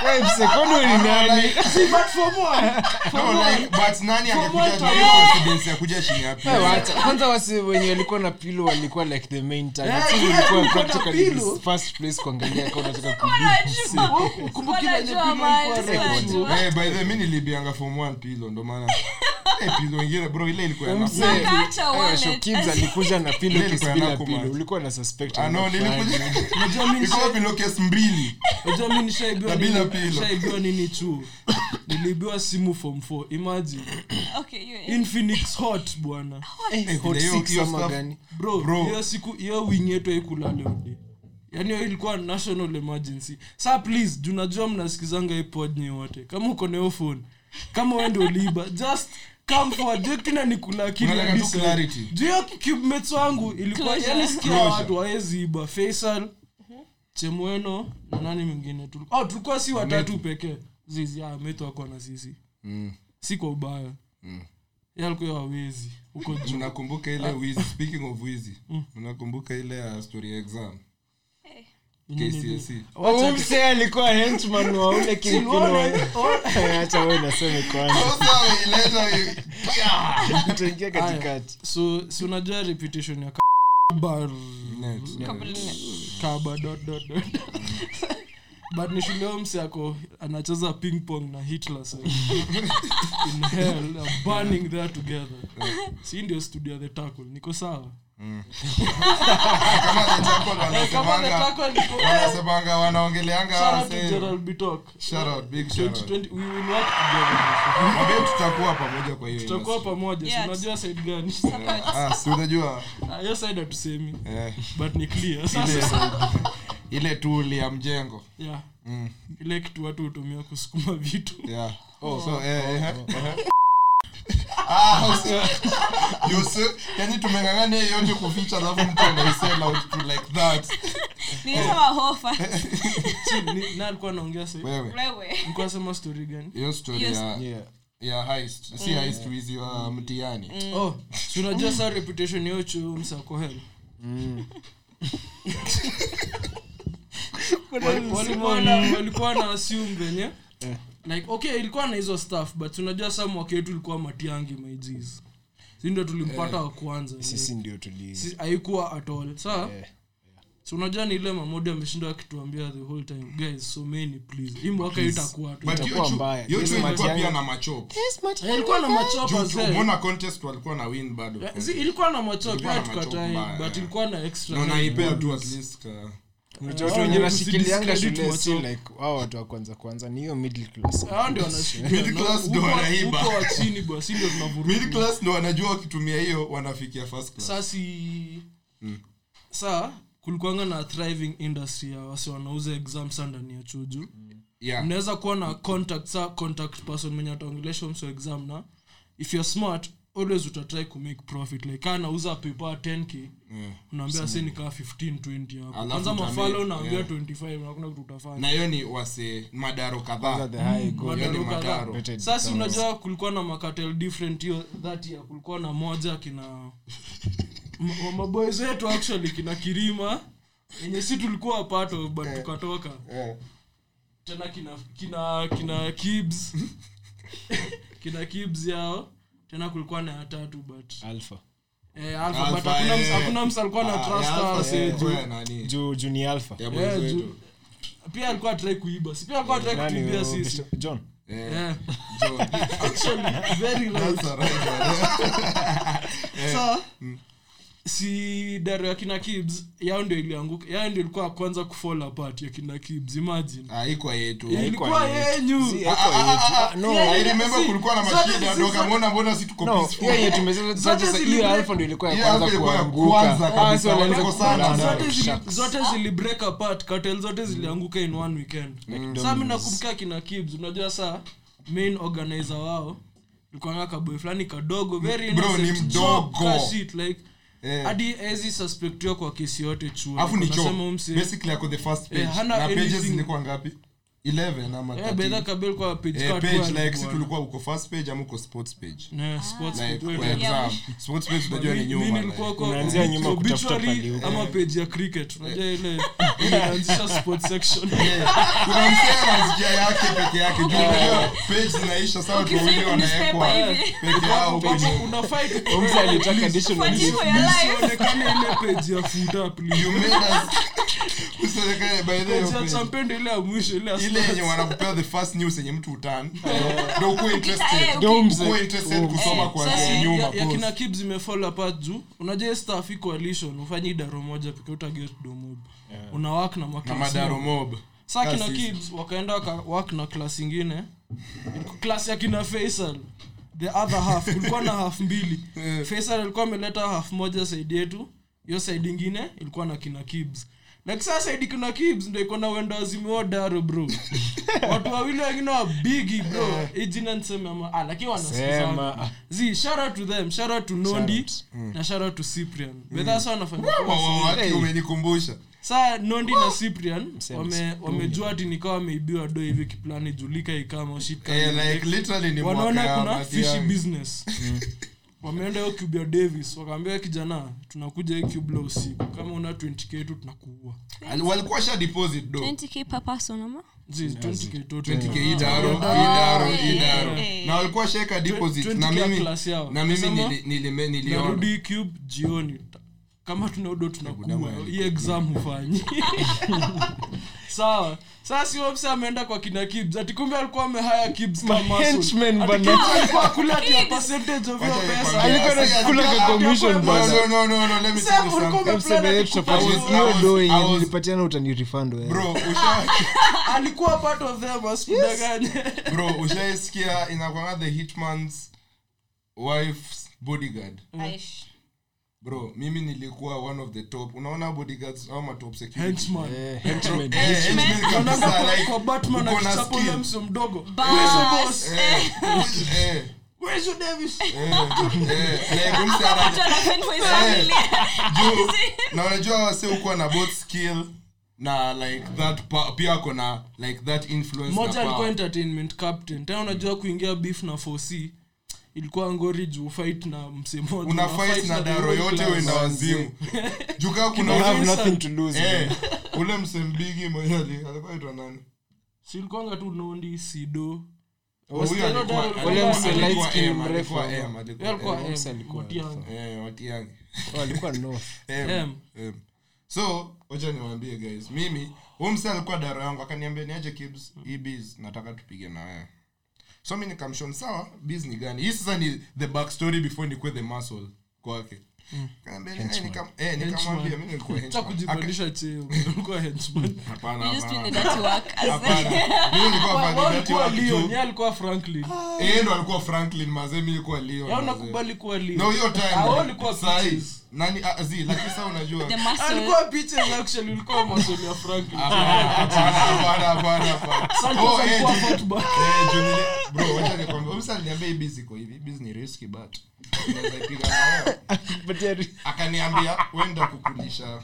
Speaker 5: Hey, mse, kwani wewe ni nani?
Speaker 3: si but for more for
Speaker 2: No,
Speaker 3: more
Speaker 2: like, but nani angekuja
Speaker 3: what
Speaker 2: na hiyo confidence ya kuja chini ya
Speaker 5: Eh,
Speaker 2: pia
Speaker 5: wacha. kwanza wasi wenye walikuwa na pilo walikuwa like the main target.
Speaker 3: Eh,
Speaker 5: Sisi
Speaker 3: kila
Speaker 5: tulikuwa
Speaker 3: mtu alikuwa na
Speaker 5: practically
Speaker 3: pillow.
Speaker 5: first place kuangalia kama unataka kujibu.
Speaker 6: Wanajua.
Speaker 3: kumbuka
Speaker 6: Wanajua,
Speaker 3: ile pillow
Speaker 6: man,
Speaker 3: ilikuwa
Speaker 6: wanajua.
Speaker 2: Eh, by the way, mi nilibianga form one pilo ndo maana Eh, pilo ingine bro ile ilikuwa ya
Speaker 5: Mse,
Speaker 2: nafu-
Speaker 6: Wakaacha
Speaker 5: hayo
Speaker 6: wallet.
Speaker 5: shokims Eh, alikuja na pilo
Speaker 2: Ile ilikuwa
Speaker 5: kisipila
Speaker 2: yanaku,
Speaker 5: pilo.
Speaker 2: man.
Speaker 5: Ulikuwa na suspect.
Speaker 2: Ah, no, nilikuja-
Speaker 3: unajua mimi
Speaker 2: Ilikuwa
Speaker 3: nisha-
Speaker 2: pilo case mbili
Speaker 3: unajua mimi nishaibiwa
Speaker 2: Na bila
Speaker 3: nini-
Speaker 2: pillow.
Speaker 3: nishaibiwa nini chuo niliibiwa simu form 4 imagine
Speaker 6: Okay, you-
Speaker 3: infinix hot bwana
Speaker 2: Eh,
Speaker 5: Hot
Speaker 2: hiyo-
Speaker 5: six
Speaker 2: hiyo
Speaker 5: ama
Speaker 2: stuff-
Speaker 5: gani?
Speaker 3: bro
Speaker 2: Bro.
Speaker 3: hiyo siku hiyo wing yetu haikulala udi yaani hiyo ilikuwa national emergency sa please junajua mnasikizanga hii pod nyi wote kama uko na hiyo phone kama wewe ndio liba just come forward juu kina nikula akili
Speaker 2: Unataka
Speaker 3: hadi
Speaker 2: tu
Speaker 3: sasa.
Speaker 2: clarity.
Speaker 3: juu hiyo cube mates wangu ilikuwa
Speaker 6: Closure.
Speaker 3: yani sikia
Speaker 2: Closure.
Speaker 3: watu waezi iba faisal chemweno na nani mwingine Tulu- oh, tulikuwa si watatu pekee zizi ah, meto wako na sisi
Speaker 2: Mm.
Speaker 3: si kwa ubaya Yeye alikuwa wawezi huko juu
Speaker 2: unakumbuka
Speaker 3: Ah.
Speaker 2: ile wizi speaking of wizi
Speaker 3: Mm.
Speaker 2: unakumbuka ile ya story ya exam KCSE
Speaker 5: Huyu mse alikuwa henchman wa ule kingpin wa-
Speaker 2: Oh.
Speaker 5: Eh, acha wewe naseme kwanza.
Speaker 2: Sasa ileta hii-
Speaker 5: Tutaingia katikati.
Speaker 3: so si unajua reputation ya kabar
Speaker 2: Net.
Speaker 3: kaba dot dot dot but ni shule huyo mse ako anacheza ping pong na hitler sasa. in hell they're burning there together si ndio studio ya the tackle niko sawa
Speaker 2: Kama the tackle
Speaker 3: Eh, kama
Speaker 2: wanasemanga
Speaker 3: the tackle niko eh,
Speaker 2: wanasemanga wanaongeleanga
Speaker 3: shout
Speaker 2: hawa
Speaker 3: out to
Speaker 2: sasa.
Speaker 3: Gerald Bitok.
Speaker 2: Shout out, big shout out.
Speaker 3: 2020 we will work together
Speaker 2: Mwambie tutakuwa pamoja kwa hiyo
Speaker 3: tutakuwa
Speaker 2: industry.
Speaker 3: pamoja si
Speaker 6: Yes.
Speaker 3: unajua side gani
Speaker 2: Ah, si unajua
Speaker 3: Ah, hiyo side hatusemi
Speaker 2: eh,
Speaker 3: but ni clear
Speaker 2: ile-
Speaker 3: sasa
Speaker 2: ile tuli ya mjengo
Speaker 3: yeah
Speaker 2: Mm,
Speaker 3: ile kitu watu hutumia kusukuma vitu
Speaker 2: yeah.
Speaker 3: Oh,
Speaker 2: So, eh, eh, eh, eh. Ah, usi- you see, yani tumeng'ang'ania hiyo yote kuficha alafu mtu anaisema out to like that
Speaker 6: nilisema hofa
Speaker 3: Ni- na alikuwa anaongea sasa
Speaker 2: wewe
Speaker 6: wewe
Speaker 3: Nilikuwa nasema story gani
Speaker 2: hiyo story
Speaker 6: Yes.
Speaker 2: ya
Speaker 5: Yeah.
Speaker 2: ya heist
Speaker 3: Mm.
Speaker 2: si heist um, wizi wa mtihani
Speaker 3: oh si unajua saa reputation yao chuo msako hell Mm. Wal- walikuwa na- walikuwa na assume venye like okay ilikuwa na hizo stuff but unajua saa mwaka yetu ilikuwa matiangi maijiz si ndio tulimpata wa kwanza like,
Speaker 5: Sisi ndio tuli-
Speaker 3: si- haikuwa at all saa
Speaker 5: Eh.
Speaker 3: si unajua ni ile mamodi ameshinda akituambia the whole time guys someni please hii mwaka hii itakuwa tu
Speaker 2: but
Speaker 5: Itakuwa
Speaker 2: hiyo chu-
Speaker 5: mbaya.
Speaker 2: hiyo
Speaker 5: Hizo
Speaker 2: chu ilikuwa
Speaker 5: matiang'i-
Speaker 2: pia na machop
Speaker 3: Eh, ilikuwa na machopa
Speaker 2: Juu- mbona contest walikuwa na win bado
Speaker 3: Yeah, zi- Eh, ilikuwa na macho
Speaker 2: Ilikuwa
Speaker 3: pia
Speaker 2: na macho mbaya,
Speaker 3: tukatai but
Speaker 2: yeah.
Speaker 3: ilikuwa na extra
Speaker 2: na unaipea tu at
Speaker 3: bonus.
Speaker 2: least ka
Speaker 5: Unajua watu
Speaker 3: hao
Speaker 5: wenye
Speaker 3: ndio
Speaker 5: wanashikilianga
Speaker 3: tusidiscredit
Speaker 5: shule si
Speaker 3: watu.
Speaker 5: like hao watu wa kwanza kwanza ni hiyo middle class.
Speaker 3: hao ndio wanashikilia.
Speaker 2: Middle class ndio
Speaker 3: Huko-
Speaker 2: wanaiba.
Speaker 3: huko wa chini bwa si ndio tunavuruga.
Speaker 2: mid class ndo wanajua wakitumia hiyo wanafikia first class
Speaker 3: Saa si
Speaker 2: Hmm.
Speaker 3: saa kulikuanga na thriving industry ya wasi wanauza exam saa ndani ya
Speaker 2: Hmm.
Speaker 3: chuju
Speaker 2: yeah
Speaker 3: mnaweza kuwa na contact sa contact person mwenye ataongelesha mso exam na if you're smart always utatry kumake profit like kaa nauza pepa 10k unaambia se nikaa 15 20 hapo
Speaker 2: Alafu
Speaker 3: kwanza
Speaker 2: utamake,
Speaker 3: mafala unaambia
Speaker 2: yeah.
Speaker 3: 25 hakuna kitu utafanya
Speaker 2: na hiyo ni wase madaro kadhaa
Speaker 5: The high goal.
Speaker 2: Hiyo ni
Speaker 3: Mm. Madaro kadhaa.
Speaker 2: madaro
Speaker 5: Rated
Speaker 3: sasa
Speaker 5: down.
Speaker 3: unajua kulikuwa na makatel different hiyo that year kulikuwa na moja kina ma- maboys wetu actually kina kirima enye si tulikuwa pato but tukatoka
Speaker 2: Eh.
Speaker 3: tena kina kina kina kibs kina kibs yao tena kulikuwa na ya tatu but
Speaker 5: Alpha.
Speaker 3: eh, alpha, but
Speaker 2: Alpha,
Speaker 3: hakuna ms-
Speaker 2: eh.
Speaker 3: hakuna msa alikuwa na
Speaker 2: Ah,
Speaker 3: trust
Speaker 2: ya
Speaker 3: us,
Speaker 2: alpha,
Speaker 3: eh,
Speaker 2: eh,
Speaker 3: juu-
Speaker 2: ya nani?
Speaker 5: Juu- juu ni alpha.
Speaker 2: Ya
Speaker 3: eh,
Speaker 2: boys
Speaker 3: juu-
Speaker 2: wetu.
Speaker 3: pia alikuwa atrai kuiba si pia alikuwa atrai
Speaker 5: Nani
Speaker 3: kutuibia
Speaker 5: huyo?
Speaker 3: sisi
Speaker 5: John.
Speaker 2: Eh,
Speaker 3: Eh,
Speaker 2: John.
Speaker 3: actually very right
Speaker 2: Eh. That's alright, bro.
Speaker 3: so si daro ya kina kibs yao ndio ilianguka yao ndio ilikuwa ya kwanza kufall apart ya kina kibs imagine
Speaker 2: Ah, haikuwa yetu
Speaker 3: ilikuwa yenyu
Speaker 5: Si, haikuwa yetu. Ah, no,
Speaker 3: Yeah,
Speaker 2: I
Speaker 3: yeah,
Speaker 2: remember
Speaker 3: Eh, si,
Speaker 2: kulikuwa na
Speaker 3: zote
Speaker 2: mashida
Speaker 3: si-
Speaker 2: ndo
Speaker 3: zote-
Speaker 2: kamuona mbona si tuko
Speaker 5: No,
Speaker 2: peaceful.
Speaker 5: hiyo yenye tumesema zote sasa, hiyo
Speaker 3: zilibreak.
Speaker 5: alpha ndio ilikuwa
Speaker 2: Hiyo
Speaker 5: ya
Speaker 2: alpha
Speaker 5: kwanza
Speaker 2: ilikuwa ya
Speaker 5: kuanguka.
Speaker 2: kwanza
Speaker 5: Ah,
Speaker 2: kabisa,
Speaker 5: so walianza
Speaker 2: walikosana.
Speaker 5: kufanana.
Speaker 3: zote zili-
Speaker 5: Shucks.
Speaker 3: zote zilibreak apart cartel zote zilianguka in one weekend
Speaker 2: Mm,
Speaker 3: saa mi nakumbuka kina kibs unajua saa main organizer wao ilikuwanga kaboy fulani kadogo very
Speaker 2: Bro, ni
Speaker 3: innocent,
Speaker 2: mdogo.
Speaker 3: job, ka shit, like
Speaker 2: Eh.
Speaker 3: hadi ezi suspectiwa kwa kesi yote chuo
Speaker 2: Mm, Alafu ni
Speaker 3: Like,
Speaker 2: cho.
Speaker 3: wanasema huyu mse-
Speaker 2: Basically ako the first page.
Speaker 3: Eh, hana
Speaker 2: Na pages
Speaker 3: anything.
Speaker 2: zilikuwa ngapi? 11 ama
Speaker 3: Eh, by the
Speaker 2: 13.
Speaker 3: way, Kabel kwa page
Speaker 2: Eh,
Speaker 3: card
Speaker 2: page
Speaker 3: kwa
Speaker 2: like si
Speaker 3: alikuwa.
Speaker 2: tulikuwa uko first page ama uko sports page.
Speaker 3: Na sports
Speaker 2: Like,
Speaker 3: page,
Speaker 2: kwa
Speaker 3: yeah.
Speaker 2: exam. Sports page unajua ni
Speaker 3: Mi- mi
Speaker 2: nyuma,
Speaker 3: nilikuwa
Speaker 2: like.
Speaker 3: kwa
Speaker 5: Unaanzia nyuma
Speaker 3: obituary
Speaker 5: kutafuta paliuka.
Speaker 3: ama page ya cricket unajua ile inaanzisha sports section
Speaker 2: Kuna msee anasikia yake peke yake. Juu unajua page zinaisha sasa watu
Speaker 6: Ukifika
Speaker 2: wawili wanawekwa
Speaker 6: newspaper hivi.
Speaker 2: peke yao huko
Speaker 3: Hapo
Speaker 2: nyuma.
Speaker 3: unafight
Speaker 5: Huyo mzee alitaka additional
Speaker 6: Funny
Speaker 5: gift.
Speaker 6: for your life.
Speaker 3: usionekane ile page ya futa please
Speaker 2: You made us- Usionekane by the way,
Speaker 3: page ya
Speaker 2: page.
Speaker 3: champion ndio ile ya mwisho ile ya
Speaker 2: ile yenye
Speaker 3: sports.
Speaker 2: wanakupea the first news yenye mtu utan ndo ukuwe
Speaker 6: Eh,
Speaker 2: interested
Speaker 5: Ndio
Speaker 6: uki-
Speaker 5: mzee.
Speaker 2: ukuwe interested kusoma
Speaker 6: Eh,
Speaker 2: kuanzia
Speaker 6: sasa-
Speaker 2: nyuma
Speaker 3: Oh, ya, ya kina
Speaker 2: post.
Speaker 3: kibs imefall apart juu unajua hii staff iko coalition ufanyi daro moja peke utaget domob una work na
Speaker 2: na
Speaker 3: makina
Speaker 2: madaro mob
Speaker 3: sa kina
Speaker 2: Kasi.
Speaker 3: kibs wakaenda waka work na klas ingine klas ya kina faisal the other half kulikuwa na half mbili faisal alikuwa ameleta half moja saidi yetu hiyo saidi ingine ilikuwa na kina kibs like saa saidi kina kibs ndo iko na wenda wazimiwa daro bro watu wawili wengine wa bigi bro hii jina niseme ama ah, lakini
Speaker 5: Sema,
Speaker 3: wanasikizana
Speaker 5: ah.
Speaker 3: zi shara to them shara to nondi
Speaker 5: Shout
Speaker 3: na shara to cyprian bedhaa sa wanafanya
Speaker 2: Wawa wake umenikumbusha
Speaker 3: saa nondi na cyprian
Speaker 5: Msema
Speaker 3: wame- wamejua ati nikawa wameibiwa do hivi kiplani julika ikama
Speaker 2: Eh, like
Speaker 3: shit
Speaker 2: literally ni mwaka
Speaker 3: wanaona
Speaker 2: ya Mm.
Speaker 3: kuna
Speaker 2: mati
Speaker 3: fishy
Speaker 2: yangu.
Speaker 3: business wameenda hiyo cube ya davis wakaambia kijana tunakuja hii cube la usiku kama una 20k tu tunakuua
Speaker 2: Ali- walikuwa sha deposit do
Speaker 4: 20k per person ama
Speaker 3: Zi, 20k tu
Speaker 2: 20k
Speaker 3: tunakuua.
Speaker 2: idaro idaro idaro na walikuwa shaeka deposit na
Speaker 3: 20K
Speaker 2: mimi
Speaker 3: class yao.
Speaker 2: na mimi
Speaker 3: Kasema,
Speaker 2: nili- nilime- niliona
Speaker 3: narudi cube jioni Ta- kama tunaudo tunakuwa hii exam hufanyi sawa sasa si wapsa ameenda kwa kina kibs ati kumbe alikuwa amehaya kibs kama
Speaker 5: henchmen
Speaker 3: Ati
Speaker 5: bana.
Speaker 3: Kibz alikuwa kula ati ya percentage of hiyo
Speaker 2: Wacha
Speaker 3: pesa
Speaker 2: nikwambie.
Speaker 5: Alikuwa anakula kwa commission
Speaker 2: no
Speaker 5: bana.
Speaker 2: no no no no let me
Speaker 3: Sasa
Speaker 2: tell you
Speaker 3: ulikuwa
Speaker 2: something
Speaker 3: ume-
Speaker 5: Hebu sema hiyo tofauti.
Speaker 2: I was- I
Speaker 5: Hiyo
Speaker 2: was-
Speaker 5: do yenye
Speaker 2: I was-
Speaker 5: nilipatiana utanirefund wewe.
Speaker 2: bro usha
Speaker 3: alikuwa part of them asikudanganye
Speaker 2: bro ushaisikia inakwanga the hitman's wife's bodyguard
Speaker 6: Aish.
Speaker 2: bro mimi nilikuwa one of the top unaona bodyguards au matop security
Speaker 3: henchman
Speaker 5: Eh, henchmen.
Speaker 2: Eh, henchmen
Speaker 3: Unaenda
Speaker 2: kabisa,
Speaker 3: kwa-
Speaker 2: like,
Speaker 3: kwa batman
Speaker 2: uko na
Speaker 3: akichapo ule
Speaker 2: skill.
Speaker 3: mso mdogo
Speaker 6: Bas.
Speaker 2: Eh, eh,
Speaker 3: Where's your Davis?
Speaker 2: eh, eh, like, umse
Speaker 6: Watu
Speaker 2: ana-
Speaker 6: wanapend for his
Speaker 2: Eh.
Speaker 6: family.
Speaker 2: juu, na unajua wase ukuwa na both skill na like that pa- pia ako na like that influence
Speaker 3: moja
Speaker 2: na
Speaker 3: alikuwa
Speaker 2: power.
Speaker 3: entertainment captain tena unajua kuingia beef na 4c ilikuwa ngori juu fight na msemoja
Speaker 2: una fight na daro yote wenda wazimu juu kaa
Speaker 5: I have
Speaker 2: kuna
Speaker 5: nothing to lose.
Speaker 2: eh, ule msembigi mwenye ali- alikuwa aitwa nani
Speaker 3: silikuanga tu nondi sido
Speaker 2: Huyo alikuwa-
Speaker 3: Ule
Speaker 2: alikuwa-
Speaker 5: mse
Speaker 2: alikuwa
Speaker 5: light skin
Speaker 2: M,
Speaker 5: mrefu
Speaker 2: alikuwa
Speaker 5: ama-
Speaker 2: M, Eh, alikuwa
Speaker 3: Yeye alikuwa
Speaker 2: M.
Speaker 3: M,
Speaker 5: Msa alikuwa
Speaker 3: Motiang.
Speaker 2: Eh, Watiang'i.
Speaker 5: Oh, alikuwa north.
Speaker 2: M,
Speaker 3: M.
Speaker 2: M. so wacha niwaambie guys mimi huyu mse alikuwa daro yangu akaniambia niache kibs
Speaker 3: Hmm.
Speaker 2: hii biz nataka tupige na wewe so mi nikamshon sawa biz ni gani hii sasa ni the backstory before nikuwe the muscle kwake Kaniambia, eh, nikam- eh, nikamwambia mi nilikuwa
Speaker 3: Hmm. cha
Speaker 2: henchman. Aka-
Speaker 3: kujibadilisha cheo ulikuwa henchman
Speaker 2: hapana,
Speaker 6: You just doing the
Speaker 2: hapana.
Speaker 6: dirty work.
Speaker 2: Hapana. Mi nilikuwa
Speaker 3: Wao
Speaker 2: fadhili
Speaker 3: walikuwa
Speaker 2: watu.
Speaker 3: Leon, yeye alikuwa franklin
Speaker 2: Eh, ndo alikuwa franklin mazee mi nilikuwa Leon,
Speaker 3: ya
Speaker 2: mazee.
Speaker 3: Yaani unakubali kuwa
Speaker 2: no hiyo
Speaker 3: Leon.
Speaker 2: time
Speaker 3: Ah, wao walikuwa
Speaker 2: Sahi.
Speaker 3: peaches.
Speaker 2: nani ah, zi lakini sasa unajua
Speaker 6: The muscle.
Speaker 3: alikuwa peaches actually ulikuwa masoli ya franklin
Speaker 2: Hapana, hapana, hapana, hapana.
Speaker 3: Santos
Speaker 2: Oh, eh,
Speaker 3: alikuwa
Speaker 2: Juni-
Speaker 3: hotbar.
Speaker 2: eh, Juni- bro, wacha nikwambie. Huyu msa aliniambia hii biz iko hivi Hii biz ni risky but unaweza ipiga na wewe.
Speaker 5: But yeah,
Speaker 2: akaniambia wenda kukundisha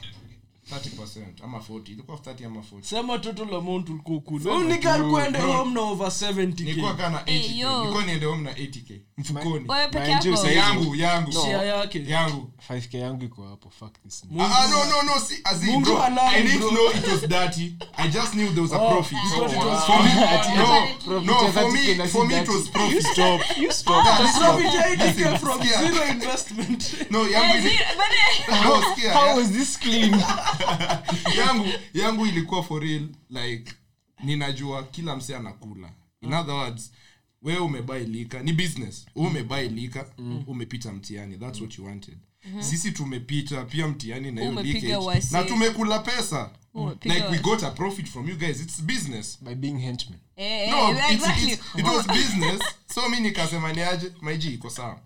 Speaker 2: 30 ama 40 ilikuwa 30 ama 40
Speaker 3: sema total amount ulikuwa ukula nika alikuwa ende home na over 70k
Speaker 2: nilikuwa kaa na 80k
Speaker 6: yo.
Speaker 2: nilikuwa niende home na 80k mfukoni
Speaker 6: Wewe peke
Speaker 5: Mind you,
Speaker 6: yako.
Speaker 5: saizi-
Speaker 2: yangu yangu
Speaker 3: share yake
Speaker 2: yangu
Speaker 5: 5k yangu iko hapo fuck this
Speaker 3: Mungu-
Speaker 2: Ah, ah, no, no, no, see, as in,
Speaker 3: Mungu
Speaker 2: bro,
Speaker 3: halali,
Speaker 2: I didn't
Speaker 3: bro.
Speaker 2: know it was dirty. I just knew there was a profit.
Speaker 3: you thought it
Speaker 2: So,
Speaker 3: was
Speaker 2: for me-
Speaker 6: dirty.
Speaker 2: no,
Speaker 5: Profit
Speaker 2: no,
Speaker 5: ya
Speaker 2: for me-
Speaker 5: 30K na si
Speaker 2: for me it
Speaker 5: dirty.
Speaker 2: was profit.
Speaker 5: You stop, you stop.
Speaker 2: Ah,
Speaker 5: That's
Speaker 2: this
Speaker 5: not-
Speaker 2: is-
Speaker 3: Profit
Speaker 2: Listen,
Speaker 3: came from
Speaker 2: sikia.
Speaker 3: zero investment.
Speaker 2: No, yangu
Speaker 6: Eh,
Speaker 2: ili-
Speaker 6: zero- bane.
Speaker 2: No, sikia,
Speaker 5: How
Speaker 2: ya-
Speaker 5: was this clean?
Speaker 2: yangu yangu ilikuwa for real like ninajua kila mse anakula in other words wewe umebai lika ni business wewe umebai lika umepita mtihani thats what you wanted sisi tumepita pia mtihani na hiyo
Speaker 6: Umepiga
Speaker 2: leakage.
Speaker 6: wasi.
Speaker 2: na tumekula pesa
Speaker 6: Umepiga
Speaker 2: like we
Speaker 6: wasi.
Speaker 2: got a profit from you guys it's business
Speaker 5: by being henchmen
Speaker 6: Eh, eh,
Speaker 2: no, it's-
Speaker 6: exactly. Oh,
Speaker 2: it's- it was business so mi nikasema niaje maiji iko sawa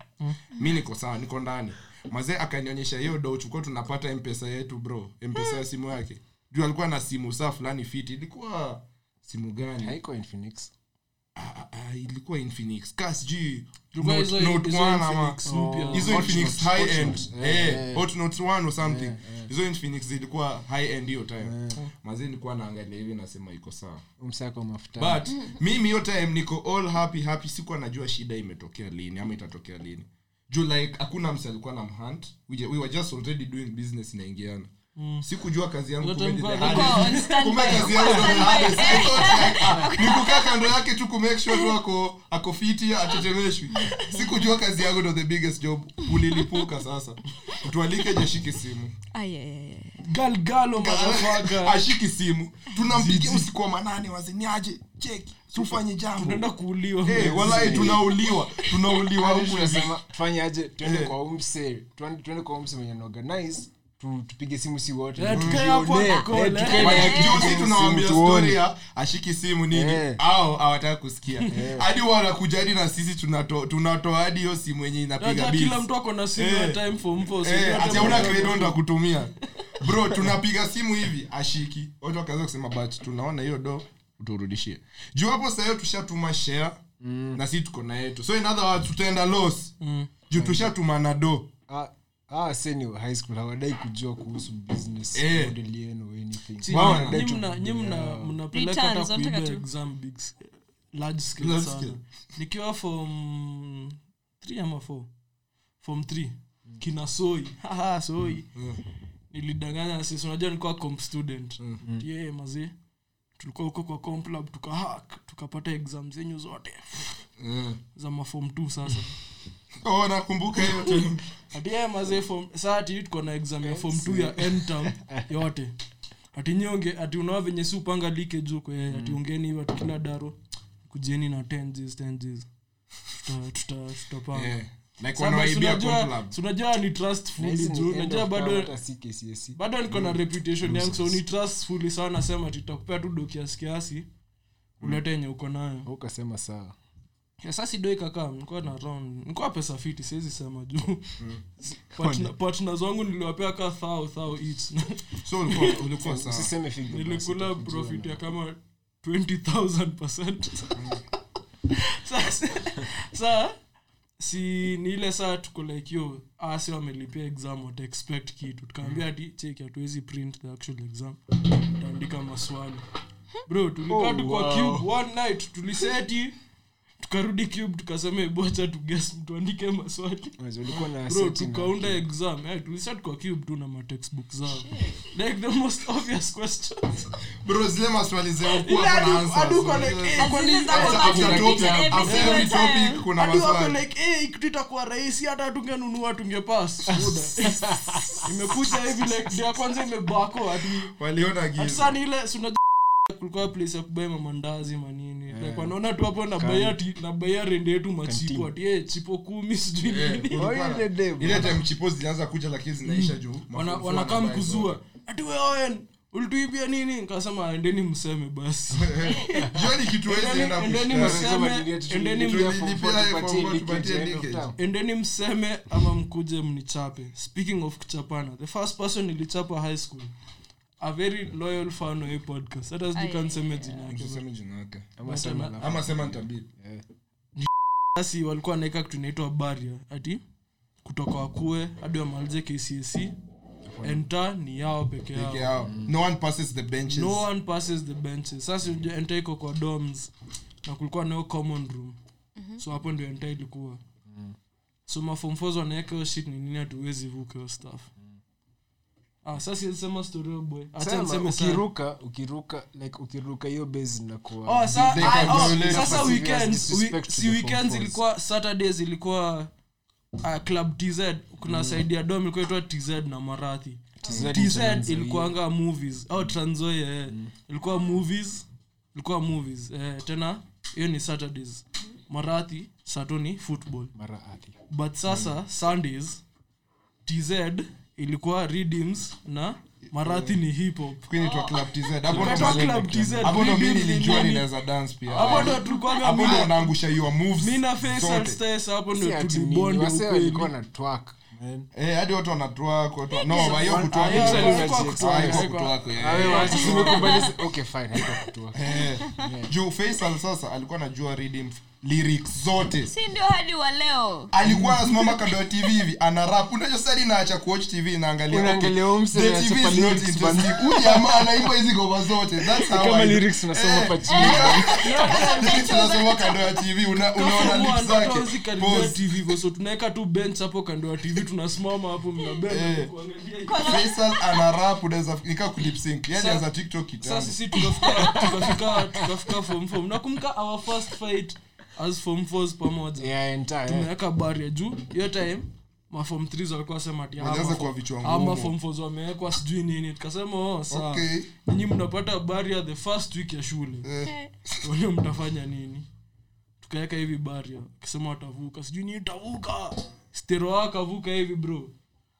Speaker 2: mi niko sawa niko ndani mazee akanionyesha hiyo do chukua tunapata mpesa yetu bro mpesa ya simu yake juu alikuwa na simu saa fulani fiti ilikuwa simu gani
Speaker 5: haiko in Phoenix.
Speaker 2: Ah, ah, ilikuwa infinix ka sijui
Speaker 3: Ilikuwa
Speaker 2: Note-
Speaker 3: hizo-
Speaker 2: Note
Speaker 3: hizo
Speaker 2: 1
Speaker 3: Infinix
Speaker 2: ama-
Speaker 3: mpya.
Speaker 2: hizo
Speaker 5: Hot
Speaker 2: infinix
Speaker 5: Note,
Speaker 2: high
Speaker 5: Hot
Speaker 2: end
Speaker 5: Note.
Speaker 2: Eh,
Speaker 5: Eh,
Speaker 2: Hot Note 1 or something hizo infinix zilikuwa high end hiyo time mazee nilikuwa naangalia hivi nasema iko sawa
Speaker 5: umsako mafuta
Speaker 2: but mimi hiyo time niko all happy happy sikuwa najua shida imetokea lini ama itatokea lini juu like hakuna mse alikuwa na mhunt we, ju- we were just already doing business inaingiana Mm. sikujua kazi yangu
Speaker 3: Yote
Speaker 2: kumbe ni the
Speaker 3: mko-
Speaker 2: hardest.
Speaker 6: mko on standby.
Speaker 2: Kumbe kazi yangu ni the hardest. I thought like, ah, ni kukaa kando yake tu kumake sure tu ako ako fiti atetemeshwi sikujua kazi yangu ndo the biggest job ulilipuka sasa tualike jashiki simu
Speaker 6: Ah, yeah, yeah, yeah.
Speaker 3: Girl, girl, oh, motherfucker.
Speaker 2: ashiki simu tunampigia usiku wa manane waziniaje cheki tufanye jambo
Speaker 3: Tunaenda kuuliwa.
Speaker 2: Eh, walai tunauliwa tunauliwa huku
Speaker 5: unasema fanyaje tuende
Speaker 2: Eh.
Speaker 5: kwa umse tuende tuende kwa umse mwenye naorganize tu, tupige simu si wote
Speaker 3: Eh, tukae
Speaker 5: Tujione.
Speaker 3: hapo
Speaker 5: Eh,
Speaker 3: call, eh.
Speaker 5: tukae
Speaker 2: Wale,
Speaker 5: hapo
Speaker 2: juzi
Speaker 5: simu
Speaker 2: tunawambia
Speaker 5: tuone.
Speaker 2: stori ya ashiki simu nini
Speaker 5: Eh.
Speaker 2: au hawataka kusikia hadi wanakuja hadi na sisi tunato- tunatoa hadi hiyo simu yenye inapiga
Speaker 3: Hata
Speaker 2: bills.
Speaker 3: kila mtu ako na simu
Speaker 2: Eh.
Speaker 3: ya time form four, so
Speaker 2: Eh,
Speaker 3: hata
Speaker 2: ati hauna
Speaker 3: mtu-
Speaker 2: credit ndo akutumia bro tunapiga simu hivi ashiki watu wakaanza kusema but tunaona hiyo do uturudishie juu hapo sahiyo tushatuma share na si tuko na yetu so in other words tutaenda los
Speaker 3: Mm.
Speaker 2: juu tushatuma na do
Speaker 5: Ah, ah, senior high school hawadai kujua kuhusu business
Speaker 2: Eh.
Speaker 5: model yenu or anything
Speaker 2: Si,
Speaker 5: Wao
Speaker 2: nyinyi
Speaker 5: wanadai
Speaker 3: Nyinyi
Speaker 5: tu-
Speaker 3: mna- nyinyi mna- mnapeleka
Speaker 6: Returns,
Speaker 3: hata kuiba
Speaker 6: wanataka tu-
Speaker 3: exam big s- large scale
Speaker 2: Large
Speaker 3: sana.
Speaker 2: scale.
Speaker 3: nikiwa form three ama four form three kina soi Haha, soi nilidanganya sisi unajua nilikuwa comp student
Speaker 2: Mm-hmm.
Speaker 3: ye mazee tulikuwa huko kwa comp lab tukahack tukapata exam zenyu zote za mafom t sasa
Speaker 2: oh nakumbuka hiyo time.
Speaker 3: ati yeye mazee form saa ati tuko na exam ya form 2 ya entam yote ati nyonge ati unawa venye si upanga like juko eh, ati ungeni hivi ati kila daro kujeni na 10 jis 10 jis tuta tuta tutapanga
Speaker 2: Eh, like
Speaker 3: Sasa basi
Speaker 2: wanawaibia
Speaker 3: unajua-
Speaker 2: club
Speaker 3: si unajua ni trustfully
Speaker 5: Hizi ni
Speaker 3: juu
Speaker 5: end
Speaker 3: najua
Speaker 5: of term, Mm.
Speaker 3: bado
Speaker 5: hata si KCSE.
Speaker 3: bado niko na reputation yangu so ni trustfully sana nasema ati tutakupea tu do kiasi kiasi
Speaker 5: Mm.
Speaker 3: ulete yenye uko nayo
Speaker 5: Wewe ukasema sawa
Speaker 3: Ya, sasa si do ikakaa nikuwa na round nikuwa pesa fiti siwezi sema juu Partner- partners wangu niliwapea ka thao thao each
Speaker 2: so ulikuwa ulikuwa sawa
Speaker 5: usiseme figure basi,
Speaker 3: nilikula
Speaker 5: utajua
Speaker 3: profit
Speaker 5: na-
Speaker 3: ya kama 20000 sasa saa si ni ile saa tuko like yo asi wamelipia exam wataexpect kitu tukaambia ati cheki hatuwezi print the actual exam taandika maswali bro tulikaa tu kwa cube one night tuliseti tukarudi cube tukasema "Hebu acha tuges tuandike maswali
Speaker 5: Unajua, ulikuwa na
Speaker 3: bro
Speaker 5: setting
Speaker 3: tukaunda exam eh, tuliseti kwa cube tu na matextbook zao like the most obvious questions
Speaker 2: bro zile maswali zimekuwa
Speaker 3: Ila
Speaker 2: kuna
Speaker 3: adu-
Speaker 2: answers.
Speaker 3: adu kwa like, eh,
Speaker 2: After-
Speaker 3: kwa
Speaker 6: Zile
Speaker 3: nini-
Speaker 6: za
Speaker 3: after-
Speaker 6: mabati
Speaker 2: after
Speaker 6: na
Speaker 2: topic,
Speaker 6: kitchen every
Speaker 2: after
Speaker 6: single
Speaker 2: every
Speaker 6: time.
Speaker 2: topic kuna
Speaker 3: Hadi wako
Speaker 2: maswali
Speaker 3: like hey, kitu itakuwa rahisi hata tungenunua tungepas imekuja hivi like ndio ya kwanza imebako hadi
Speaker 2: waliona
Speaker 3: hadi
Speaker 2: giza
Speaker 3: saa ni ile si unajua kulikuwa place ya kubai mamandazi manini
Speaker 2: Eh.
Speaker 3: like wanaona tu hapo nabaya ati nabaya rende yetu machipo ati eh, chipo kumi sijui
Speaker 2: Eh,
Speaker 3: nini
Speaker 2: kulikuwa na-
Speaker 5: Oh, ile demo.
Speaker 2: ile time chipo zilianza kuja lakini zinaisha juu
Speaker 3: Wana-
Speaker 2: Mafufu
Speaker 3: wanakaa
Speaker 2: wanabuy
Speaker 3: mkuzua
Speaker 2: zote.
Speaker 3: ati we Owen ulituibia nini nikasema endeni mseme basi
Speaker 2: jioni kitu hawezi
Speaker 3: Endeni-
Speaker 2: enda Eh,
Speaker 3: endeni
Speaker 2: kushika.
Speaker 3: mseme. endeni
Speaker 5: Tulilipia form
Speaker 2: mlipia
Speaker 5: four,
Speaker 2: form
Speaker 5: tupatie
Speaker 2: four,
Speaker 5: leakage
Speaker 2: tupatie
Speaker 5: end of
Speaker 2: leakage.
Speaker 5: term.
Speaker 3: endeni mseme ama mkuje mnichape speaking of kuchapana the first person nilichapa high school a very loyal fan of hii podcast hata sijui kama niseme jina yake
Speaker 2: Usiseme jina yake.
Speaker 5: Ama sema la-
Speaker 2: ama sema nitabidi
Speaker 3: basi walikuwa wanaweka kitu inaitwa barrier ati kutoka wakue hadi wamalize kcse enta E. ni yao peke
Speaker 2: Peke
Speaker 3: yao
Speaker 2: yao.
Speaker 5: Mm.
Speaker 2: no one passes the benches
Speaker 3: no one passes the benches sasa unajua enta iko kwa doms na kulikuwa nao common room so hapo ndio enta ilikuwa so mafomfozo wanaweka hiyo shit ni nini hatuwezi vuka hiyo staff ah sasa siwezi sema story hiyo boy acha
Speaker 5: Sema,
Speaker 3: niseme sana
Speaker 5: ukiruka ukiruka like ukiruka hiyo base inakuwa
Speaker 3: Oh, sa-
Speaker 2: They
Speaker 3: ah,
Speaker 2: can
Speaker 3: oh,
Speaker 2: violate
Speaker 3: sasa
Speaker 5: us.
Speaker 3: weekends
Speaker 5: Serious
Speaker 3: we,
Speaker 5: disrespect to
Speaker 3: si
Speaker 5: the
Speaker 3: weekends
Speaker 5: Fomfos.
Speaker 3: ilikuwa saturdays ilikuwa uh, club tz
Speaker 2: Mm.
Speaker 3: kuna side ya dom ilikuwa itwa tz na marathi tz ilikuanga movies au tranzoia
Speaker 2: Mm.
Speaker 3: eh. ilikuwa movies ilikuwa movies eh, tena hiyo ni saturdays marathi sato ni football
Speaker 5: maraadhi
Speaker 3: but sasa
Speaker 2: Mm.
Speaker 3: sundays tz ilikuwa redeems na marathi ni hip hop
Speaker 2: kuinitwa club tz hapo ndo
Speaker 3: Kutoa
Speaker 2: malenge.
Speaker 3: Club TZ,
Speaker 2: hapo ndo mi
Speaker 3: mimi
Speaker 2: nilijua
Speaker 3: nini?
Speaker 2: ninaweza dance pia
Speaker 3: hapo ndo tulikuwaga
Speaker 2: hapo ndo
Speaker 3: mi-
Speaker 2: unaangusha your moves
Speaker 3: mi na Faisal
Speaker 2: zote.
Speaker 3: Stace, hapo
Speaker 5: Si
Speaker 3: ndo
Speaker 5: ati nini,
Speaker 3: tulibondi
Speaker 5: wasee walikuwa
Speaker 3: ukweli
Speaker 5: na twerk, man.
Speaker 2: Eh, hadi watu wanatwak watu no ba hiyo
Speaker 5: Ah, hiyo
Speaker 3: Actually,
Speaker 5: walikuwa
Speaker 3: walikuwa
Speaker 5: kutwerk.
Speaker 3: kutwerk.
Speaker 5: Ah,
Speaker 2: kutwako
Speaker 5: wewe wacha simekubali si- okay, fine, haikuwa kutwerk.
Speaker 2: juu faisal sasa alikuwa anajua reading lyrics zote
Speaker 6: si ndio hadi wa leo
Speaker 2: alikuwa anasimama kando ya tv hivi ana rap unajua sasa naacha kuwatch tv naangalia
Speaker 5: Unaangalia huyu msee
Speaker 2: The TV
Speaker 5: anachapa
Speaker 2: is not
Speaker 5: lyrics
Speaker 2: interesting.
Speaker 5: bana.
Speaker 2: Huyu jamaa anaimba hizi ngoma zote that's how
Speaker 5: Kama
Speaker 2: I-
Speaker 5: lyrics unasoma
Speaker 2: Eh,
Speaker 5: hapa chini.
Speaker 2: lyrics unasoma kando ya tv una- unaona
Speaker 3: Kama
Speaker 2: lips
Speaker 3: watoto
Speaker 2: zake
Speaker 3: wazikaribia
Speaker 2: Pause.
Speaker 3: tv hivyo, so tunaweka tu bench hapo kando ya tv tunasimama hapo mnabenda
Speaker 2: Eh.
Speaker 3: kuangalia
Speaker 2: faisal ana rap unaweza nikaa kulipsink yani
Speaker 3: Sa-
Speaker 2: anza Yaani tiktok kitambo
Speaker 3: sasa sisi tukafika tukafika tukafika form four nakumbuka our first fight as form fours
Speaker 2: Eh.
Speaker 3: pamoja
Speaker 5: Yeah, entire, yeah.
Speaker 3: tumeweka baria juu hiyo time mafom th walikuwa sema ati
Speaker 2: Walianza
Speaker 3: ama
Speaker 2: kwa
Speaker 3: form-
Speaker 2: vichwa ngumu.
Speaker 3: ama form fours wamewekwa sijui nini tukasema oh, sawa
Speaker 2: Okay.
Speaker 3: ninyi mnapata baria the first week ya shule wale mtafanya nini tukaweka hivi baria akisema watavuka sijui nini tavuka stero akavuka hivi bro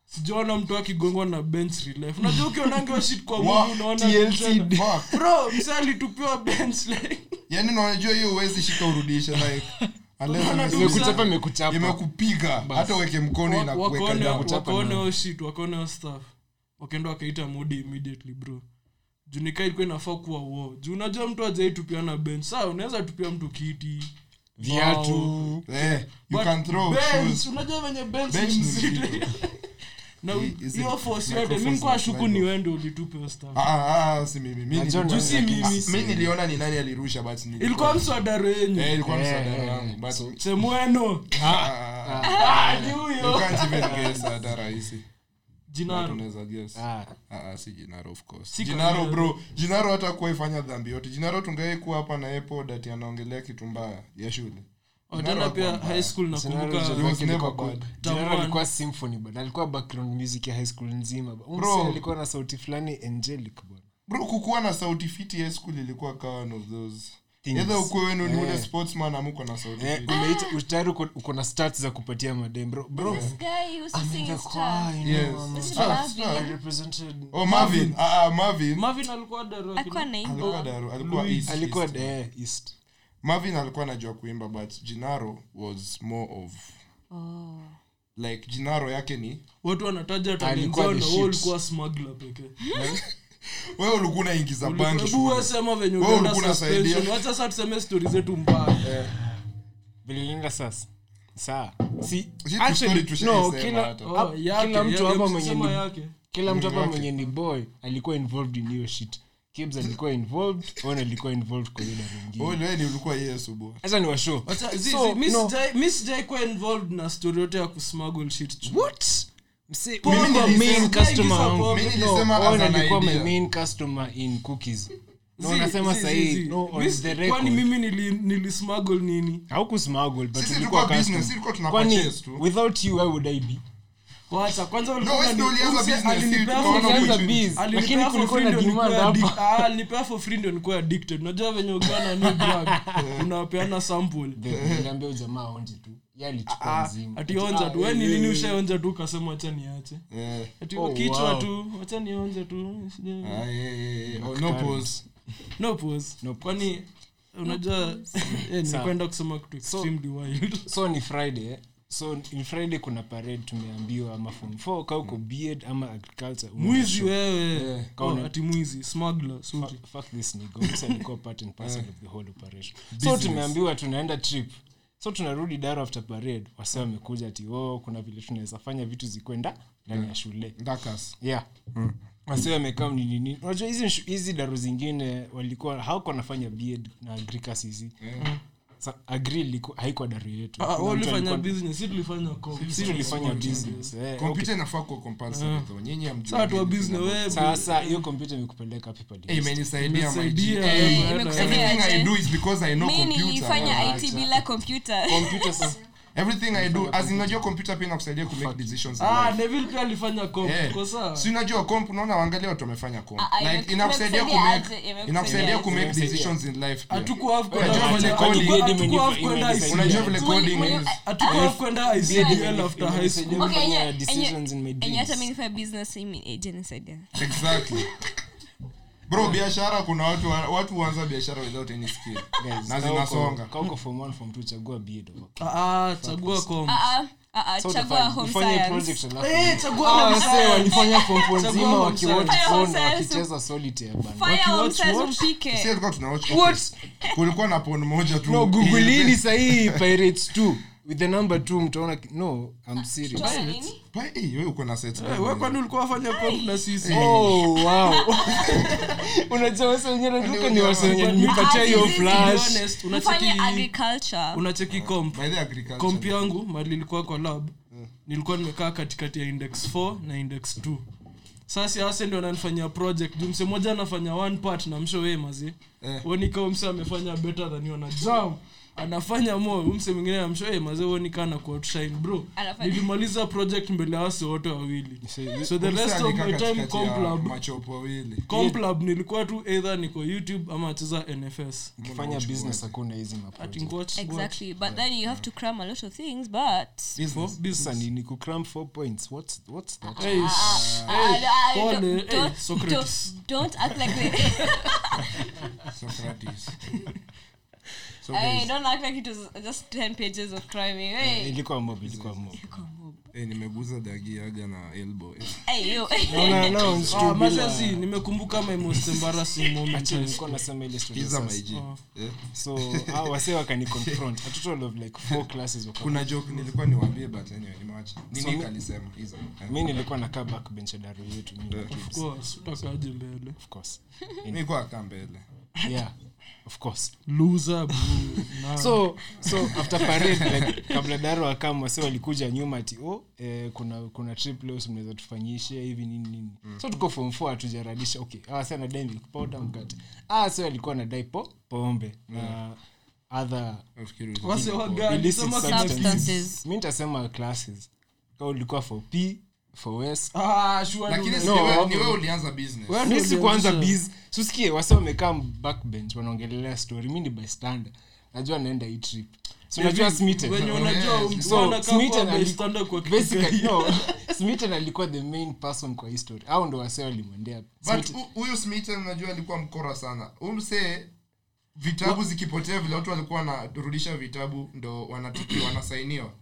Speaker 3: sijaona mtu akigongwa na bench relief unajua ukionangewa shit kwa
Speaker 2: Wa-
Speaker 3: mungu unaona
Speaker 2: TLC,
Speaker 3: tena
Speaker 2: fuck.
Speaker 3: bro msee alitupiwa bench like
Speaker 2: yani unajua hiyo uwezi shika urudisha like unless
Speaker 3: Unaona
Speaker 2: unasema-
Speaker 3: tu
Speaker 5: Imekuchapa, imekuchapa.
Speaker 2: imekupiga hata uweke mkono
Speaker 3: Wa-
Speaker 2: inakuweka
Speaker 3: wakaone-
Speaker 2: down.
Speaker 5: kuchapa
Speaker 3: wakaone
Speaker 5: nayo.
Speaker 3: hiyo shit wakaone hiyo stuff wakaenda wakaita modi immediately bro junika ilikuwa inafaa kuwa wo juu unajua mtu ajai tupiana bench saa unaweza tupia mtu kiti
Speaker 5: Viatu.
Speaker 2: Eh, you
Speaker 3: But
Speaker 2: can throw
Speaker 3: bench,
Speaker 2: shoes.
Speaker 3: unajua venye bench
Speaker 2: Bench
Speaker 3: ni
Speaker 2: ni
Speaker 3: mzito.
Speaker 2: mzito.
Speaker 3: na
Speaker 2: Hii is
Speaker 3: hiyo
Speaker 2: it-
Speaker 3: force yote
Speaker 2: microphones
Speaker 3: mi nikuwa
Speaker 2: na
Speaker 3: shuku
Speaker 2: slide
Speaker 3: ni
Speaker 2: off.
Speaker 3: wende ulitupe hiyo stuff
Speaker 2: Ah, ah, ah, si mimi. Mi
Speaker 5: Najua
Speaker 2: nili-
Speaker 5: ni-
Speaker 3: si mimi.
Speaker 2: Ah, mi niliona ni nani alirusha but nili-
Speaker 3: ilikuwa mswadaro
Speaker 2: Eh,
Speaker 3: yenyu
Speaker 2: ilikuwa
Speaker 5: Eh,
Speaker 2: msadara
Speaker 5: eh,
Speaker 2: wangu, but-
Speaker 3: semweno
Speaker 2: Ah, ah,
Speaker 3: Ah, ni
Speaker 2: you
Speaker 3: huyo
Speaker 2: can't even guess hata rahisi. But
Speaker 3: jinaro
Speaker 2: unaweza guess.
Speaker 5: Ah,
Speaker 2: Ah, ah, si Jinaro, of course.
Speaker 3: Si
Speaker 2: Jinaro,
Speaker 3: Kamara.
Speaker 2: bro jinaro hata kuwa ifanya dhambi yote jinaro tungai kuwa hapa na airpod ati anaongelea kitu mbaya ya shule
Speaker 3: wataenda Oh, pia high school
Speaker 5: scenario
Speaker 3: nakumbuka
Speaker 5: zake
Speaker 2: was never
Speaker 5: ilikuwa
Speaker 2: good.
Speaker 5: good.
Speaker 3: Tamu
Speaker 5: General
Speaker 3: one.
Speaker 5: alikuwa symphony bana alikuwa background music ya high school nzima ba. Huyu
Speaker 2: Bro.
Speaker 5: msee alikuwa na sauti fulani angelic bana
Speaker 2: bro kukuwa na sauti fiti ya school ilikuwa kawa one of those
Speaker 5: Things.
Speaker 2: edha ukuwe wenu ni ule
Speaker 5: Eh.
Speaker 2: sportsman amuko na sauti
Speaker 5: Eh,
Speaker 2: fiti
Speaker 5: umeita- utayari uko- uko na stats za kupatia madem bro bro
Speaker 6: this guy who's singing
Speaker 5: the
Speaker 6: star
Speaker 5: choir, you
Speaker 2: Yes.
Speaker 5: know, I'm
Speaker 6: Mr.
Speaker 2: Ah,
Speaker 6: Marvin.
Speaker 2: sawa.
Speaker 5: represented-
Speaker 2: oh marvin ah, ah, marvin
Speaker 3: mavin alikuwa daro
Speaker 6: alikuwa naimba
Speaker 2: alikuwa daru alikuwa east,
Speaker 5: alikuwa
Speaker 2: east.
Speaker 5: eh, east
Speaker 2: marvin alikuwa anajua kuimba but jinaro was more of like jinaro yake ni
Speaker 3: watu wanataja
Speaker 5: Alikuwa
Speaker 3: talenzao
Speaker 5: the
Speaker 3: na
Speaker 5: shit.
Speaker 3: wewe ulikuwa smuggler pekee
Speaker 2: wewe ulikuwa unaingiza bangi
Speaker 3: Hebu wewe sema venye
Speaker 2: Wewe
Speaker 3: ulienda
Speaker 2: ulikuwa Eh. unasaidia.
Speaker 3: suspension wacha sasa tuseme stori zetu mbaya
Speaker 5: vilienda sasa saa si
Speaker 2: Shit,
Speaker 5: actually,
Speaker 2: story tushaisema
Speaker 5: no, kila,
Speaker 2: hata.
Speaker 5: ap-
Speaker 3: Oh, yake,
Speaker 5: kila mtu
Speaker 3: yake,
Speaker 5: hapa mwenye
Speaker 3: tusema
Speaker 5: ni,
Speaker 3: yake
Speaker 5: kila mtu hapa
Speaker 2: Yake.
Speaker 5: mwenye ni boy alikuwa involved in hiyo shit Kibz alikuwa involved on alikuwa involved kwa yule
Speaker 2: Wewe
Speaker 5: mwingine
Speaker 2: wewe ni ulikuwa yesu bwana
Speaker 5: sasa ni washow
Speaker 3: Wacha- zi-
Speaker 5: So,
Speaker 3: zi- mi
Speaker 5: no.
Speaker 3: sijai- mi sijai kuwa involved na story yote ya kusmuggle shit juu.
Speaker 5: what Mse-
Speaker 3: Mimi
Speaker 5: mimi ndio
Speaker 2: nilisema-
Speaker 5: main customer
Speaker 3: Mimi
Speaker 5: wangu.
Speaker 2: nilisema
Speaker 5: No,
Speaker 2: as
Speaker 5: Owen
Speaker 2: an
Speaker 5: alikuwa my
Speaker 2: idea.
Speaker 5: main customer in cookies no
Speaker 3: Zi-
Speaker 5: nasema
Speaker 3: zi- zi-
Speaker 5: sahii
Speaker 3: zi.
Speaker 5: no on
Speaker 3: Mi-
Speaker 5: the
Speaker 3: kwani
Speaker 5: record
Speaker 3: mimi nili- nilismuggle nini
Speaker 5: haukusmuggle but
Speaker 2: Sisi tulikuwa
Speaker 5: ulikuwa
Speaker 2: business,
Speaker 5: customer.
Speaker 2: sisi tulikuwa tuna
Speaker 5: Kwani
Speaker 2: purchase tu.
Speaker 5: without you why would i be
Speaker 3: wacha kwanza
Speaker 2: No,
Speaker 3: ulikuwa
Speaker 2: wewe
Speaker 3: unani-
Speaker 2: ndio ulianza
Speaker 3: Mse,
Speaker 2: business,
Speaker 3: alinipea
Speaker 2: tukaona
Speaker 3: for-
Speaker 5: Tulianza
Speaker 2: opportunity.
Speaker 5: biz, lakini
Speaker 3: alinipea for
Speaker 5: kulikuwa
Speaker 3: free
Speaker 5: na
Speaker 3: ndio nilikuwa
Speaker 5: demand
Speaker 3: addic-
Speaker 5: hapa.
Speaker 3: Ah, alinipea for free ndio nilikuwa addicted unajua venye ukiwa na new drug unapeana sample
Speaker 5: niliambia huyu jamaa aonje tu Yeye
Speaker 2: Ah,
Speaker 5: alichukua Ah, mzima
Speaker 3: ati onja tu we ni lini ushaonja tu ukasema wacha niache
Speaker 2: eh
Speaker 3: ati
Speaker 5: Oh,
Speaker 3: kichwa
Speaker 5: wow.
Speaker 3: tu wacha nionje tu sijui-
Speaker 2: ah, eh, eh,
Speaker 3: Mm,
Speaker 2: eh. Oh, no pause
Speaker 3: no pause
Speaker 5: No pause.
Speaker 3: kwani unajua eh, nilikwenda kusema kitu
Speaker 5: So-
Speaker 3: extremely wild
Speaker 5: so ni friday eh? so ni friday kuna parade tumeambiwa ama form 4 kauko beard ama agriculture una
Speaker 3: mwizi
Speaker 5: show.
Speaker 3: wewe
Speaker 5: kaona.
Speaker 3: oh, ati mwizi smuggler sorry
Speaker 5: Fuck- fuck this nigga Msa alikuwa part and parcel of the whole operation so tumeambiwa tunaenda trip so tunarudi dar after parade wase wamekuja ati oh, kuna vile tunaweza fanya vitu zikwenda ndani ya shule
Speaker 3: Eh,
Speaker 2: ndakas
Speaker 5: yeah
Speaker 3: Mm.
Speaker 5: wase wamekaa mninini unajua hizi nshu- hizi daru zingine walikuwa hawako wanafanya bed na agrikas hizi Sa- agri iliku- haikuwa daru yetu
Speaker 3: Ah,
Speaker 5: Kuna
Speaker 3: wewe
Speaker 5: mtu
Speaker 3: ulifanya
Speaker 5: alikuwa-
Speaker 3: business si tulifanya co-
Speaker 5: si tulifanya business eh, okay.
Speaker 2: kompyuta inafaa kuwa compulsory though nyinyi
Speaker 3: Mm. Sasa watu wa
Speaker 2: hamjui
Speaker 3: business wewe
Speaker 5: sasa hiyo kompyuta imekupeleka pipa
Speaker 2: Eh, imenisaidia my
Speaker 3: Imesaidia,
Speaker 2: G.
Speaker 3: eh,
Speaker 2: Eh,
Speaker 6: imekusaidia
Speaker 2: everything
Speaker 6: aje.
Speaker 2: i do is because i know
Speaker 6: mi
Speaker 2: computer
Speaker 6: nilifanya
Speaker 2: bwana,
Speaker 6: it
Speaker 2: acha.
Speaker 6: bila kompyuta
Speaker 5: kompyuta sasa
Speaker 2: everything i do as in najua computer pia inakusaidia kumake decisions in
Speaker 3: ah,
Speaker 2: life.
Speaker 3: neville pia alifanya comp,
Speaker 2: Yeah.
Speaker 3: uko sawa?
Speaker 2: si unajua comp unaona waangalia watu wamefanya comp
Speaker 6: Ah, ah,
Speaker 2: like
Speaker 6: imeku-
Speaker 2: inakusaidia
Speaker 6: imekusaidia
Speaker 2: kumake-
Speaker 6: aje, imekusaidia
Speaker 2: inakusaidia
Speaker 6: aje.
Speaker 2: kumake decisions in life pia.
Speaker 3: Hatuku half kwenda-
Speaker 2: Unajua vile
Speaker 3: hatuku-
Speaker 2: coding-
Speaker 3: hatuku
Speaker 5: Imeni-
Speaker 3: half kwenda
Speaker 5: imeni-
Speaker 3: ICDL.
Speaker 2: unajua vile
Speaker 6: Mwenye-
Speaker 2: coding
Speaker 6: mwenye-
Speaker 2: is
Speaker 3: Hatuku half kwenda ICDL after high school.
Speaker 6: Okay,
Speaker 5: Kufanya
Speaker 6: yenye-
Speaker 5: decisions in my
Speaker 6: yenye-
Speaker 5: dreams.
Speaker 6: yenye hata mi nifanya business hii mi- eh, jenisaidia.
Speaker 2: exactly bro biashara kuna watu wa- watu huanza biashara without any skill
Speaker 5: Guys,
Speaker 2: na
Speaker 5: kauko-
Speaker 2: zinasonga
Speaker 5: kauko form one, form two, chagua B Ed, okay.
Speaker 3: Ah, ah, chagua comp.
Speaker 6: Ah, ah, ah, ah,
Speaker 5: So
Speaker 6: chagua
Speaker 5: utafanya-
Speaker 6: home
Speaker 5: ufanye
Speaker 6: science.
Speaker 5: project alafu-
Speaker 3: Eh, chagua
Speaker 5: Ah,
Speaker 3: comp.
Speaker 5: wasee walifanya form four
Speaker 3: Chagua
Speaker 5: nzima
Speaker 3: home
Speaker 5: wakiwa
Speaker 3: science.
Speaker 5: on phone,
Speaker 6: Home science.
Speaker 5: wakicheza solitaire bana.
Speaker 6: Fire
Speaker 3: What,
Speaker 6: home
Speaker 3: what,
Speaker 6: science
Speaker 3: what?
Speaker 6: umpike.
Speaker 2: Sisi tulikuwa tunawatch
Speaker 5: What?
Speaker 2: office. kulikuwa na pon moja tu
Speaker 5: No, gugulini sahii pirates t with the number t mtaona ki- no
Speaker 3: Ah,
Speaker 5: I'm serious.
Speaker 6: Sasa nini?
Speaker 2: Pa- eh, wewe uko na sets
Speaker 3: Eh, wewe kwani ulikuwa wafanya comp na sisi?
Speaker 5: Oh, wow. unajua wase wenyewe naruka ni wase wenye nimepatia hiyo
Speaker 6: Ah, this is
Speaker 3: To be
Speaker 5: flash
Speaker 3: honest,
Speaker 6: Mfanye
Speaker 3: unacheki
Speaker 6: agriculture.
Speaker 3: unacheki comp
Speaker 2: by the agriculture
Speaker 3: komp yangu mali ilikuwa kwa lab nilikuwa nimekaa katikati ya index 4 na index 2 sasa hasa ndio ananifanyia project juu mse moja anafanya one part na msho wee mazi
Speaker 2: Eh.
Speaker 3: wonikao mse amefanya better than you na jam anafanya more huyu mse mwingine amshoe mazee wonika anakuwa outshine bro
Speaker 6: Anafanya-
Speaker 3: nilimaliza project mbele ya wase wote wawili
Speaker 5: See,
Speaker 3: so the
Speaker 2: Sisi
Speaker 3: rest of
Speaker 2: alikaa
Speaker 3: my time
Speaker 2: katikati ya
Speaker 3: comp lab
Speaker 2: machopo wawili
Speaker 3: comp lab nilikuwa tu either niko youtube ama acheza nfs
Speaker 5: ukifanya business hakuna hizi
Speaker 3: ati
Speaker 5: maproject.
Speaker 3: ngoch
Speaker 6: Exactly, but then you have to cram a lot of things, but-
Speaker 2: Business.
Speaker 5: Sasa
Speaker 3: business
Speaker 5: ni- ni kucram four points what's, what's that Eh,
Speaker 3: Hey,
Speaker 6: Ah, ah,
Speaker 3: Paul,
Speaker 6: don't-
Speaker 3: eh,
Speaker 6: don't-
Speaker 3: Socrates.
Speaker 6: don't- don't act like the-
Speaker 2: Socrates. So
Speaker 3: Eh,
Speaker 6: Hey,
Speaker 2: guys,
Speaker 6: don't act like it was just 10 pages of cramming. Hey.
Speaker 5: ilikuwa mob ilikuwa mob
Speaker 2: eh, nimeguza dagi yaga na elbow Eh,
Speaker 6: Hey, yo.
Speaker 5: naona naona
Speaker 3: Ah,
Speaker 5: stupid
Speaker 3: mazazi nimekumbuka my most embarrassing moment in
Speaker 5: nilikuwa nasema ile story
Speaker 2: pizza
Speaker 5: sasa.
Speaker 2: my G.
Speaker 3: Oh,
Speaker 2: Eh,
Speaker 5: so hao wase wakani confront a total of like four classes waka
Speaker 2: kuna joke nilikuwa niwaambie but anyway nimewacha
Speaker 5: So
Speaker 2: nini
Speaker 5: mi-
Speaker 2: kalisema hizo Eh,
Speaker 5: mi nilikuwa nakaa back bench ya daru yetu mimi na
Speaker 2: Yeah.
Speaker 5: kids,
Speaker 3: course utakaje mbele
Speaker 5: of course
Speaker 2: mi kwa kaa mbele
Speaker 5: yeah of course
Speaker 3: loser bro na
Speaker 5: so so after parade like, kabla daro akam wase walikuja nyuma ati oh, eh, kuna kuna trip leo si mnaweza tufanyishia hivi nini nini
Speaker 2: Mm.
Speaker 5: so tuko form four hatujaradisha okay ah, sasa anadai milk powder mkate ah so alikuwa anadai po pombe na other
Speaker 2: nafikiri hizo.
Speaker 3: wase wa gani
Speaker 5: illicit
Speaker 3: sema
Speaker 5: substances
Speaker 6: Substances.
Speaker 5: mi nitasema classes ka ulikuwa for p for west
Speaker 3: ah sure
Speaker 2: lakini
Speaker 3: no.
Speaker 2: si
Speaker 5: No,
Speaker 2: wewe-
Speaker 5: hapo-
Speaker 2: ni wewe ulianza business
Speaker 3: Wewe
Speaker 5: mi
Speaker 3: ndio
Speaker 5: sikuanza
Speaker 3: ulianzisha.
Speaker 5: biz susikie wase wamekaa backbench wanaongelelea story mi ni bystander najua naenda hii trip so najua Smitten.
Speaker 3: wenye
Speaker 2: Yeah,
Speaker 3: unajua
Speaker 5: So,
Speaker 3: msichana
Speaker 5: Smitten
Speaker 3: kama
Speaker 5: ali-
Speaker 3: standard kwa
Speaker 5: basically, no, Smitten alikuwa the main person kwa hii story au ndo wase walimwendea
Speaker 2: but
Speaker 5: Smitten-
Speaker 2: hu- huyu smiten najua alikuwa mkora sana umsee vitabu zikipotea vile watu walikuwa wanarudisha vitabu ndo wanatuki wanasainiwa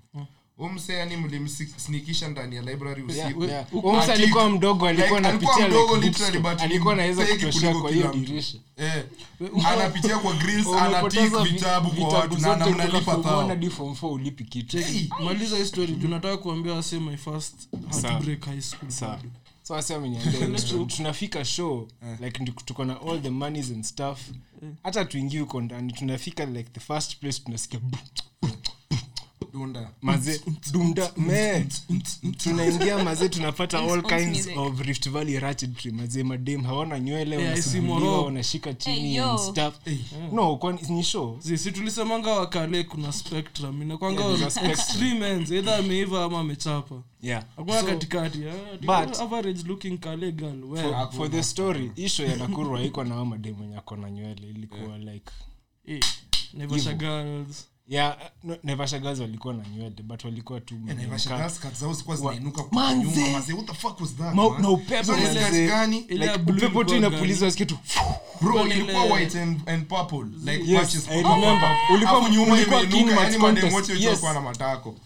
Speaker 5: Hmm.
Speaker 2: umsee yani mlimsnikisha ndani ya library
Speaker 5: Yeah,
Speaker 2: usiku
Speaker 5: yeah. Huyu mse alikuwa mdogo alikuwa
Speaker 2: Like, alikuwa
Speaker 5: anapitia
Speaker 2: mdogo
Speaker 5: like
Speaker 2: literally,
Speaker 5: bookstore.
Speaker 2: but
Speaker 5: alikuwa
Speaker 2: ni
Speaker 5: anaweza
Speaker 2: big
Speaker 5: kutoshea
Speaker 2: kuliko
Speaker 5: kwa hiyo
Speaker 2: kila mtu.
Speaker 5: dirisha
Speaker 2: Eh, anapitia kwa grills
Speaker 5: Wamepoteza
Speaker 2: anatik
Speaker 5: vi-
Speaker 2: vitabu kwa watu na
Speaker 5: zote kutoka
Speaker 2: mnalipa
Speaker 5: form one
Speaker 2: thao
Speaker 5: hadi form four ulipi kitu
Speaker 2: Hey,
Speaker 3: maliza hii story juu nataka kuambia wase my first heartbreak high school
Speaker 5: Sawa. so wase ameniambia hiyo story. tunafika show like ndi- tuko na all the monies and stuff hata tuingie huko ndani tunafika like the first place tunasikia bu-
Speaker 2: dunda
Speaker 5: maze dunda me tunaingia maze tunapata all
Speaker 6: It's- it's
Speaker 5: kinds
Speaker 6: music.
Speaker 5: of rift valley ratchetry maze madem hawana nywele
Speaker 3: Yeah, I see
Speaker 5: wanasuguliwa
Speaker 3: Moro.
Speaker 5: wanashika chini
Speaker 6: Hey, yo.
Speaker 5: and stuff no kwani ni show
Speaker 3: zisi tulisemanga wakale kuna spectrum inakwanga
Speaker 5: Yeah, kuna spectrum.
Speaker 3: extreme ends either ameiva ama amechapa
Speaker 5: yeah
Speaker 3: hakuna
Speaker 5: So,
Speaker 3: katikati eh,
Speaker 5: but-
Speaker 3: average looking kale girl well
Speaker 5: for, for the story isho ya nakuru haikuwa na hao madem wenye ako na nywele ilikuwa like
Speaker 3: Eh, Naivasha girls.
Speaker 5: yeah no, nevasha girls walikuwa na nywele but walikuwa tu
Speaker 2: Eh, Naivasha girls cut zao zilikuwa zinainuka kwa
Speaker 5: Manze.
Speaker 2: nyuma, manze, what the fuck was that,
Speaker 5: Ma-
Speaker 2: man?
Speaker 5: na upepo,
Speaker 2: Hizo ni
Speaker 5: manze.
Speaker 2: skirts gani?
Speaker 3: Ile
Speaker 5: like
Speaker 3: ya blue
Speaker 5: upepo tu
Speaker 3: ilikuwa
Speaker 5: inapulizwa kitu
Speaker 2: Bro,
Speaker 3: ile-
Speaker 2: ilikuwa white and- and purple, like
Speaker 5: yes
Speaker 2: patches
Speaker 5: i
Speaker 2: purple.
Speaker 5: remember
Speaker 2: Hapo
Speaker 5: ulikuwa
Speaker 2: nyuma
Speaker 5: ulikuwa king
Speaker 2: imeinuka,
Speaker 5: match
Speaker 2: yani madem
Speaker 5: contest
Speaker 2: wote
Speaker 5: yes
Speaker 2: walikuwa na matako.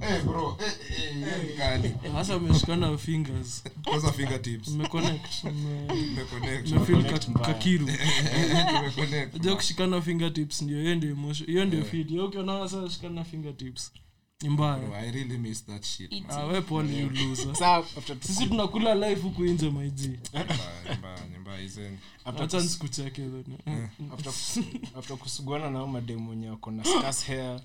Speaker 2: Eh, bro, eh, eh, eh, kali.
Speaker 3: Eh, hasa ameshikana fingers
Speaker 2: Those are fingertips.
Speaker 3: mmeconnect mme-
Speaker 2: Tumeconnect,
Speaker 3: mmefeel ka- kakiru
Speaker 2: tumeconnect.
Speaker 3: ja kushikana fingertips ndio hiyo ndio emotion hiyo ndio fit Yeye ukiona wasa kushikana fingertips ni
Speaker 2: Bro,
Speaker 3: mbaya
Speaker 2: I really miss that shit, man.
Speaker 3: Ah, we pole you loser
Speaker 5: Sasa, after tu-
Speaker 3: sisi tunakula life huku inje maiji
Speaker 2: Mbaya, mbaya, ni mbaya, izeni.
Speaker 5: after
Speaker 3: acha
Speaker 5: tu-
Speaker 3: nisikucheke then.
Speaker 5: Eh, after kus- after kusuguana na hao madem wenye wako na scarce hair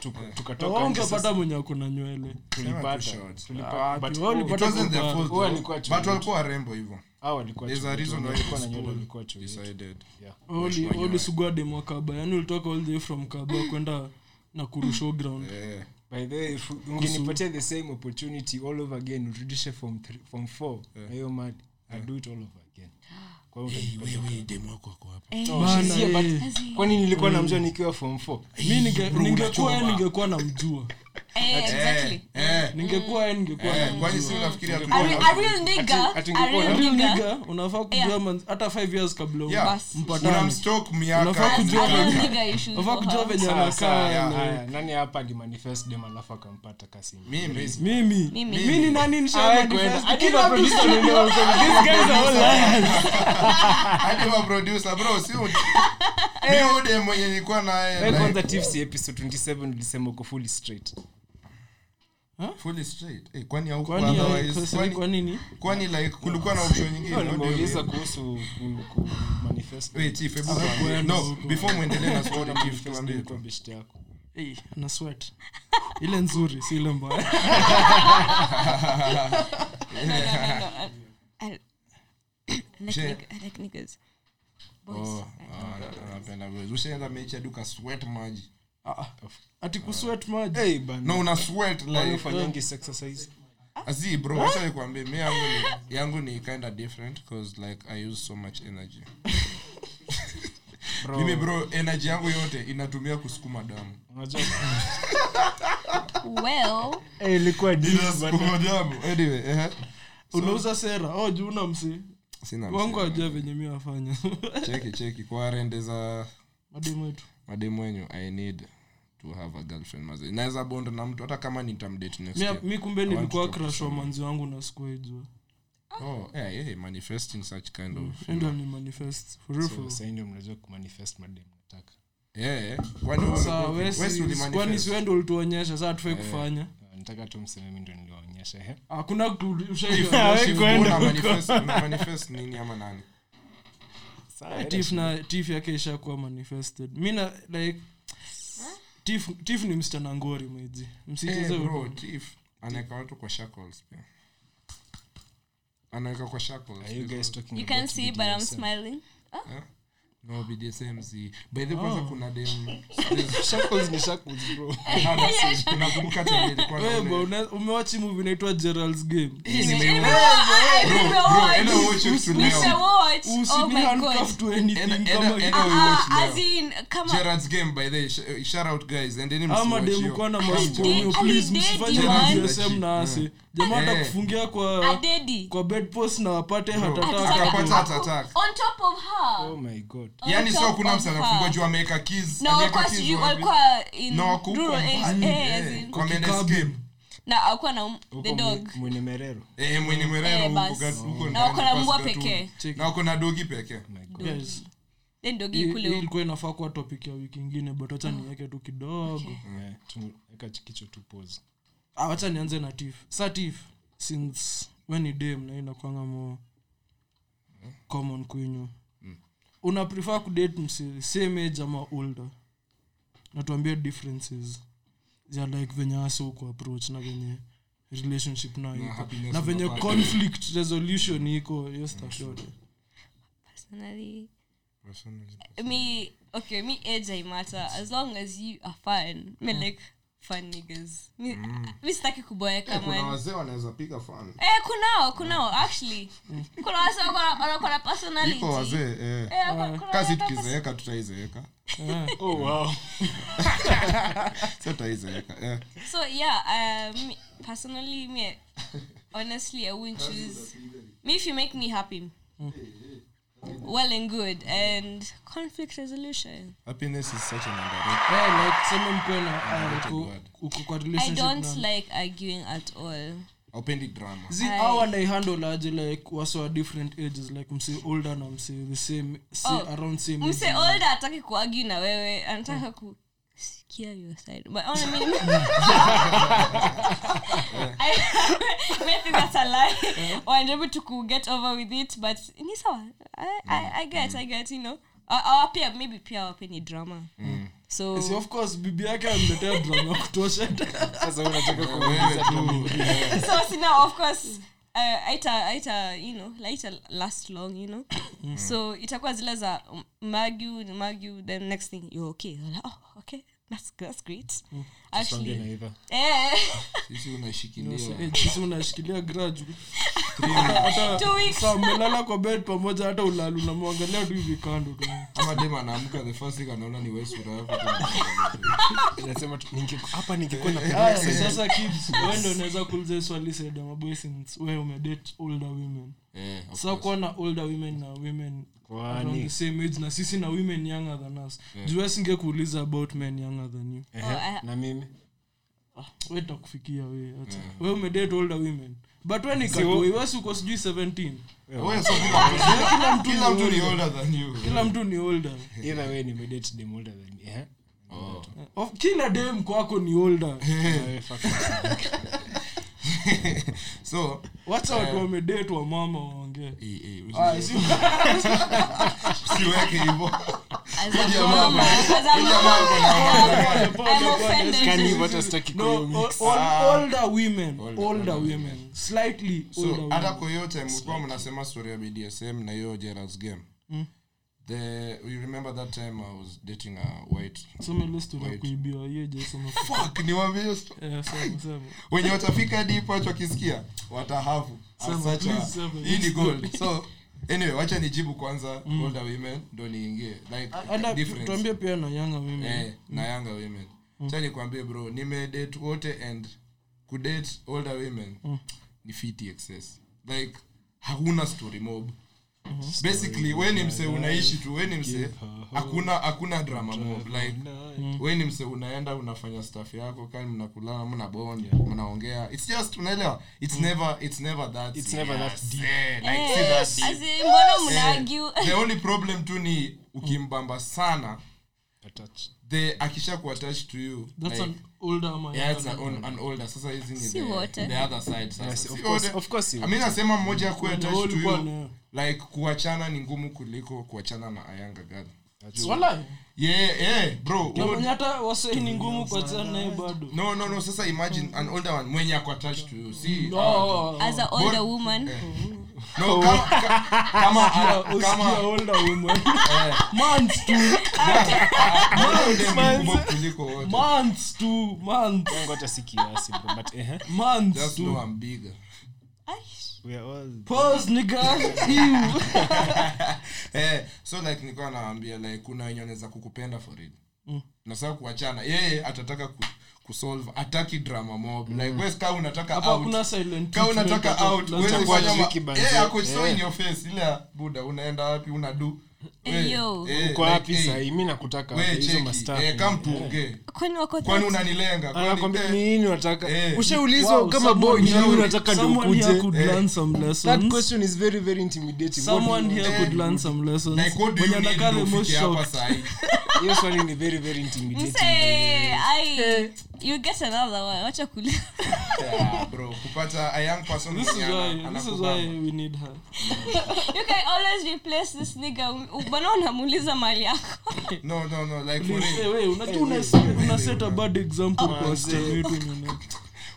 Speaker 5: tuko-
Speaker 2: Eh.
Speaker 5: tukatoka
Speaker 3: Wao
Speaker 5: nje sasa
Speaker 3: ungepata mwenye akona nywele
Speaker 5: tulipata,
Speaker 2: Too short. Ah,
Speaker 5: tulipata, but
Speaker 3: wao
Speaker 5: wao-
Speaker 3: walipata
Speaker 2: It wasn't their
Speaker 3: kupa-
Speaker 2: fault,
Speaker 5: wao
Speaker 2: though.
Speaker 5: walikuwa
Speaker 2: But
Speaker 5: chuo
Speaker 2: walikuwa warembo hivyo.
Speaker 5: hao walikuwa
Speaker 2: There's
Speaker 5: chuo
Speaker 2: a
Speaker 5: yetu,
Speaker 2: reason why
Speaker 5: walikuwa na
Speaker 2: this
Speaker 5: nywele,
Speaker 2: school
Speaker 5: walikuwa chuo yetu.
Speaker 2: decided.
Speaker 5: Yeah.
Speaker 3: Oli- oli sugua demo wa kaba yani ulitoka all the way from kaba kwenda na kurusha ground
Speaker 2: Eh,
Speaker 5: by the way if ungenipatia the same opportunity all over again urudishe form three- form four na hiyo mad I'll do it all over again Kwa hiyo utanipatia.
Speaker 2: wewe demu wako ako hapa.
Speaker 3: Bana,
Speaker 5: She's here, but
Speaker 3: eh.
Speaker 5: kwani nilikuwa namjua nikiwa form four
Speaker 3: mi ninge- ningekuwa yeye ningekuwa namjua
Speaker 5: Mm.
Speaker 6: Eh, exactly.
Speaker 2: Eh,
Speaker 3: ningekuwa yeye ningekuwa
Speaker 2: eh,
Speaker 3: namjua.
Speaker 2: kwani si unafikiria
Speaker 6: A
Speaker 2: tulikuwa
Speaker 6: re-
Speaker 2: na-
Speaker 6: a real nigga,
Speaker 5: ati
Speaker 6: a
Speaker 5: ungekuwa
Speaker 6: real
Speaker 3: Real
Speaker 6: nigga,
Speaker 3: nigga, unafaa kujua
Speaker 6: Yeah.
Speaker 3: man- hata five years kabla
Speaker 2: Yeah.
Speaker 6: Basi.
Speaker 3: mpatane.
Speaker 2: unamstalk miaka-
Speaker 3: Unafaa
Speaker 6: a
Speaker 3: kujua
Speaker 6: real
Speaker 3: venye-
Speaker 6: nigga you should
Speaker 3: unafaa
Speaker 6: go
Speaker 3: kujua
Speaker 6: have.
Speaker 3: venye
Speaker 5: Sawa, sawa,
Speaker 3: anakaa na-
Speaker 5: haya. nani hapa alimanifest dem alafu akampata Kassim?
Speaker 2: Mimi.
Speaker 3: mimi
Speaker 6: Mimi.
Speaker 3: mi ni nani
Speaker 5: Awe kwenda. I need a producer to know. These guys are all liars.
Speaker 2: Hadi wa producer, bro, si u- Mi ude mwenye nilikuwa naye,
Speaker 5: Wewe
Speaker 2: like,
Speaker 5: kwanza tipsy episode 27 ulisema uko fully straight.
Speaker 2: fully straight. Eh, kwani haukuwa otherwise?
Speaker 3: nishakwa
Speaker 2: Kwani-
Speaker 3: nini
Speaker 2: kwani like kulikuwa na option nyingine
Speaker 5: Leo
Speaker 2: Ude-
Speaker 5: nimeuliza kuhusu ku- ku- manifest.
Speaker 2: Wait, chief, hebu
Speaker 3: Hapo
Speaker 2: tuambie.
Speaker 3: yaani
Speaker 2: No,
Speaker 3: huko.
Speaker 2: before muendelee na story,
Speaker 5: Kama
Speaker 2: chief,
Speaker 5: manifest
Speaker 2: Ah, tuambie
Speaker 5: ilikuwa
Speaker 2: tu.
Speaker 5: best yako.
Speaker 3: Hey, Eh, ana sweat ile nzuri si ile mbaya
Speaker 6: No, no, no, no. I- I like
Speaker 2: Share.
Speaker 6: nigga- I like niggas. Boys.
Speaker 2: Oh, ah, napenda boys. Ushaenda mechi ya duka sweat maji
Speaker 3: ati kuswet maji
Speaker 5: Hey bana.
Speaker 2: no una sweat
Speaker 5: Kwani
Speaker 2: like
Speaker 5: hufanyangi sex exercise?
Speaker 2: Azi bro, acha nikwambie mimi yangu ni yangu ni kind of different cause like I use so much energy.
Speaker 5: Bro,
Speaker 2: Mimi bro, energy yangu yote inatumia kusukuma damu.
Speaker 5: unajua-
Speaker 6: Well,
Speaker 3: Eh,
Speaker 2: Ninasukuma damu. Anyway, eh.
Speaker 3: unauza sera oh juu una msi
Speaker 2: Sina.
Speaker 3: wangu
Speaker 2: msemo.
Speaker 3: ajua venye mi wafanya
Speaker 2: Cheki cheki kwa rende za
Speaker 3: mademu wetu
Speaker 2: mademu wenyu I need to have a girlfriend maze. Naweza bond na mtu hata kama nitamdate next
Speaker 3: Mi-
Speaker 2: year.
Speaker 3: mi kumbe
Speaker 2: want
Speaker 3: nilikuwa
Speaker 2: to
Speaker 3: crush wa manzi wangu na sikuwaijua
Speaker 2: Oh, eh yeah, manifesting such kind of.
Speaker 3: endo ni manifest for real, for
Speaker 5: So,
Speaker 3: real.
Speaker 5: sasa hii ndio mnajua kumanifest madem nataka.
Speaker 2: Yeah. yeah. Kwani wewe-
Speaker 3: Saa, we
Speaker 2: wewe si Eh.
Speaker 3: si- kwani
Speaker 2: ulimanifest?
Speaker 3: siwendo ulituonyesha saa tufai kufanya
Speaker 5: Uh, Nataka tu mseme mimi ndio niliwaonyesha. eh.
Speaker 3: hakuna ku-
Speaker 5: Ah,
Speaker 3: ushaiona.
Speaker 5: we kwenda
Speaker 2: Una
Speaker 5: huko.
Speaker 2: manifest- una manifest nini ama nani?
Speaker 5: Sawa,
Speaker 3: tif na tif yake ishakuwa manifested mi na like Tiff- Tiff ni msichana ngori maji msicheze
Speaker 2: Eh,
Speaker 3: u-
Speaker 2: bro, Chief, anaweka watu kwa shackles pia anaweka kwa shackles
Speaker 5: Are you guys talking
Speaker 6: you
Speaker 5: about
Speaker 6: can see, but I'm
Speaker 5: BDSM?
Speaker 6: smiling.
Speaker 2: no BDSM zi. by the way kwanza kuna dem there's-
Speaker 5: Shackles ni shackles, bro.
Speaker 2: Ah, basi, unakumbuka tena nilikuwa na
Speaker 3: Wewe
Speaker 2: ule-
Speaker 3: bro, una- umewachi movie inaitwa Gerald's Game.
Speaker 2: Eh, nime-
Speaker 6: I
Speaker 2: Bro,
Speaker 6: didn't
Speaker 2: bro, enda
Speaker 6: watch.
Speaker 2: uwatch it
Speaker 6: We
Speaker 2: leo.
Speaker 6: should watch. Oh
Speaker 3: Usini
Speaker 6: my
Speaker 3: handcuff
Speaker 6: God.
Speaker 3: to anything
Speaker 2: Enda-
Speaker 3: kama
Speaker 2: enda-
Speaker 3: hiyo.
Speaker 2: enda
Speaker 6: Ah,
Speaker 2: uwatch leo.
Speaker 6: as in, come on.
Speaker 2: Gerard's game by the way. Sh- eh, shout out guys and then
Speaker 3: ama
Speaker 2: msiwatch
Speaker 3: demu
Speaker 2: hiyo.
Speaker 3: kuwa na
Speaker 6: did-
Speaker 3: masomo
Speaker 6: I
Speaker 3: please
Speaker 6: did
Speaker 3: msifanye
Speaker 6: you
Speaker 2: want-
Speaker 3: BDSM na asi jamaa
Speaker 2: Eh.
Speaker 3: atakufungia
Speaker 6: A
Speaker 3: kwa
Speaker 6: daddy.
Speaker 3: kwa bedpost na wapate
Speaker 2: Atapata
Speaker 3: hatataka
Speaker 6: Atapata-
Speaker 2: heart attack.
Speaker 6: On top of her.
Speaker 5: Oh my God.
Speaker 2: Yaani sio kuna mtu
Speaker 6: Of her.
Speaker 2: anafungwa juu ameweka keys,
Speaker 6: na
Speaker 2: ameweka
Speaker 6: walikuwa
Speaker 2: keys
Speaker 6: sijui
Speaker 2: wapi?
Speaker 6: walikuwa in
Speaker 2: Na wako huko
Speaker 6: rural areas,
Speaker 2: mbali,
Speaker 6: eh,
Speaker 2: eh,
Speaker 6: as in-
Speaker 2: kwa men
Speaker 3: Kikabu.
Speaker 2: escape.
Speaker 6: na alikuwa na um-
Speaker 5: Huko
Speaker 6: the dog
Speaker 5: mwe- mwenye merero.
Speaker 2: Eh, mwenye mwerero
Speaker 6: Eh,
Speaker 2: huko
Speaker 6: basi.
Speaker 2: kat- huko
Speaker 6: na wako na
Speaker 2: ndani,
Speaker 6: mbwa
Speaker 2: pasi katuni.
Speaker 6: pekee
Speaker 2: na wako na dogi pekee
Speaker 5: Oh my God.
Speaker 3: Guys,
Speaker 6: then
Speaker 3: hii-
Speaker 6: dogi
Speaker 3: hii
Speaker 6: Mm, kule um, Mm.
Speaker 3: ilikuwa inafaa kuwa topic ya wiki ingine but wacha niweke tu kidogo
Speaker 5: Eh, tu- weka kichwa tu pause.
Speaker 3: Ah, wacha nianze na tif sa tif since weni dem na inakwanga mo common kwinyu
Speaker 2: Mm.
Speaker 3: una prefer kudate msi same age ama older natuambia differences ya like venye hasa huko approach na venye relationship nayo iko
Speaker 2: happiness
Speaker 3: na venye
Speaker 2: unapata.
Speaker 3: conflict resolution iko hiyo stuff yote
Speaker 6: personally me okay me age i matter as long as you are fun me
Speaker 2: Hmm.
Speaker 6: like fun niggas me me sitaki kuboeka
Speaker 2: Eh, kuna
Speaker 6: man
Speaker 2: wazee wanaweza piga fan
Speaker 6: eh kunao kunao actually kuna wasa wanakuwa na personality
Speaker 2: iko wazee eh.
Speaker 6: Eh, kuna- kuna
Speaker 2: kasi
Speaker 6: wanakuwa na
Speaker 2: tukizeeka tutaizeeka Eh. Oh, sio tutaizeeka eh.
Speaker 6: So yeah, um, me- personally, me honestly, I wouldn't choose. Me if you make me happy, well and good, and conflict resolution.
Speaker 2: happiness is such an underrated
Speaker 3: Eh, like sema mkuwe na ah,
Speaker 2: Not a
Speaker 3: uko-
Speaker 2: word.
Speaker 3: uko kwa
Speaker 6: I
Speaker 3: relationship
Speaker 6: don't
Speaker 3: na-
Speaker 6: like arguing at all.
Speaker 2: haupendi drama
Speaker 3: zi
Speaker 6: Aye.
Speaker 3: awa naihandle aje like waso wa different ages like msi older na msi the same si
Speaker 6: Oh,
Speaker 3: around same age.
Speaker 6: Mse older ataki kuargue na wewe, anataka ku sikia your side. But on I mean, I may think that's a lie. Or I'm able to ku- get over with it, but ni sawa. I, I, I get, I get, you know. Uh, uh, pia maybe pia wape ni drama. So
Speaker 3: Si of course bibi yake amletea drama ya kutosha
Speaker 5: Sasa wewe unataka ku-
Speaker 2: Wewe tu
Speaker 6: so sina of course uh, aita aita you know laita last long you know so itakuwa zile za um, magu magu then next thing you're okay You're like, oh, okay that's, that's great
Speaker 2: Mm,
Speaker 5: Tusiongee
Speaker 6: actually
Speaker 5: na either.
Speaker 6: eh,
Speaker 2: sisi
Speaker 3: No, so,
Speaker 2: unashikilia
Speaker 3: eh, sisi unashikilia grudge.
Speaker 6: two weeks
Speaker 3: Sasa mmelala kwa bed pamoja hata ulali unamwangalia tu hivi kando tu.
Speaker 2: ama dem anaamka the first thing anaona ni wewe sura yako
Speaker 5: Nasema tu, ninge- hapa ningekuwa na
Speaker 3: Haya, sasa kids, wewe ndio unaweza kuuliza hii swali Saida Mabwe since wewe umedate older women.
Speaker 2: eh of
Speaker 3: Sasa
Speaker 2: course. Ah,
Speaker 3: kuwa na older women na women
Speaker 5: Kwani?
Speaker 3: around the same age na sisi na women younger than us. Juu singe kuuliza about men younger than you.
Speaker 5: Ehe,
Speaker 6: Oh, I-
Speaker 5: na mimi
Speaker 3: Wewe takufikia wewe acha.
Speaker 2: Mm.
Speaker 3: Wewe umedate older women. But wewe ni kakoi, wewe si uko sijui 17.
Speaker 2: Eh, Wewe so kila-
Speaker 3: Kila mtu
Speaker 2: kila
Speaker 3: ni
Speaker 2: mtu ni
Speaker 3: older.
Speaker 2: older than you
Speaker 3: Kila mtu ni older.
Speaker 5: either way nimedate dem older than me, eh? ehe.
Speaker 2: Oh.
Speaker 3: Of- Kila dem kwako ni older.
Speaker 5: Na wewe fuck off.
Speaker 2: so
Speaker 3: Wacha watu wamedate wa mama waongee.
Speaker 2: eh, eh, usi-
Speaker 3: Ah, si-
Speaker 2: usiweke hivyo
Speaker 6: as a mama as a mama I'm offended.
Speaker 5: Yaani hivyo hata sitaki
Speaker 3: No,
Speaker 5: kuyo mix.
Speaker 3: o- o- older women,
Speaker 2: Older- older
Speaker 3: older women, slightly older
Speaker 2: Ah. so hata
Speaker 3: women.
Speaker 2: kwa hiyo time mlikuwa mnasema story ya bdsm na hiyo gerald's game
Speaker 3: Hmm.
Speaker 2: the you remember that time i was dating a white
Speaker 3: Sema ile story ya
Speaker 2: Wait.
Speaker 3: kuibiwa, hiyo je, sema ku-
Speaker 2: fuck niwaambie hiyo story.
Speaker 3: Eh, sema, sema.
Speaker 2: wenye watafika hadi ipo wacho wakisikia watahavu
Speaker 3: Sema,
Speaker 2: As such a-
Speaker 3: please, sema.
Speaker 2: hii ni gold so anyway wacha nijibu kwanza older women ndo niingie like
Speaker 3: Hata
Speaker 2: difference.
Speaker 3: Hmm. tuambie pia na younger women.
Speaker 2: eh,
Speaker 5: Mm.
Speaker 2: na younger women cha nikwambie bro nimedate wote and kudate older women
Speaker 5: Mm.
Speaker 2: ni fiti excess like hakuna story mob
Speaker 5: Mhm.
Speaker 2: basically we ni mse unaishi tu we ni mse hakuna hakuna drama mob like
Speaker 5: Mm.
Speaker 2: we ni mse unaenda unafanya staff yako kani mnakulala mna bond mnaongea it's just unaelewa it's never it's never that
Speaker 5: Mm. It's never that
Speaker 2: serious.
Speaker 5: deep.
Speaker 2: Eh, like, see
Speaker 6: Eh,
Speaker 2: that
Speaker 6: as
Speaker 2: deep.
Speaker 6: in, mbona
Speaker 2: Eh,
Speaker 6: mnaargue?
Speaker 2: the only problem tu ni ukimbamba sana
Speaker 5: Attached.
Speaker 2: the akisha kuattach to you
Speaker 3: That's
Speaker 2: like,
Speaker 3: an older ama
Speaker 2: yeah, it's
Speaker 3: younger
Speaker 2: an, on, an older sasa hizi ni
Speaker 6: Si
Speaker 2: the,
Speaker 6: wote.
Speaker 2: the other side sasa
Speaker 5: Yes,
Speaker 2: Si
Speaker 5: of
Speaker 2: wote.
Speaker 5: course- of course you-
Speaker 2: I mean, nasema mmoja akuwe
Speaker 3: Wenye
Speaker 2: attached to
Speaker 3: walikuwa
Speaker 2: you
Speaker 3: na-
Speaker 2: like kuachana ni ngumu kuliko kuachana na ayanga gari
Speaker 3: Wala,
Speaker 2: yeah, yeah, bro
Speaker 3: na
Speaker 2: wewe-
Speaker 3: mwenye hata wasee ni ngumu kuachana naye bado.
Speaker 2: no no no sasa imagine an older one mwenye ako attached to you si ah,
Speaker 3: Oh,
Speaker 6: as an older woman
Speaker 2: no kama ka- kama ah,
Speaker 3: usikia
Speaker 2: kama
Speaker 3: older women.
Speaker 2: eh,
Speaker 3: Months tu,
Speaker 2: bado ndio ni ngumu kuliko wote
Speaker 3: months tu, months,
Speaker 5: Yangu hata si kiasi, bro, but, ehe.
Speaker 3: months
Speaker 2: just
Speaker 3: tu.
Speaker 2: know I'm bigger
Speaker 5: We are all-
Speaker 3: Pause, nigga. Ew.
Speaker 2: eh, so like nilikuwa naambia like kuna wenye wanaweza kukupenda for it mm. nasaa kuachana yeye atataka ku, kusolve ataki drama mob mm. like wes kaa unataka
Speaker 3: Hapa
Speaker 2: out
Speaker 3: kuna silent
Speaker 2: kaa
Speaker 3: treatment
Speaker 2: unataka
Speaker 3: hapa.
Speaker 2: out
Speaker 5: lazima
Speaker 2: wewe
Speaker 5: kuwa
Speaker 2: fanya ma-
Speaker 5: tricky banzi.
Speaker 2: yeye ako so
Speaker 5: Eh.
Speaker 2: in your face ile ya, buda unaenda wapi una do
Speaker 6: Eh,
Speaker 2: Wewe,
Speaker 6: yo.
Speaker 2: eh,
Speaker 5: Uko wapi
Speaker 2: like, eh,
Speaker 5: sahi? mi nakutaka
Speaker 2: wewe
Speaker 5: hizo
Speaker 2: cheki.
Speaker 5: mastaff.
Speaker 2: Eh, come tuongee
Speaker 6: kwani wako
Speaker 2: kwani
Speaker 5: Ah,
Speaker 2: unanilenga kwani
Speaker 5: Anakwambia,
Speaker 2: eh,
Speaker 5: nini unataka
Speaker 2: Eh.
Speaker 5: ushaulizwa
Speaker 3: Wow,
Speaker 5: kama boy
Speaker 3: someone
Speaker 5: ni
Speaker 3: here
Speaker 5: nini
Speaker 3: would-
Speaker 5: unataka ndio
Speaker 3: someone
Speaker 5: ukuje?
Speaker 3: here could
Speaker 2: Eh.
Speaker 3: learn some lessons.
Speaker 5: That question is very, very intimidating. What
Speaker 3: Someone
Speaker 5: do you-
Speaker 3: here could learn some lessons.
Speaker 2: Eh. like what do
Speaker 3: Wenye
Speaker 2: you need
Speaker 3: wanakaa
Speaker 2: ndio
Speaker 3: "Ah, the most
Speaker 2: ufike hapa
Speaker 3: shocked.
Speaker 2: sahi
Speaker 5: Hiyo swali ni very, very intimidating.
Speaker 6: Msee, ai, you get another one. Wacha kulia.
Speaker 2: Yeah, bro kupata a young person
Speaker 3: This is
Speaker 2: mwenye ana-
Speaker 3: why- this is
Speaker 2: anakubamba.
Speaker 3: why we need her.
Speaker 6: You can always replace this nigga. U- mbona unamuuliza mali yako
Speaker 2: no no no like for
Speaker 3: Please,
Speaker 2: real.
Speaker 3: eh, wewe, unajua una- una set a bad example
Speaker 2: Ah,
Speaker 3: eh, kwa wasichana wetu wenyewe.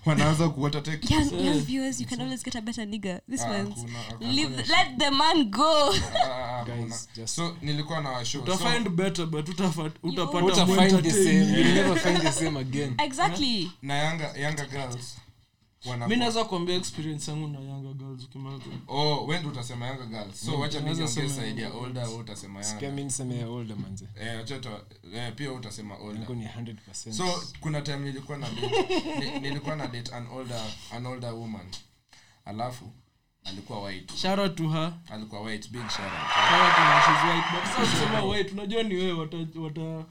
Speaker 2: wanaanza kuota text
Speaker 6: young, young viewers you can always get a better nigga this
Speaker 2: Ah,
Speaker 6: one's
Speaker 2: hakuna- hakuna
Speaker 6: leave, let the man go
Speaker 2: Ah,
Speaker 5: Guys,
Speaker 2: hakuna.
Speaker 5: just-
Speaker 2: so nilikuwa na washow
Speaker 3: Uta find better, but utafat- utapata
Speaker 5: Uta
Speaker 3: more
Speaker 5: find the same. eh.
Speaker 3: entertaining.
Speaker 5: You'll never find the same again.
Speaker 6: exactly
Speaker 2: na yanga yanga girls wana
Speaker 3: mi naweza kuambia experience yangu na younger girls ukimaliza.
Speaker 2: oh wewe ndio utasema yanga girls so wacha
Speaker 3: naweza
Speaker 2: niongee
Speaker 3: sema
Speaker 2: side ya
Speaker 3: Yanga
Speaker 2: older wewe utasema
Speaker 5: Pia
Speaker 2: yanga
Speaker 5: mi niseme ya older manze.
Speaker 2: eh wacha tu- eh, pia wewe utasema
Speaker 5: Yangu
Speaker 2: older
Speaker 5: ni 100%.
Speaker 2: so kuna time nilikuwa na date ni- nilikuwa na date an older an older woman alafu alikuwa white
Speaker 3: Shout out to her.
Speaker 2: alikuwa white big shout out
Speaker 3: Shout out to her, she's white. But sasa ukisema white, unajua ni wewe wata- wata-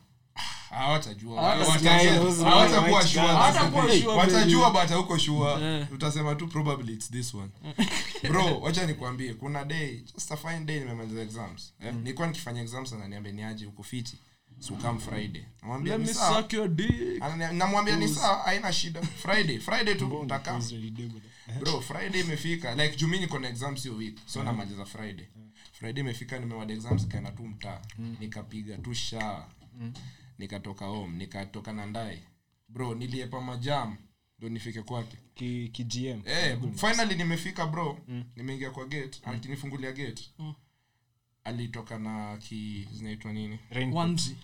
Speaker 2: hawatajua
Speaker 3: Hawata-
Speaker 2: Hawatajua. hawatakuwa
Speaker 5: Guys,
Speaker 2: sure.
Speaker 3: hawatakuwa
Speaker 2: Hey,
Speaker 3: sure,
Speaker 2: watajua but hauko sure
Speaker 3: Eh.
Speaker 2: utasema tu probably it's this one bro wacha nikwambie kuna day just a fine day nimemaliza exams
Speaker 3: Mm.
Speaker 2: eh? nilikuwa nikifanya exams ananiambia niaje huko fiti so come friday namwambia
Speaker 3: Let
Speaker 2: ni
Speaker 3: me
Speaker 2: sawa
Speaker 3: suck your dick.
Speaker 2: Anani- namwambia ni sawa haina shida friday friday tu utakaa
Speaker 5: Is redeemable.
Speaker 2: bro friday imefika like jumi niko na exams hiyo week so namaliza friday friday imefika nimemada exams kaenda tu mtaa nikapiga tu shaa nikatoka home nikatoka na ndae bro niliepa majam ndo nifike kwake
Speaker 5: Ki- ki GM.
Speaker 2: eh finally nimefika bro nimeingia kwa gate akinifungulia gate alitoka na ki zinaitwa nini
Speaker 5: Raincoat.
Speaker 3: Onesie.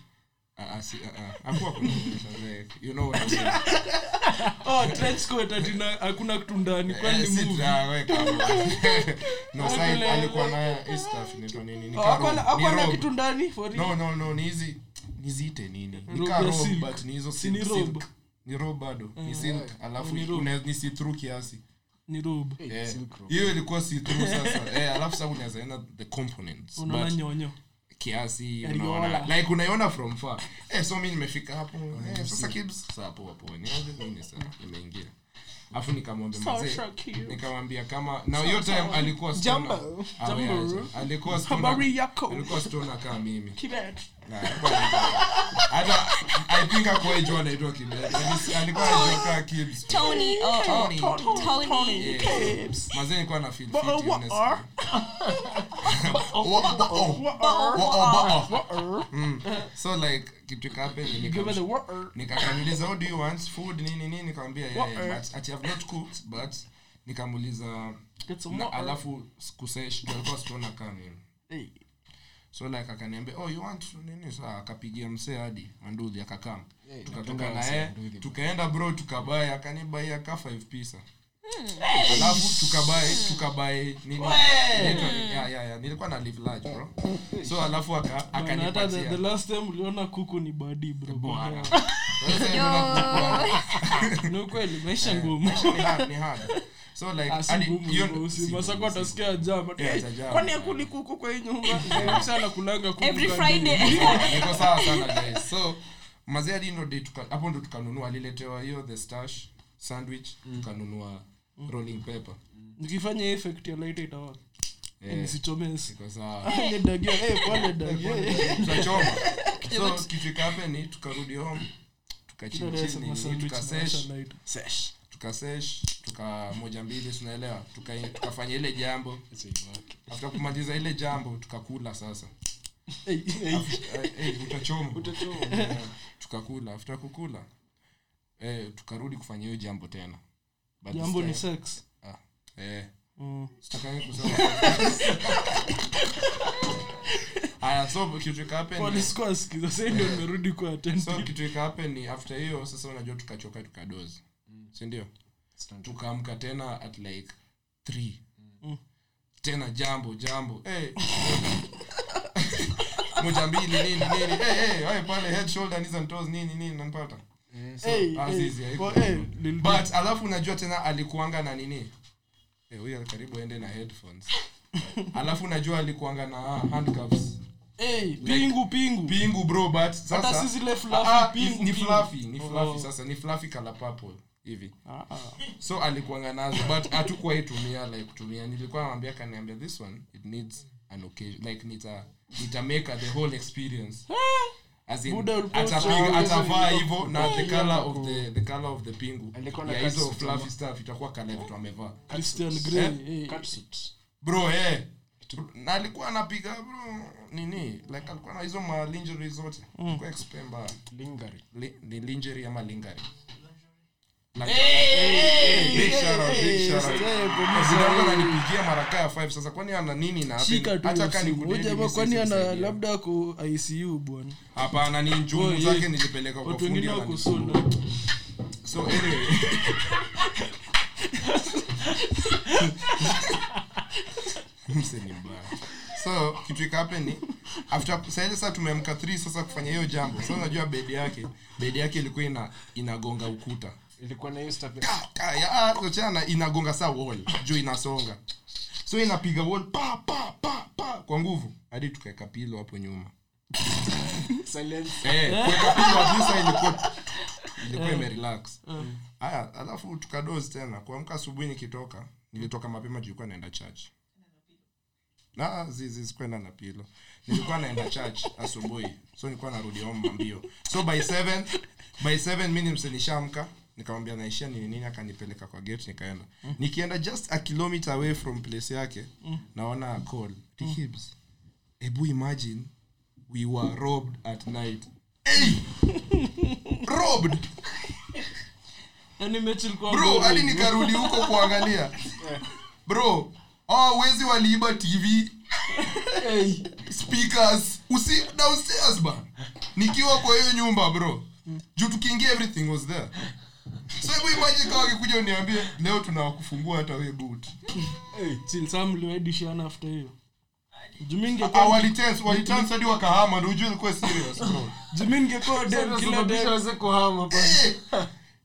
Speaker 2: Ah, ah, si, ah, ah. Hakuwa kuna pressure, like, you know what I'm saying.
Speaker 3: Oh, trench coat ati na- hakuna kitu ndani kwani
Speaker 2: Eh,
Speaker 3: ni
Speaker 2: si
Speaker 3: movie?
Speaker 2: tunawe kama. No, sasa
Speaker 3: Hakuna-
Speaker 2: alikuwa na hii stuff inaitwa nini? Ni
Speaker 3: Oh,
Speaker 2: ka
Speaker 3: hakuna-
Speaker 2: robe, ni
Speaker 3: hakuna
Speaker 2: robe.
Speaker 3: kitu ndani for real?
Speaker 2: no no no ni hizi niziite nini ni
Speaker 3: Robe
Speaker 2: ka
Speaker 3: ya
Speaker 2: robe,
Speaker 3: silk.
Speaker 2: but ni hizo
Speaker 3: ni
Speaker 2: silk,
Speaker 3: robe.
Speaker 2: silk. ni robe bado ni silk alafu
Speaker 3: Ni robe.
Speaker 2: una- ni see through kiasi
Speaker 3: ni robe
Speaker 2: Eh,
Speaker 5: silk robe.
Speaker 2: hiyo ilikuwa see through sasa Eh, alafu sasa unaweza enda the components
Speaker 3: unaona
Speaker 2: but
Speaker 3: nyonyo
Speaker 2: kiasi
Speaker 3: Ariola.
Speaker 2: unaona like unaiona from far eh so mimi nimefika hapo eh sasa kibs sasa poa poa ni aje mimi sasa nimeingia afu nikamwambia mzee nikamwambia kama na hiyo time alikuwa stoner.
Speaker 5: Jambo.
Speaker 2: Ah, we
Speaker 3: Jambo.
Speaker 2: acha. alikuwa
Speaker 3: Habari
Speaker 2: stoner
Speaker 3: yako.
Speaker 2: alikuwa stoner kama mimi
Speaker 3: Kibet.
Speaker 2: Nah, alikuwa anaitwa- hata i think akuwa ijua anaitwa kibet Alisi- alikuwa anaitwa kaa kibs
Speaker 6: Tony, oh, oh, Tony.
Speaker 2: mazee nilikuwa na feel fit
Speaker 3: Ba- wa-
Speaker 2: honestly.
Speaker 3: ar.
Speaker 2: Wa- ba- oh.
Speaker 3: Wa-
Speaker 2: Wa- oh, ba- oh. Mm. so like kitu ikahappen
Speaker 3: Give her the
Speaker 2: nika-
Speaker 3: wa-
Speaker 2: nikamuuliza "What "Oh, do you want food nini nini nikamwambia yeah,
Speaker 3: What?
Speaker 2: yeah, but ati I've not cooked but nikamuuliza
Speaker 3: Get some
Speaker 2: na
Speaker 3: wa-
Speaker 2: alafu kusaishtuona kami so like akaniambia oh you want nini saa akapigia msee hadi anduhi akakam tukatoka naye tukaenda bro tukabae akanibai aka 5 pisa
Speaker 3: Hmm.
Speaker 2: alafu tukabae tukabae nini Inaitwa nini? Yeah, yeah, yeah. nilikuwa na live large bro so alafu aka-
Speaker 3: Bana, hata the- the
Speaker 2: akanipatia
Speaker 3: last time uliona kuku ni badi bro
Speaker 2: Bwana.
Speaker 3: Bana,
Speaker 2: Sasa kuna-
Speaker 3: ni ukweli maisha
Speaker 2: Eh.
Speaker 3: ngumu
Speaker 2: Maisha ni hard, ni hard. so like
Speaker 3: Ah, si
Speaker 2: hadi-
Speaker 3: ngumu
Speaker 2: hiyo-
Speaker 3: bro, si
Speaker 2: si
Speaker 3: masako
Speaker 2: ngumu, si
Speaker 3: atasikia jama
Speaker 2: Yeah, atajaa.
Speaker 3: eh, kwani akuli kuku kwa hii nyumba sana kulanga kuku
Speaker 6: Every
Speaker 3: kwa
Speaker 6: Friday.
Speaker 3: nini?
Speaker 2: niko sawa sana guys so mazee hadi ndo day tuka- hapo ndo tukanunua aliletewa hiyo the stash sandwich
Speaker 3: Mm.
Speaker 2: tukanunua rolling paper
Speaker 3: nikifanya effect ya light itawa
Speaker 2: Eh,
Speaker 3: Mm. nisichomesi
Speaker 2: niko sawa
Speaker 3: Pale dagia, eh, pale dagia, eh.
Speaker 2: tutachoma so kifika hapa ni tukarudi home
Speaker 3: Kila leo sema sandwich na
Speaker 2: tukachinichini
Speaker 3: washa light.
Speaker 2: tukasesh tuka moja mbili tunaelewa tuka- tukafanya ile jambo afta kumaliza ile jambo tukakula sasa
Speaker 3: Eh, eh,
Speaker 2: Eh, eh, utachoma Eh, tukakula afta kukula eh, tukarudi kufanya hiyo jambo tena But this
Speaker 3: jambo ni
Speaker 2: time-
Speaker 3: sex
Speaker 2: ah, eh,
Speaker 3: Mm.
Speaker 2: sitakangi kusema. Aya, so kitu ika happen-
Speaker 3: Kwani sikuwa nasikiza, sasa ndio nimerudi kuwa
Speaker 2: Eh. so
Speaker 3: attentive.
Speaker 2: kitu ika happen ni after hiyo sasa unajua tukachoka tukadozi sindio tukaamka tena at like three
Speaker 3: Mm.
Speaker 2: tena jambo jambo Eh. moja mbili nini nini Eh, eh, aye, pale head shoulder knees and toes nini nini nanipata
Speaker 3: Eh,
Speaker 2: ah,
Speaker 3: eh,
Speaker 2: zizi, haiko.
Speaker 3: wa- eh, Lil Dicky.
Speaker 2: but alafu unajua tena alikuanga na nini Eh, huyo karibu aende na headphones alafu unajua alikuanga na ah, handcuffs
Speaker 3: Eh, pingu pingu
Speaker 2: pingu bro but
Speaker 3: hata
Speaker 2: sasa
Speaker 3: si zile fluffy
Speaker 2: Ah, ah,
Speaker 3: pingu,
Speaker 2: ni
Speaker 3: pingu.
Speaker 2: fluffy ni fluffy
Speaker 3: Oh.
Speaker 2: sasa ni fluffy kala purple hivi
Speaker 3: Ah, ah.
Speaker 2: so alikuanga nazo but hatukuwa itumia like kutumia nilikuwa namwambia kaniambia this one it needs an occasion like nita nita make the whole experience As in,
Speaker 3: Buda ulikuwa
Speaker 2: atapiga-
Speaker 3: usawa,
Speaker 2: atavaa
Speaker 3: ulikuwa-
Speaker 2: hivyo na the color of the the color of the pingu
Speaker 5: Alikuwa na
Speaker 2: ya hizo
Speaker 5: catsuit
Speaker 2: fluffy stuff itakuwa kala vitu amevaa
Speaker 3: Christian Grey, eh.
Speaker 2: bro eh na alikuwa anapiga bro nini like alikuwa na hizo malingerie zote
Speaker 5: Hmm.
Speaker 2: mm. expemba Li- ni lingerie ama lingari nanipigia mara kaa ya 5 sasa kwani ana nini na
Speaker 3: shika tu
Speaker 2: Hata
Speaker 3: hiyo
Speaker 2: ka
Speaker 3: simu.
Speaker 2: nikudedi,
Speaker 3: Wewe jamaa
Speaker 2: mimi
Speaker 3: kwani
Speaker 2: siwezi
Speaker 3: ana
Speaker 2: kusaidia.
Speaker 3: labda ako icu bwana
Speaker 2: hapana ni
Speaker 3: Oh,
Speaker 2: njumu
Speaker 3: yeah.
Speaker 2: zake nilipeleka kwa
Speaker 3: watu
Speaker 2: fundi
Speaker 3: wengine wako
Speaker 2: anani-
Speaker 3: soda
Speaker 2: So, anyway. Mse ni mbaya. so kitu ikapeni after saile sasa tumeamka 3 sasa kufanya hiyo jambo so unajua bedi yake bedi yake ilikuwa ina inagonga ukuta
Speaker 5: ilikuwa na hiyo stuff ya-
Speaker 2: Ka- ka- ya- ah, achana inagonga saa wall juu inasonga so inapiga wall pa pa pa pa kwa nguvu hadi tukaweka pilo hapo nyuma
Speaker 5: silence
Speaker 2: Eh, kuweka pilo at least ilikuwa ilikuwa imerelax haya alafu tukadozi tena kuamka asubuhi nikitoka nilitoka mapema juu nilikuwa naenda church na zizi sikwenda na pilo nilikuwa naenda church asubuhi so nilikuwa narudi home mbio so by 7 by 7 mimi msenishamka nikamwambia naishia nini nini akanipeleka kwa gate nikaenda nikienda just a kilometer away from place yake naona a call tikibs hebu imagine we were robbed at night hey! robbed
Speaker 3: yani mechi ilikuwa
Speaker 2: bro
Speaker 3: bora.
Speaker 2: hadi nikarudi huko kuangalia bro oh, wezi waliiba tv speakers usi downstairs ba nikiwa kwa hiyo nyumba bro juu tukiingia everything was there so hebu imagine kama akikuja uniambie leo tunawakufungua hata we boot
Speaker 3: sinsa mliwaidishiana afte hiyo jumingekuwa
Speaker 2: Ah, wali tense- wali tense hadi wakahama ndio ujue ilikuwa serious bro
Speaker 3: dem kila dem
Speaker 2: Eh,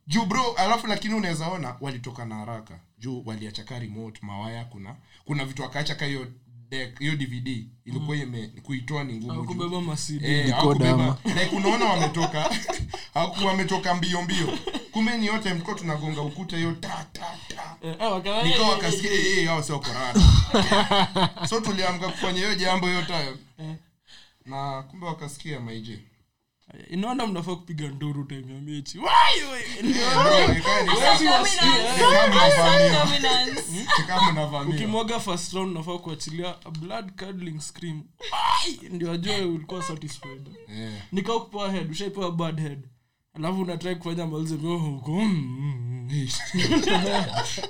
Speaker 2: juu bro alafu lakini unaweza ona walitoka na haraka juu waliacha ka remote mawaya kuna kuna vitu akaacha ka hiyo deck hiyo dvd ilikuwa ime kuitoa ni ngumu juu.
Speaker 3: akubeba masidi
Speaker 2: Eh,
Speaker 5: Decoder
Speaker 2: hawakubeba. like unaona wametoka hawaku- wametoka mbio mbio kumbe ni yote mlikuwa tunagonga ukuta hiyo ta ta ta
Speaker 3: Eh,
Speaker 2: nikawa wakasikia eh, eh, hao sio korana so tuliamka kufanya hiyo jambo hiyo time na kumbe wakasikia Eh, maije
Speaker 3: Eh, inaona mnafaa kupiga nduru time ya mechi
Speaker 2: Eh, bro, ikawa ni- Hmm? ikawa mnavamiwa. Ikawa mnavamiwa.
Speaker 3: ukimwaga first round unafaa kuachilia a blood curdling scream Wai! ndio ajue ulikuwa satisfied
Speaker 2: Eh,
Speaker 3: nikao kupewa head ushaipewa bad head alafu unatrai kufanya malize vyo huko mm, mm, mm.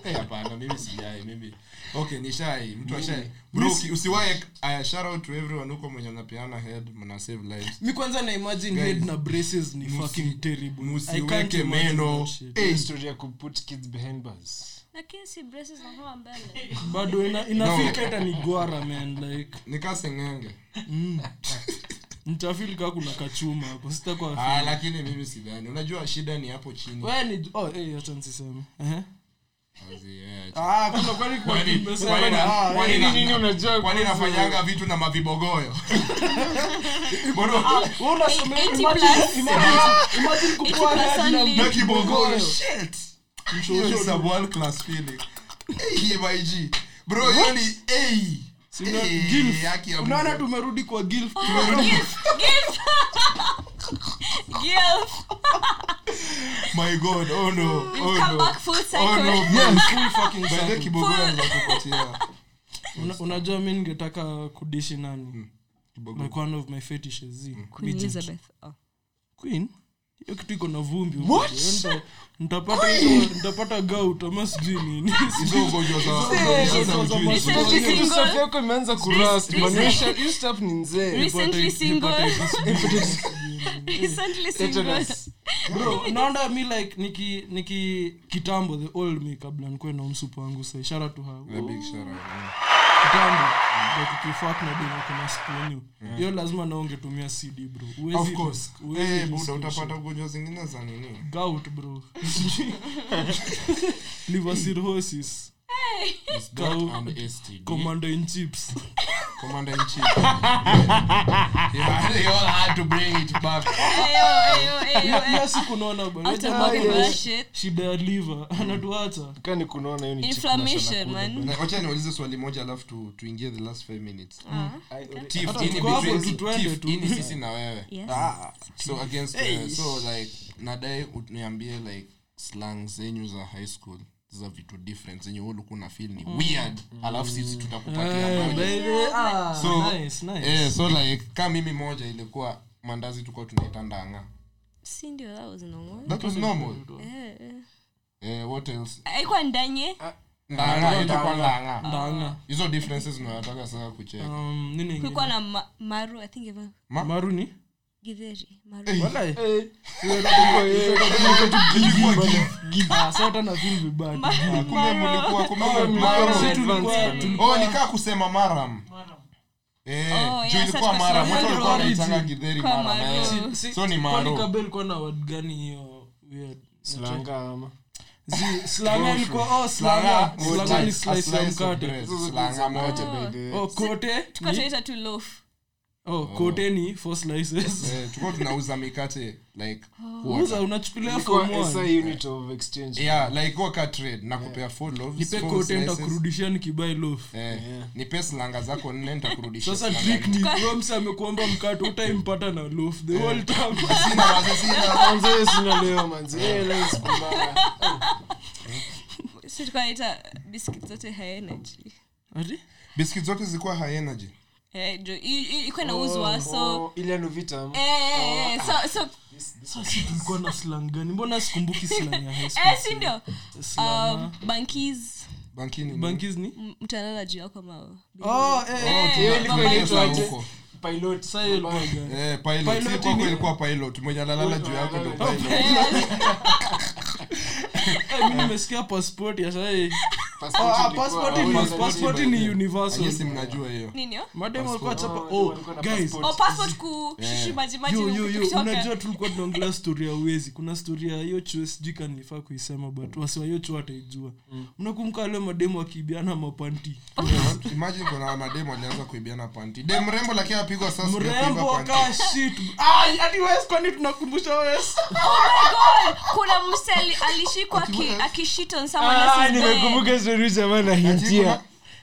Speaker 2: eh, hapana mimi sijai mimi okay nishai mtu ashai bro uki- usiwae aya shout out to everyone huko mwenye mnapeana head mna save lives
Speaker 3: mi kwanza na imagine
Speaker 2: Guys,
Speaker 3: head na braces ni fucking terrible I can't
Speaker 2: musiweke
Speaker 3: imagine
Speaker 2: meno
Speaker 3: that shit.
Speaker 2: Eh,
Speaker 5: story ya kuput kids behind bars
Speaker 6: lakini si braces zinakuwa mbele
Speaker 3: bado ina- inafika hata ni gwara man like
Speaker 2: nikaa sengenge
Speaker 3: nitafil kaa kuna kachuma hapo sitakwa
Speaker 2: ah, lakini mimi sidhani unajua shida ni hapo chini
Speaker 3: ni oh, hey, acha nisiseme Ehe.
Speaker 2: Kazi, eh, acha.
Speaker 3: Ah, kuna kwani kuna
Speaker 2: Kwani-
Speaker 3: kimesema,
Speaker 2: kwani na-
Speaker 3: ah, eh.
Speaker 2: kwani na- na-
Speaker 5: unajua
Speaker 2: kwani nafanyanga vitu na mavibogoyo Bro,
Speaker 3: Wewe unasomea-
Speaker 6: 80
Speaker 3: imagine-
Speaker 6: plus.
Speaker 3: imagine- imagine kukuwa
Speaker 6: plus
Speaker 3: head na
Speaker 6: only.
Speaker 2: na kibogoyo
Speaker 3: vibogoyo.
Speaker 2: shit Hiyo is a world class feeling hey, my G. bro hiyo ni hey.
Speaker 3: Si una-
Speaker 2: Hey,
Speaker 3: gilf.
Speaker 2: haki Eh, ya
Speaker 3: unaona
Speaker 2: Mungu. Ah.
Speaker 3: tumerudi kwa gilf
Speaker 6: Girls,
Speaker 2: my god oh no oh
Speaker 6: we've come
Speaker 2: no
Speaker 6: back full
Speaker 2: oh
Speaker 6: circle.
Speaker 2: no full fucking
Speaker 3: By the
Speaker 2: circle.
Speaker 3: way,
Speaker 2: kibogoyo anakupatia
Speaker 3: Una- unajua mi ningetaka kudishi
Speaker 2: Hmm.
Speaker 3: nani
Speaker 2: kibogoyo
Speaker 3: like one of my fetishes
Speaker 2: Hmm.
Speaker 3: zi
Speaker 4: Queen Elizabeth. Oh.
Speaker 3: queen hiyo kitu iko na vumbi huko. Nita- nitapata hiyo- nitapata gout ama sijui nini
Speaker 2: hizo ugonjwa za ugonjwa za ujui.
Speaker 6: Recently single.
Speaker 5: yako imeanza
Speaker 6: Recent-
Speaker 5: kurastmanishastaf ni nzee
Speaker 6: Recently single. Recently single.
Speaker 3: Bro, naona mi like niki niki kitambo the old me kabla nikuwe na umsupa wangu sai shara to her
Speaker 2: The big shout out, yeah.
Speaker 3: kitambo like ukifak na dina kuna spenu hiyo lazima na ungetumia cd bro Huwezi-
Speaker 2: Of course.
Speaker 3: huwezi
Speaker 2: Eh,
Speaker 3: risk
Speaker 2: buda,
Speaker 3: hiyo shit.
Speaker 2: utapata ugonjwa zingine za nini
Speaker 3: gout bro liver cirrhosis Gout. commander in chips
Speaker 2: Commander in chief. Yeah, they all had to bring it back.
Speaker 6: Ayo, ayo, ayo, ayo.
Speaker 3: hiyo siku naona bana.
Speaker 6: Out of
Speaker 3: Unajua
Speaker 6: body
Speaker 3: hiyo
Speaker 6: for that shit.
Speaker 3: shida ya liver anatuacha
Speaker 5: kani kunaona hiyo ni chick
Speaker 6: Inflammation,
Speaker 5: na
Speaker 6: man.
Speaker 2: Na- wacha niulize swali moja alafu tu- tuingie the last five minutes
Speaker 5: chakula.
Speaker 2: Tiff,
Speaker 3: Hata
Speaker 2: ini
Speaker 3: tuko hapo
Speaker 2: between-
Speaker 3: tu, tuende
Speaker 2: Tiff,
Speaker 3: tu.
Speaker 2: ini sisi na wewe
Speaker 4: Yes.
Speaker 2: so against uh, so like nadai uniambie like slang zenyu za high school za vitu different zenye wewe ulikuwa na feel ni weird alafu sisi tutakupatia
Speaker 3: Eh,
Speaker 2: moja.
Speaker 3: baby, ah,
Speaker 2: So-
Speaker 3: nice, nice.
Speaker 2: Eh, so like ka mimi moja ilikuwa mandazi tulikuwa tunaita ndanga
Speaker 4: Si ndio oh, that was normal.
Speaker 2: that was normal
Speaker 4: Eh, eh.
Speaker 2: eh, what else
Speaker 6: Haikuwa ndanye.
Speaker 2: ndanga ilikuwa ndanga
Speaker 3: Ndanga.
Speaker 2: hizo differences unataka sasa kucheka
Speaker 3: Um, nini ingine?
Speaker 6: Kulikuwa na ma- maru, I think it was
Speaker 3: maru ni
Speaker 4: Githeri. Maru.
Speaker 3: Walai. Ah, sasa hata na feel vibaya.
Speaker 2: Ah, kumbe mlikuwa kumbe mlikuwa
Speaker 3: Sisi tulikuwa- tulikuwa-
Speaker 2: oh nikaa kusema maram Eh,
Speaker 6: Oh,
Speaker 2: juu
Speaker 6: yeah,
Speaker 2: ilikuwa
Speaker 6: such
Speaker 2: maram
Speaker 6: was-
Speaker 2: watu walikuwa
Speaker 3: Yeah,
Speaker 2: wanaitanga
Speaker 3: origin.
Speaker 2: githeri
Speaker 6: Kwa
Speaker 2: maram eh.
Speaker 6: maru.
Speaker 3: si-
Speaker 2: so ni
Speaker 3: kwani
Speaker 2: maru
Speaker 3: Kabel ilikuwa na word gani hiyo weird?
Speaker 5: slanga ama
Speaker 3: Zi- slanga ilikuwa-
Speaker 2: Slanga,
Speaker 3: oh, slanga.
Speaker 2: oh,
Speaker 3: Slanga
Speaker 2: like
Speaker 3: ni
Speaker 2: a
Speaker 3: slice ya
Speaker 2: slice of
Speaker 3: mkate
Speaker 2: bread. Slanga moja baby.
Speaker 3: Oh, kote
Speaker 6: Tulikuwa
Speaker 3: ni-
Speaker 6: tunaita tu loaf.
Speaker 3: oh, kote ni four slices
Speaker 2: Eh, tulikuwa tunauza mikate like
Speaker 6: Oh.
Speaker 3: Uza,
Speaker 2: quarter.
Speaker 3: unachukulia
Speaker 5: Ilikuwa
Speaker 3: form one.
Speaker 5: SI unit of exchange
Speaker 2: yeah like waka trade na kupea four loaves,
Speaker 3: nipe
Speaker 2: four
Speaker 3: kote
Speaker 2: slices.
Speaker 3: ntakurudishia nikibai loaf
Speaker 2: Eh, nipe slanga zako nne nitakurudisha
Speaker 3: sasa
Speaker 2: slanga
Speaker 3: trick
Speaker 2: nne.
Speaker 3: ni wewe msa amekuomba mkate utaimpata na loaf the whole time
Speaker 2: Sina wazi, sina.
Speaker 5: manzee sina leo manzee leo siku mbaya
Speaker 6: Si tulikuwa tunaita biscuit zote high energy.
Speaker 3: Ati?
Speaker 2: biscuits zote zilikuwa high energy
Speaker 6: Eh, jo- i- i- ilikuwa inauzwa so
Speaker 5: Oh, ile nuvitam
Speaker 6: eh, eh, eh, so- so-
Speaker 3: Sasa tulikuwa na slang gani mbona sikumbuki slang ya high
Speaker 6: eh, Um,
Speaker 3: school
Speaker 6: si ndio
Speaker 3: Slang ya-
Speaker 6: Um, bankies
Speaker 2: bankini ni-
Speaker 3: Bankis ni
Speaker 6: M- mtalala juu yako mao
Speaker 3: Oh, eh, eh,
Speaker 2: Okay,
Speaker 3: hiyo
Speaker 2: hiyo
Speaker 3: ilikuwa
Speaker 2: ilikuwa inaitwa
Speaker 3: inaitwa aje?
Speaker 2: huko.
Speaker 5: pilot
Speaker 3: Sasa hiyo ilikuwa gani?
Speaker 2: Eh, pilot.
Speaker 3: Pilot
Speaker 2: Si kwako
Speaker 3: ni-
Speaker 2: ilikuwa pilot mwenye analala juu yako ndo pilot.
Speaker 3: Eh, mimi nimesikia passport ya sahi. Oh, ah, passport ni-
Speaker 2: passport
Speaker 3: passport
Speaker 2: ilikuwa-
Speaker 3: ni universal.
Speaker 2: Anyie si mnajua hiyo
Speaker 6: ninio
Speaker 3: Madam alikuwa achapa-
Speaker 5: Oh,
Speaker 3: oh,
Speaker 5: walikuwa na
Speaker 3: guys,
Speaker 5: passport.
Speaker 6: o passport kushushimajimaji
Speaker 3: yo, yo, yo, unajua tulikuwa tunaongelea story ya uwezi kuna story ya hiyo chuo sijui kama nifaa kuisema but wasiwa hiyo chuo ataijua
Speaker 5: Mm.
Speaker 3: mnakumbuka wale mademu wakiibiana mapanti
Speaker 2: imagine kuna mademu alianza kuibiana panti de mrembo lakini apigwa sasa
Speaker 3: mrembo
Speaker 2: panti
Speaker 3: ka shit Ay, hadi wes kwani tunakumbusha wes
Speaker 6: Oh kuna mseli alishikwa aki-
Speaker 2: Ati what?
Speaker 6: akishit on someone
Speaker 5: Ah,
Speaker 6: else's bed.
Speaker 5: nimekumbuka story jamaa na hintia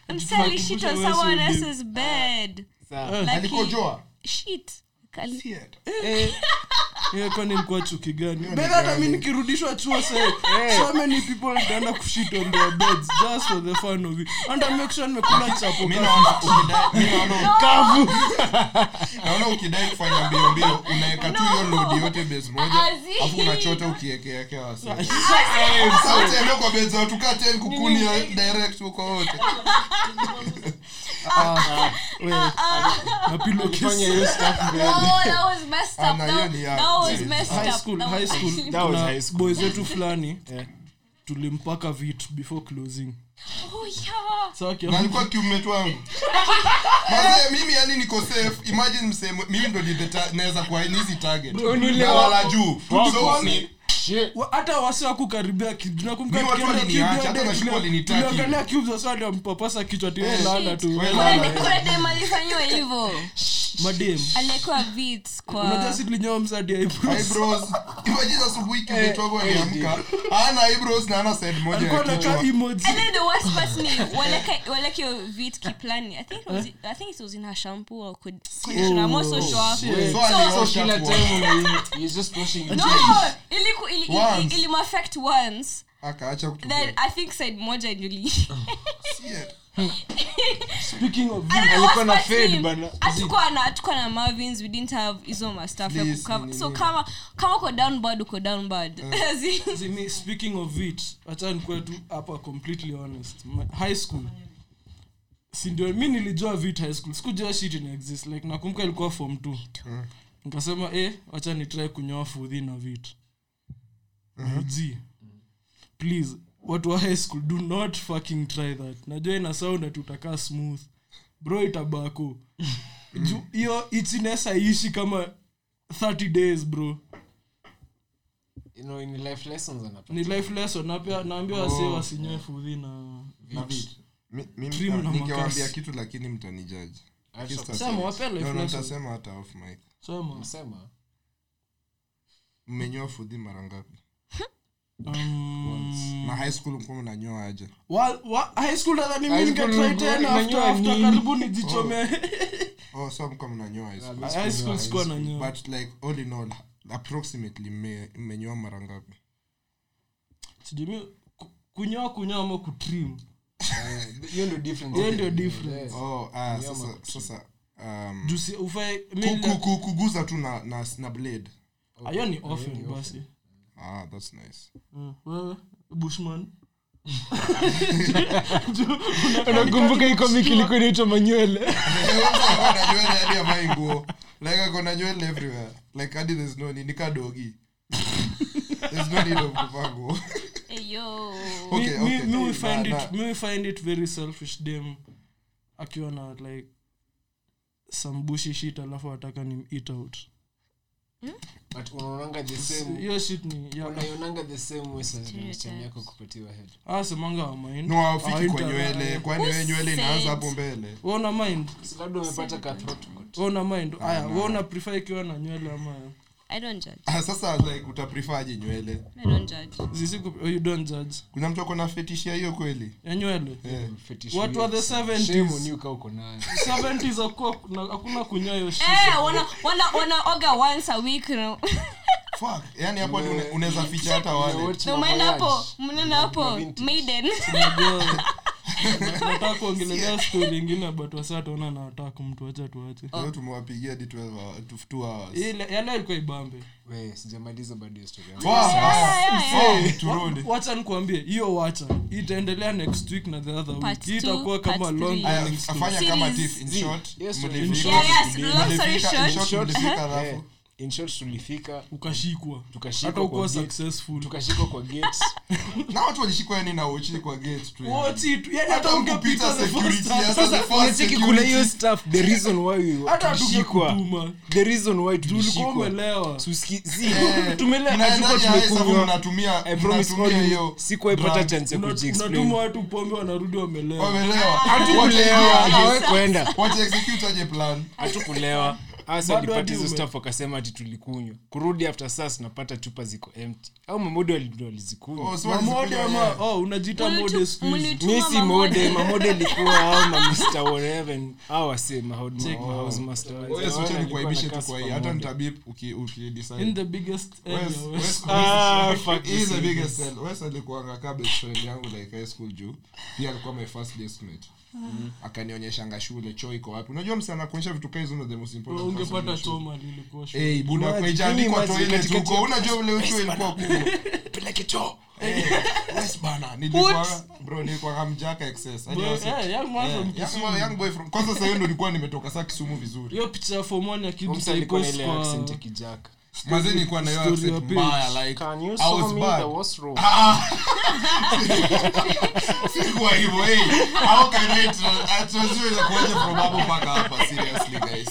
Speaker 6: Mse alishit on
Speaker 3: Tunakumbusha
Speaker 6: someone
Speaker 3: wewe sio
Speaker 6: else's bed. Like he-
Speaker 2: alikojoa
Speaker 6: shit. Kali-
Speaker 3: eh, kwani nilikuwa chuki gani
Speaker 2: ni
Speaker 3: bedha hata
Speaker 2: gani?
Speaker 3: mi nikirudishwa chuo sahi
Speaker 5: Eh.
Speaker 3: so many people itaenda kushit on their beds just for the fun of it and I make sure nimekula chapo
Speaker 2: Mi
Speaker 3: kavu.
Speaker 2: naona ukidai- mi naona- naona ukidai kufanya mbio mbio unaweka tu hiyo lodi yote base moja
Speaker 6: Azii.
Speaker 2: afu unachota ukiekeekea wasauende kwa base za watu kaa ten kukuni ya direct huko wote
Speaker 3: na pillow
Speaker 5: Fanya
Speaker 3: case
Speaker 5: hiyo stuff mbele.
Speaker 6: Oh, that was messed up.
Speaker 2: Ana,
Speaker 6: That-
Speaker 2: hiyo ni ya-
Speaker 6: that was
Speaker 2: High
Speaker 6: messed
Speaker 3: high
Speaker 6: up.
Speaker 3: school
Speaker 6: That
Speaker 3: high
Speaker 6: was
Speaker 3: school
Speaker 6: actually-
Speaker 5: That was
Speaker 3: kuna
Speaker 5: high school.
Speaker 3: boys wetu fulani
Speaker 5: Yeah.
Speaker 3: tulimpaka vit before closing
Speaker 6: Oh, yeah.
Speaker 3: Sawa kia-
Speaker 2: Na alikuwa kiumet wangu Mazee, mimi yani niko safe imagine msemo mimi ndo nithe ta- naweza kuwa ni hizi target
Speaker 5: Bro, ni
Speaker 2: na
Speaker 5: leo.
Speaker 2: wala juu so
Speaker 5: Wako.
Speaker 2: ni
Speaker 5: Shit.
Speaker 3: Wa- hata wasi wakukaribia
Speaker 2: Mi watu waliniacha, hata nashukuru walinitaki.
Speaker 3: kiuasampapasa kichwa tielala tu
Speaker 2: Wewe
Speaker 6: Kuna-
Speaker 2: lala.
Speaker 6: kuna dem alifanyiwa hivyo
Speaker 3: madem
Speaker 6: alikuwa vits
Speaker 3: unajua
Speaker 6: kwa
Speaker 3: si tulinyoa msadi ya eyebrows.
Speaker 2: eyebrows imagine asubuhi kiumet wangu aliamka hana eyebrows na hana side moja
Speaker 3: alikuwa
Speaker 2: ya
Speaker 3: anakaa
Speaker 2: kichwa
Speaker 3: emoji
Speaker 6: And then the worst part ni waleka- waleka hiyo vit kiplani. I think it was- I think it was in her shampoo or cond- conditioner. I'm not so sure.
Speaker 2: so
Speaker 6: So-
Speaker 2: aliosha
Speaker 5: So kila
Speaker 2: tu.
Speaker 5: time una- he's just washing his
Speaker 6: No,
Speaker 5: face.
Speaker 6: iliku- ili- ili-
Speaker 2: Once.
Speaker 6: ilimaffect once.
Speaker 2: akaacha kutumia.
Speaker 6: Then I think side moja inuli-
Speaker 2: Yeah.
Speaker 3: speaking of
Speaker 6: And then the
Speaker 5: Alikuwa
Speaker 6: worst
Speaker 5: na
Speaker 6: part
Speaker 5: fade
Speaker 6: ni,
Speaker 5: bana.
Speaker 6: hatukuwa na- hatukuwa na Marvins, we didn't have hizo mastuff ya
Speaker 2: Please,
Speaker 6: kucover.
Speaker 2: ni-
Speaker 6: So
Speaker 2: ni-
Speaker 6: kama- kama uko down bad, uko down bad. As in-
Speaker 3: See, me, speaking of it acha nikuwe tu hapa completely honest My, high school sindio mi nilijua vit high school sikujua shit ina exist like nakumbuka ilikuwa form t nikasema eh wacha nitrai kunyoa fudhi na vit g please watu wa high school do not fucking try that najua ina sound ati utakaa smooth bro itabako Ju- hiyo itchiness haiishi kama 30 days bro
Speaker 5: You know, in life lessons anapata.
Speaker 3: ni life lesson na pia naambia
Speaker 5: Oh.
Speaker 3: wase wasinyoe fudhi na
Speaker 2: Na vitu. Mi- mi-
Speaker 3: Trim
Speaker 2: mta-
Speaker 3: na
Speaker 2: ningewaambia
Speaker 3: makasi.
Speaker 2: kitu lakini mtanijaji
Speaker 5: Acha-
Speaker 3: sema wapea life lesson
Speaker 2: mtasema hata off mic
Speaker 3: sema
Speaker 5: Sema.
Speaker 2: mmenyoa fudhi mara ngapi
Speaker 3: um,
Speaker 2: na high school mkuwa mnanyoa aje
Speaker 3: wa, wa, high school nadhani mimi
Speaker 5: High school
Speaker 3: ningetry
Speaker 5: ulikuwa
Speaker 3: tena after
Speaker 5: unanyoa
Speaker 3: after
Speaker 5: nini?
Speaker 3: karibu nijichomee
Speaker 2: oh so mkuwa mnanyoa high
Speaker 5: Ah,
Speaker 2: school.
Speaker 3: high school sikuwa na nyoa
Speaker 2: but like all in all approximately mme- mmenyoa mara ngapi
Speaker 3: sijui mi- ku- kunyoa kunyoa ama kutrim
Speaker 5: Mm. Hiyo ndio difference.
Speaker 3: hiyo ndio difference
Speaker 2: oh ah,
Speaker 5: Mmenyoa mara
Speaker 2: sasa
Speaker 5: ngapi?
Speaker 2: sasa um,
Speaker 3: Juu si- ufae
Speaker 2: ku- ku-
Speaker 3: mi-
Speaker 2: ku- kuguza tu na na, na blade
Speaker 3: Ah, hiyo ni often basi
Speaker 2: ah that's nice
Speaker 3: Mm, wewe bushman
Speaker 5: unakumbuka hii comic ilikuwa inaitwa manywele
Speaker 2: Ako na nywele hadi havai nguo like ako na nywele everywhere like hadi there's no need nikadogi there's no need of kuvaa nguo
Speaker 6: Eyo.
Speaker 3: Mi-
Speaker 2: Okay,
Speaker 3: mi-
Speaker 2: okay.
Speaker 3: mi will
Speaker 2: Na-
Speaker 3: find
Speaker 2: na-
Speaker 3: it- mi will find it very selfish dem akiwa na like some bushi shit alafu ataka ni eat out
Speaker 5: but unaonanga the same
Speaker 3: hiyo shit ni ya
Speaker 5: unaionanga the same way sasichani yako kupatiwa head
Speaker 3: asemanga Ah, wa mind
Speaker 2: no hawafiki kwa
Speaker 3: Hawaita-
Speaker 2: nywele kwani wewe nywele inaanza hapo mbele
Speaker 3: Wewe una mind
Speaker 5: Si labda umepata ka throat cut.
Speaker 3: Wewe una mind
Speaker 2: Ah,
Speaker 3: aya wewe una prefer ikiwa na nywele ama
Speaker 6: I don't judge.
Speaker 2: ah, sasa like utaprefaje nywele
Speaker 6: I don't judge.
Speaker 3: zisiku oh, you don't judge
Speaker 2: kuna mtu akona fetishia hiyo kweli Eh.
Speaker 3: ya nywele
Speaker 2: yeah.
Speaker 5: Fetish
Speaker 3: watu wa
Speaker 5: weird.
Speaker 3: the
Speaker 5: Shame
Speaker 3: 70s
Speaker 5: on you kama uko nayo.
Speaker 3: 70s hakuwa kuna- hakuna kunyoa hiyo shit
Speaker 6: Eh, wana- wana- wanaoga once a week you know.
Speaker 2: fuck yani hapo ndio une- unaweza ficha hata
Speaker 5: You
Speaker 2: wale
Speaker 5: watch
Speaker 6: No,
Speaker 5: my
Speaker 3: Mm.
Speaker 6: mnaenda
Speaker 5: voyage.
Speaker 6: hapo mnaenda hapo
Speaker 5: vintage.
Speaker 6: maiden
Speaker 3: Girl, nataka kuongelelea stori ingine but wasa ataona na atak mtu wacha tuache
Speaker 2: leo tumewapigia hadi 12 hours- to- two hours.
Speaker 3: Ile- yale alikuwa ibambe
Speaker 5: we sijamaliza bado hiyo story yangu.
Speaker 2: Wow.
Speaker 6: yeah,
Speaker 2: Oh, turudi.
Speaker 3: wacha nikuambie hiyo wacha itaendelea next week na the other week
Speaker 6: Part
Speaker 3: hii
Speaker 6: two,
Speaker 3: itakuwa
Speaker 6: part
Speaker 3: kama long
Speaker 6: three.
Speaker 2: Aya,
Speaker 3: running story.
Speaker 2: afanya kama
Speaker 6: Series.
Speaker 2: Tiff, in short,
Speaker 5: Yes,
Speaker 2: mlifika-
Speaker 5: in
Speaker 6: Yeah,
Speaker 5: short,
Speaker 6: yes,
Speaker 5: tulifika-
Speaker 6: long story
Speaker 2: mlifika- in
Speaker 6: short.
Speaker 2: short, mlifika alafu-
Speaker 5: Eh, in short tulifika
Speaker 3: ukashikwa
Speaker 5: tukashikwa
Speaker 3: hata
Speaker 5: kwa
Speaker 3: ukuwa
Speaker 5: gate-
Speaker 3: successful
Speaker 5: tukashikwa kwa gate
Speaker 2: na watu walishikwa yani na uchi kwa gate tu yani.
Speaker 3: Wote tu, yani
Speaker 2: Hata
Speaker 3: hata
Speaker 2: ukipita
Speaker 3: ungepita the
Speaker 2: security,
Speaker 3: first time,
Speaker 2: yes,
Speaker 3: sasa
Speaker 2: the first
Speaker 5: unacheki
Speaker 2: security.
Speaker 5: kuna hiyo stuff the reason why we
Speaker 3: hata
Speaker 5: tulishikwa
Speaker 3: tukutuma
Speaker 5: the reason why
Speaker 3: ulikuwa
Speaker 5: tulishikwa
Speaker 3: umelewa
Speaker 5: Tuski- zi-
Speaker 2: Eh,
Speaker 5: tumelea
Speaker 2: mnaenda
Speaker 5: hatukuwa
Speaker 2: ya high school,
Speaker 5: tumekunywa
Speaker 2: mnatumia-
Speaker 5: I promise all
Speaker 2: mnatumia
Speaker 5: you,
Speaker 2: hiyo
Speaker 5: sikuwaipata
Speaker 2: drug.
Speaker 5: chance Ah. ya
Speaker 3: Una-
Speaker 5: kujiexplain.
Speaker 3: unatuma watu pombe wanarudi wamelewa
Speaker 2: Wamelewa.
Speaker 5: Hatukulewa,
Speaker 2: Wache-
Speaker 5: hawakuenda.
Speaker 2: wache execute aje plan
Speaker 5: hatukulewa hasa
Speaker 3: Bado
Speaker 5: walipata
Speaker 3: hadi
Speaker 5: hizo
Speaker 3: ume-
Speaker 5: staff wakasema ati tulikunywa kurudi after saa sinapata chupa ziko empty au mamode wali- ndo
Speaker 2: Oh,
Speaker 5: walizikunywa
Speaker 2: so walizikunywa,
Speaker 3: Mode ama-
Speaker 2: yeah.
Speaker 3: oh, unajiita mode siku hizi.
Speaker 5: mi si mode mamode ilikuwa au mamr wareven au "Oh, wase
Speaker 2: Wewe sicha nikuaibishe tu kwa hii, hata nitabip uki- ukidecide.
Speaker 3: In the biggest area,
Speaker 2: Wes-
Speaker 3: Wes.
Speaker 2: Wes-
Speaker 5: Ah,
Speaker 2: Wes-
Speaker 5: fuck
Speaker 2: he is the
Speaker 5: this
Speaker 2: biggest sell. Wes alikuanga ka best friend yangu like high school juu pia alikuwa my first desmate
Speaker 5: Mm-hmm.
Speaker 2: akanionyeshanga shule choo iko wapi unajua msichana kuonyesha vitu kaa hizo ndo the most
Speaker 3: Wewe
Speaker 2: important person
Speaker 3: ungepata
Speaker 2: in shule.
Speaker 3: choma lilikuwa shule.
Speaker 2: Eh, buda kwa ijaandikwa
Speaker 5: Imagine,
Speaker 2: toilet
Speaker 5: katikati
Speaker 2: huko
Speaker 5: ya-
Speaker 2: unajua vile hiyo choo ilikuwa kubwa
Speaker 5: peleke choo
Speaker 2: Eh, Wes bana nilikuwa bro nilikuwa kamjaka excess hadi
Speaker 3: Wewe,
Speaker 2: wasi-
Speaker 3: eh, young man
Speaker 2: Eh,
Speaker 3: from
Speaker 2: young
Speaker 3: Kisumu.
Speaker 2: boy- young boy from- kwanza sasa hiyo ndo nilikuwa nimetoka saa kisumu vizuri
Speaker 3: hiyo picha ya form one ya kid
Speaker 5: alikuwa na
Speaker 3: typos
Speaker 5: ile
Speaker 3: kwa-
Speaker 5: accent ya kijaka
Speaker 2: mazee nilikuwa na hiyo
Speaker 3: Story
Speaker 2: accent
Speaker 3: ya page.
Speaker 2: mbaya like
Speaker 5: Can you
Speaker 2: I
Speaker 5: show
Speaker 2: was
Speaker 5: me
Speaker 2: bad.
Speaker 5: the washroom?
Speaker 2: sikuwa hivyo hey, how can I tra- uh, I translate the kuaje from hapo mpaka hapa seriously guys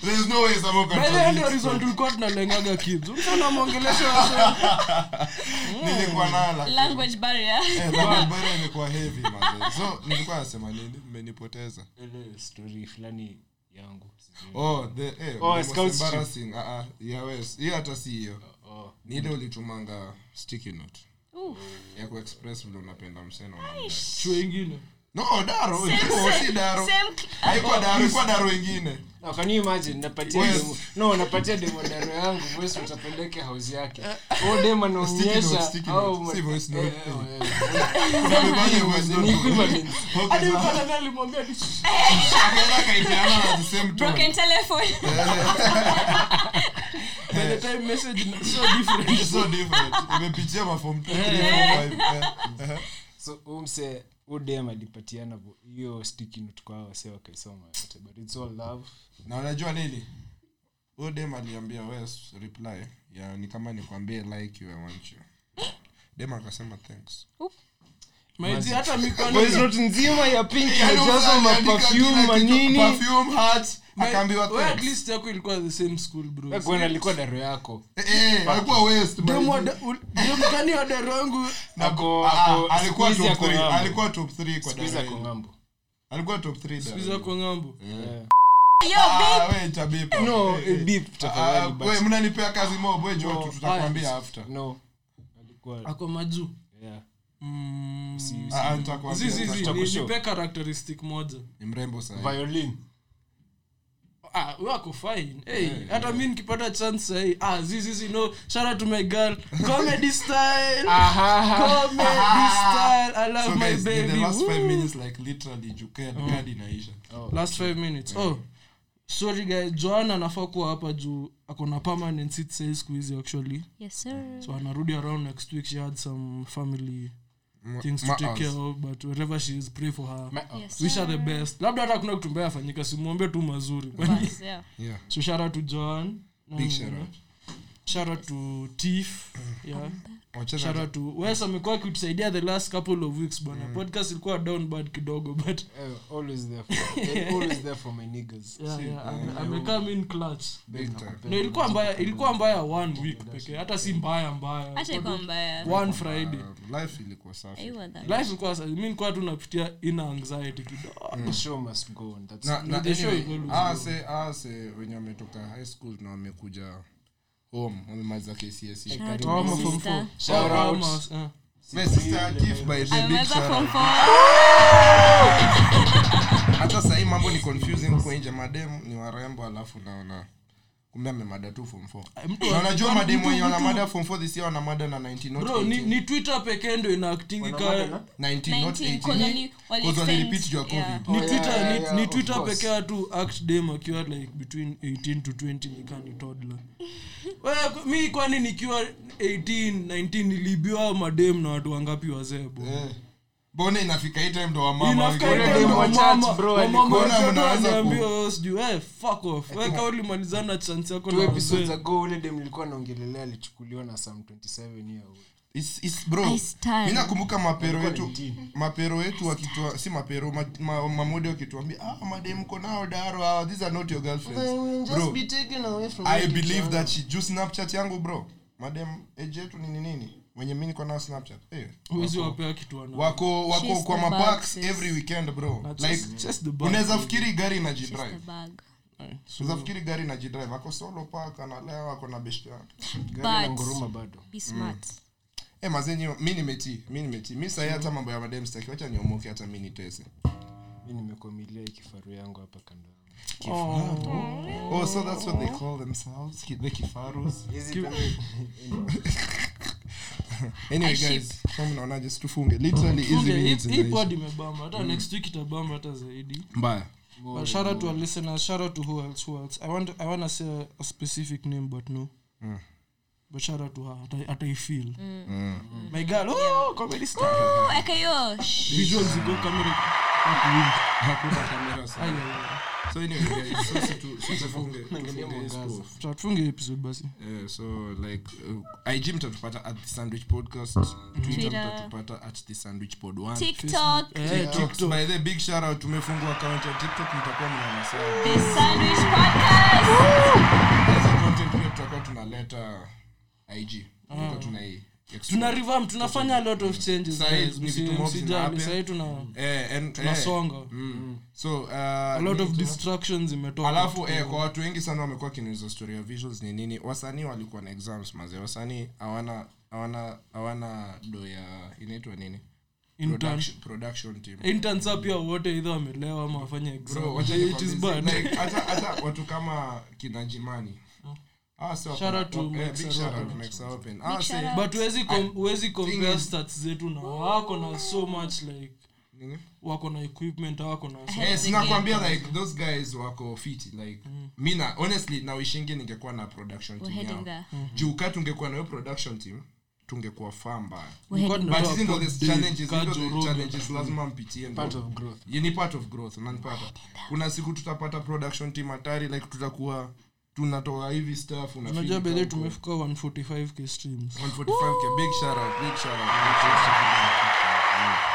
Speaker 2: there's no way someone can
Speaker 3: By the way, ndio
Speaker 2: translate
Speaker 3: reason tulikuwa tunalengaga kids mfano mwongelesha wase
Speaker 2: nilikuwa nala
Speaker 6: language barrier
Speaker 2: Eh, language barrier imekuwa heavy mazee so nilikuwa nasema nini mmenipoteza
Speaker 5: Ile story fulani yangu sijui.
Speaker 2: oh the eh
Speaker 5: Oh,
Speaker 2: the most
Speaker 5: scouts trip.
Speaker 2: embarrassing ah ah yeah wes hiyo hata si hiyo
Speaker 5: Oh,
Speaker 2: E ni ile ulitumanga sticky note ya ku express vile unapenda mseno
Speaker 3: chuo ingine
Speaker 2: no daro ilikuwa Oh, si daro
Speaker 6: Same cl-
Speaker 2: haikuwa daro ilikuwa daro ingine
Speaker 5: Now, can you imagine napatia
Speaker 2: Wes.
Speaker 5: demo, no napatia demodaro yangu wes watapeleke house yake Oh, o dem
Speaker 2: Sticky note,
Speaker 5: anaonyesha
Speaker 2: sticky
Speaker 5: au
Speaker 2: note.
Speaker 5: ma-
Speaker 2: Si voice note.
Speaker 5: eh, eh, eh,
Speaker 2: Unabebaje voice
Speaker 5: ni
Speaker 2: note?
Speaker 5: equivalent.
Speaker 3: hadi yuko na nani alimwambia ni-
Speaker 2: Akaenda akaipeana na the same tone.
Speaker 6: broken telephone
Speaker 3: by the
Speaker 5: eh.
Speaker 3: time message ni- so different
Speaker 2: It's so different. Imepitia ma form two, three, four, five, eh, eh.
Speaker 5: so umse udem alipatiana vo- hiyo sticky note kwa hao wasee wakaisoma yote but it's all love
Speaker 2: na unajua nini Huyo dem aliambia wes reply ya ni kama nikwambie like you I want you dem akasema thanks
Speaker 3: My dear, hata mikono-
Speaker 5: voice note nzima ya pink
Speaker 2: Yaani,
Speaker 5: imejazwa
Speaker 2: aliandika
Speaker 5: maperfume
Speaker 2: kila kitu,
Speaker 5: manini
Speaker 2: perfume, heart,
Speaker 3: My-
Speaker 2: akaambiwa
Speaker 3: wewe at
Speaker 2: thanks.
Speaker 3: least yako ilikuwa the same school bro
Speaker 5: Eh, Gwen alikuwa daro yako
Speaker 2: Eh, eh, alikuwa West, by
Speaker 3: Dem
Speaker 2: the
Speaker 3: wa
Speaker 2: way.
Speaker 3: da- ul- dem gani wa daro yangu
Speaker 5: ako-
Speaker 2: Ah, ah,
Speaker 5: ako-
Speaker 2: alikuwa
Speaker 5: squeeze
Speaker 2: top
Speaker 5: ako
Speaker 2: three,
Speaker 5: ng'ambo.
Speaker 2: alikuwa top three kwa
Speaker 5: squeeze
Speaker 2: dada
Speaker 5: ako
Speaker 2: hili.
Speaker 5: ng'ambo
Speaker 2: alikuwa top three dada
Speaker 3: Squeeze
Speaker 2: hili.
Speaker 3: yako ng'ambo
Speaker 5: Eh.
Speaker 2: Ah, we, itabeep.
Speaker 5: no
Speaker 2: Eh, eh.
Speaker 5: deep
Speaker 2: Ah,
Speaker 5: tafadhali
Speaker 2: we,
Speaker 5: but
Speaker 2: mnanipea kazi mob, we,
Speaker 5: No,
Speaker 2: Joe, tu- tutakwambia
Speaker 5: haya.
Speaker 2: after
Speaker 5: no Ah, alikuwa
Speaker 3: ako majuu
Speaker 5: yeah
Speaker 3: Mm.
Speaker 5: si
Speaker 2: Ah, ah,
Speaker 3: Zi,
Speaker 2: nitakwambia.
Speaker 3: zi, zi, ni-
Speaker 5: Tutakushow.
Speaker 3: nipe characteristic moja
Speaker 2: Ni mrembo sahi
Speaker 5: violin
Speaker 3: Ah, huyo ako fine hey, hata mi nikipata chance sahii ah, zizizi no shara to my girl comedy style comedy style i
Speaker 2: Ah. So,
Speaker 3: love my
Speaker 2: guys, in the
Speaker 3: baby
Speaker 2: last five
Speaker 3: Woo. Oh.
Speaker 2: minutes, like, literally, jukea, kadi inaisha.
Speaker 3: last five minutes oh sorry guys joan anafaa kuwa hapa juu akona permanent seat sahii siku hizi actually
Speaker 4: Yes, sir.
Speaker 3: so anarudi around next week she had some family things to
Speaker 2: Ma- us.
Speaker 3: take
Speaker 2: oh,
Speaker 3: care of but wherever she is pray for her
Speaker 2: Ah,
Speaker 5: Ma-
Speaker 4: Yes,
Speaker 3: wish her the
Speaker 4: sir.
Speaker 3: best labda hata kuna kitu mbaya afanyika simwombe tu mazuri
Speaker 6: Bas, yeah.
Speaker 2: Yeah.
Speaker 3: so shara to joan
Speaker 2: Big shout
Speaker 3: Mm.
Speaker 2: out.
Speaker 3: shara to tif yeah
Speaker 2: Wacheza-
Speaker 3: Shout out to wes amekuwa akitusaidia the last couple of weeks bwana
Speaker 2: Mm.
Speaker 3: podcast ilikuwa down bad kidogo but
Speaker 5: Eh, always there for eh, always there for my niggas
Speaker 3: yeah, yeah, ame- amecome in clutch
Speaker 2: big time.
Speaker 3: na ilikuwa mbaya ilikuwa mbaya one week pekee hata si mbaya mbaya
Speaker 6: hata ikuwa mbaya
Speaker 3: one friday
Speaker 2: Uh, life ilikuwa safi.
Speaker 4: Aiwa that.
Speaker 3: life ilikuwa sa- mi nilikuwa tu napitia ina anxiety kidogo
Speaker 5: the show must go on that's
Speaker 2: Na- na
Speaker 3: the show
Speaker 2: anyway,
Speaker 3: iko loose.
Speaker 2: hawa se- hawa se wenye wametoka high school na wamekuja home wamemaliza KCSE.
Speaker 4: Shout out to
Speaker 3: Oh,
Speaker 4: my
Speaker 3: my form
Speaker 4: sister.
Speaker 3: four.
Speaker 5: Shout
Speaker 3: Oh,
Speaker 5: out.
Speaker 3: mas- eh.
Speaker 2: My sister Atif, by the way, big
Speaker 6: ameweza
Speaker 2: shout
Speaker 6: form
Speaker 2: out.
Speaker 6: four
Speaker 2: hata sahii mambo ni confusing huko nje mademu ni warembo alafu naona kumbe amemada tu form four.
Speaker 3: Eh, mtu
Speaker 2: Na unajua
Speaker 3: ana-
Speaker 2: mademu
Speaker 3: mtu-
Speaker 2: wenye wana
Speaker 3: mtu-
Speaker 2: mada form four this year wana mada na 19 not
Speaker 3: bro
Speaker 2: 18.
Speaker 3: ni, ni twitter pekee ndo inaaktingi ka
Speaker 2: 19 not
Speaker 6: 19,
Speaker 2: 18.
Speaker 6: cause wali- wali
Speaker 2: Cause wali
Speaker 6: spend-
Speaker 2: repeat juu ya
Speaker 6: yeah.
Speaker 2: COVID.
Speaker 3: ni
Speaker 5: Oh,
Speaker 3: twitter
Speaker 5: yeah, yeah,
Speaker 3: ni,
Speaker 5: yeah,
Speaker 3: ni
Speaker 5: of
Speaker 3: twitter
Speaker 5: course.
Speaker 3: pekee tu act dem akiwa like between 18 to 20 nikani toddler Wewe, ku- mi kwani nikiwa 18 19 nilibiwa madem na watu wangapi wazee bro
Speaker 2: Eh. mbona inafika hii time ndo wamama
Speaker 3: Inafika
Speaker 2: wengine
Speaker 3: hii
Speaker 5: time
Speaker 3: time
Speaker 2: ndo-
Speaker 5: wa
Speaker 3: wamama-
Speaker 5: church, bro,
Speaker 3: wamama
Speaker 5: alikuwa
Speaker 2: na
Speaker 3: watoto
Speaker 2: mnaanza ku-
Speaker 3: wanaambiwa, "Oh, sijui, eh, fuck off. Wewe kama ulimalizana chance yako na
Speaker 5: two episodes
Speaker 3: wazee."
Speaker 5: ago ule dem nilikuwa naongelelea alichukuliwa na sam 27 year old.
Speaker 2: It's- it's- bro,
Speaker 6: I stand.
Speaker 2: mi nakumbuka mapero wetu
Speaker 5: Walikuwa 19.
Speaker 2: mapero wetu wakitwa si mapero ma, ma, mamode wakituambia ah, mademko nao daro ah, these are not your girlfriends bro, i believe that she juu snapchat yangu bro madem age yetu nini nini wenye mi niko nao snapchat eh,
Speaker 3: Huwezi wapea kitu wana-
Speaker 2: wako wako
Speaker 6: She's
Speaker 2: kwa
Speaker 6: the
Speaker 2: mapaks
Speaker 6: boxes.
Speaker 2: every weekend bro
Speaker 3: That's
Speaker 2: like
Speaker 3: just- just the bad
Speaker 2: unaweza
Speaker 3: thing.
Speaker 2: fikiri gari na jidrive
Speaker 6: the bag
Speaker 3: Eh, so-
Speaker 2: unaweza fikiri gari na jidrive ako solo park analewa ako na best yake
Speaker 5: Gari la
Speaker 6: But-
Speaker 5: nguruma bado
Speaker 6: be smart
Speaker 2: Eh, mazenyi mi nimetii mi nimetii mi sahii hata mambo ya madem staki wacha niomoke hata mi nitese
Speaker 5: mi nimekomilia hii kifaru yangu hapa kando yangu.
Speaker 2: Ah,
Speaker 3: Mm.
Speaker 2: Oh, so that's what they call themselves, ki- the kifarus. Anyway,
Speaker 6: I
Speaker 2: guys, kama mnaonaje, situfunge. Literally, hizi
Speaker 3: Funge, hii-
Speaker 2: minutes
Speaker 3: hii
Speaker 2: zinaisha.
Speaker 3: pod imebamba
Speaker 2: Mm.
Speaker 3: hata next week itabamba hata zaidi
Speaker 2: Mbaya.
Speaker 3: But shout out to our listeners. Shout out to who else? Who else? I want. I want to say a, a specific name, but no.
Speaker 2: Mm.
Speaker 3: But shout out to her. At I, at I feel.
Speaker 2: Mm.
Speaker 3: My girl. Oh, comedy star.
Speaker 6: oh ekayo
Speaker 3: Visuals go camera.
Speaker 2: Hakuna kamera
Speaker 3: Aye,
Speaker 2: sana.
Speaker 3: aye,
Speaker 2: So anyway, guys, so situ- situfunge, tufunge hii school.
Speaker 3: aye. Tufunge episode basi.
Speaker 2: Eh, so like uh, ig mtatupata at the sandwich podcast twitter mtatupata at the sandwich pod one.
Speaker 6: tiktok
Speaker 3: Eh,
Speaker 2: TikToks,
Speaker 3: TikTok.
Speaker 2: by the big shout out tumefungua account ya tiktok mtakuwa mnanasema
Speaker 6: the sandwich podcast
Speaker 2: As a content pia tutakuwa tunaleta ig tutakuwa tuna hii
Speaker 3: Tuna revamp, tunafanya a lot of changes.
Speaker 2: Sahi,
Speaker 3: guys.
Speaker 2: ni
Speaker 3: Msi-
Speaker 2: vitu mob
Speaker 3: msijali,
Speaker 2: zinahappen.
Speaker 3: sahi tuna
Speaker 2: Eh, and- eh,
Speaker 3: tunasonga.
Speaker 2: mm. so uh,
Speaker 3: A lot of distractions imetoka.
Speaker 2: alafu eh, kwa watu wengi sana wamekuwa wakiniuliza story ya visuals ni nini wasanii walikuwa na exams maze wasanii hawana hawana hawana do ya inaitwa nini
Speaker 3: Intern.
Speaker 2: production, production team
Speaker 3: Interns up here wote either wamelewa ama wafanya
Speaker 2: Bro,
Speaker 3: exam.
Speaker 2: wacha
Speaker 3: It is
Speaker 2: nikwambie,
Speaker 3: bad. Oh.
Speaker 2: like, hata hata watu kama kinajimani Ah, so-
Speaker 3: Shout out to
Speaker 2: eh, big
Speaker 3: Maxa
Speaker 2: shout out
Speaker 3: Open.
Speaker 2: to Maxa Open. Ah, say-
Speaker 6: shout out.
Speaker 3: but huwezi com- huwezi compare
Speaker 2: is-
Speaker 3: stats zetu na wako na so much like
Speaker 2: Nini?
Speaker 3: wako na equipment wako na so
Speaker 2: Eh, sinakwambia like those guys wako fit like
Speaker 3: Mm.
Speaker 2: mi na honestly nawishingi ningekuwa na production
Speaker 6: We're
Speaker 2: team
Speaker 6: heading
Speaker 2: yao
Speaker 6: there.
Speaker 3: Mhm.
Speaker 2: juu ka tungekuwa na hiyo production team tungekuwa faa mbaya
Speaker 6: We're heading
Speaker 2: but
Speaker 3: Ndio,
Speaker 2: hizi ndo
Speaker 3: pod
Speaker 2: the
Speaker 3: day,
Speaker 2: challenges hizo
Speaker 3: Kajo
Speaker 2: the
Speaker 3: Road.
Speaker 2: challenges lazima mpitie ndo-
Speaker 5: part of growth
Speaker 2: Ye ni part of growth unanipata kuna siku tutapata production team hatari like tutakuwa tunatoa hivi stuff unafeel kama
Speaker 3: unajua bedhe
Speaker 2: uko-
Speaker 3: tumefika 145k streams
Speaker 2: 145k big shout out big shout out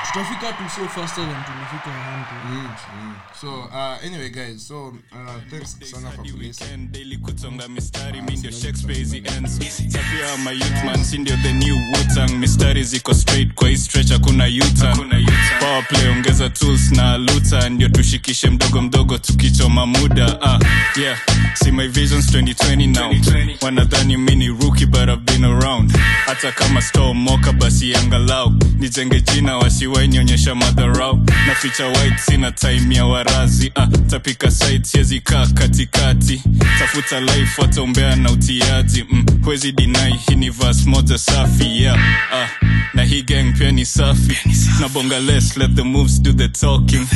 Speaker 3: tutafika tu so faster than tulifika 100
Speaker 2: Mm, mm. so uh, anyway guys so uh, thanks sana kwa kulisa
Speaker 1: weekend daily kutonga mistari mi ndio shakespeare hizi ends tabia ya mayouthman si ndio the new wutang mistari ziko straight kwa hii stretch hakuna yutan power play ongeza tools na luta ndio tushikishe mdogo mdogo tukichoma muda ah, yeah see my visions 2020 now wanadhani mi ni rookie but I've been around hata kama store moka basi angalau nijenge jina wasiwainionyesha madharau na ficha white sina time ya warazi ah, tapika site siezi kaa katikati tafuta life hata umbea na utiaji mm, huwezi dinai hii ni vas moja safi yeah. ah, na hii gang pia ni safi na bonga less let the moves do the talking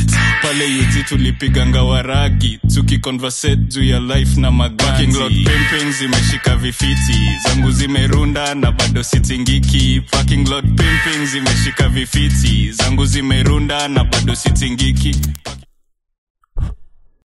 Speaker 1: pale ut tulipiganga waragi tukiconversate juu ya life na maganzi pimping zimeshika vifiti zangu zimerunda na bado sitingiki parking lot pimping zimeshika vifiti zangu zimerunda na bado sitingiki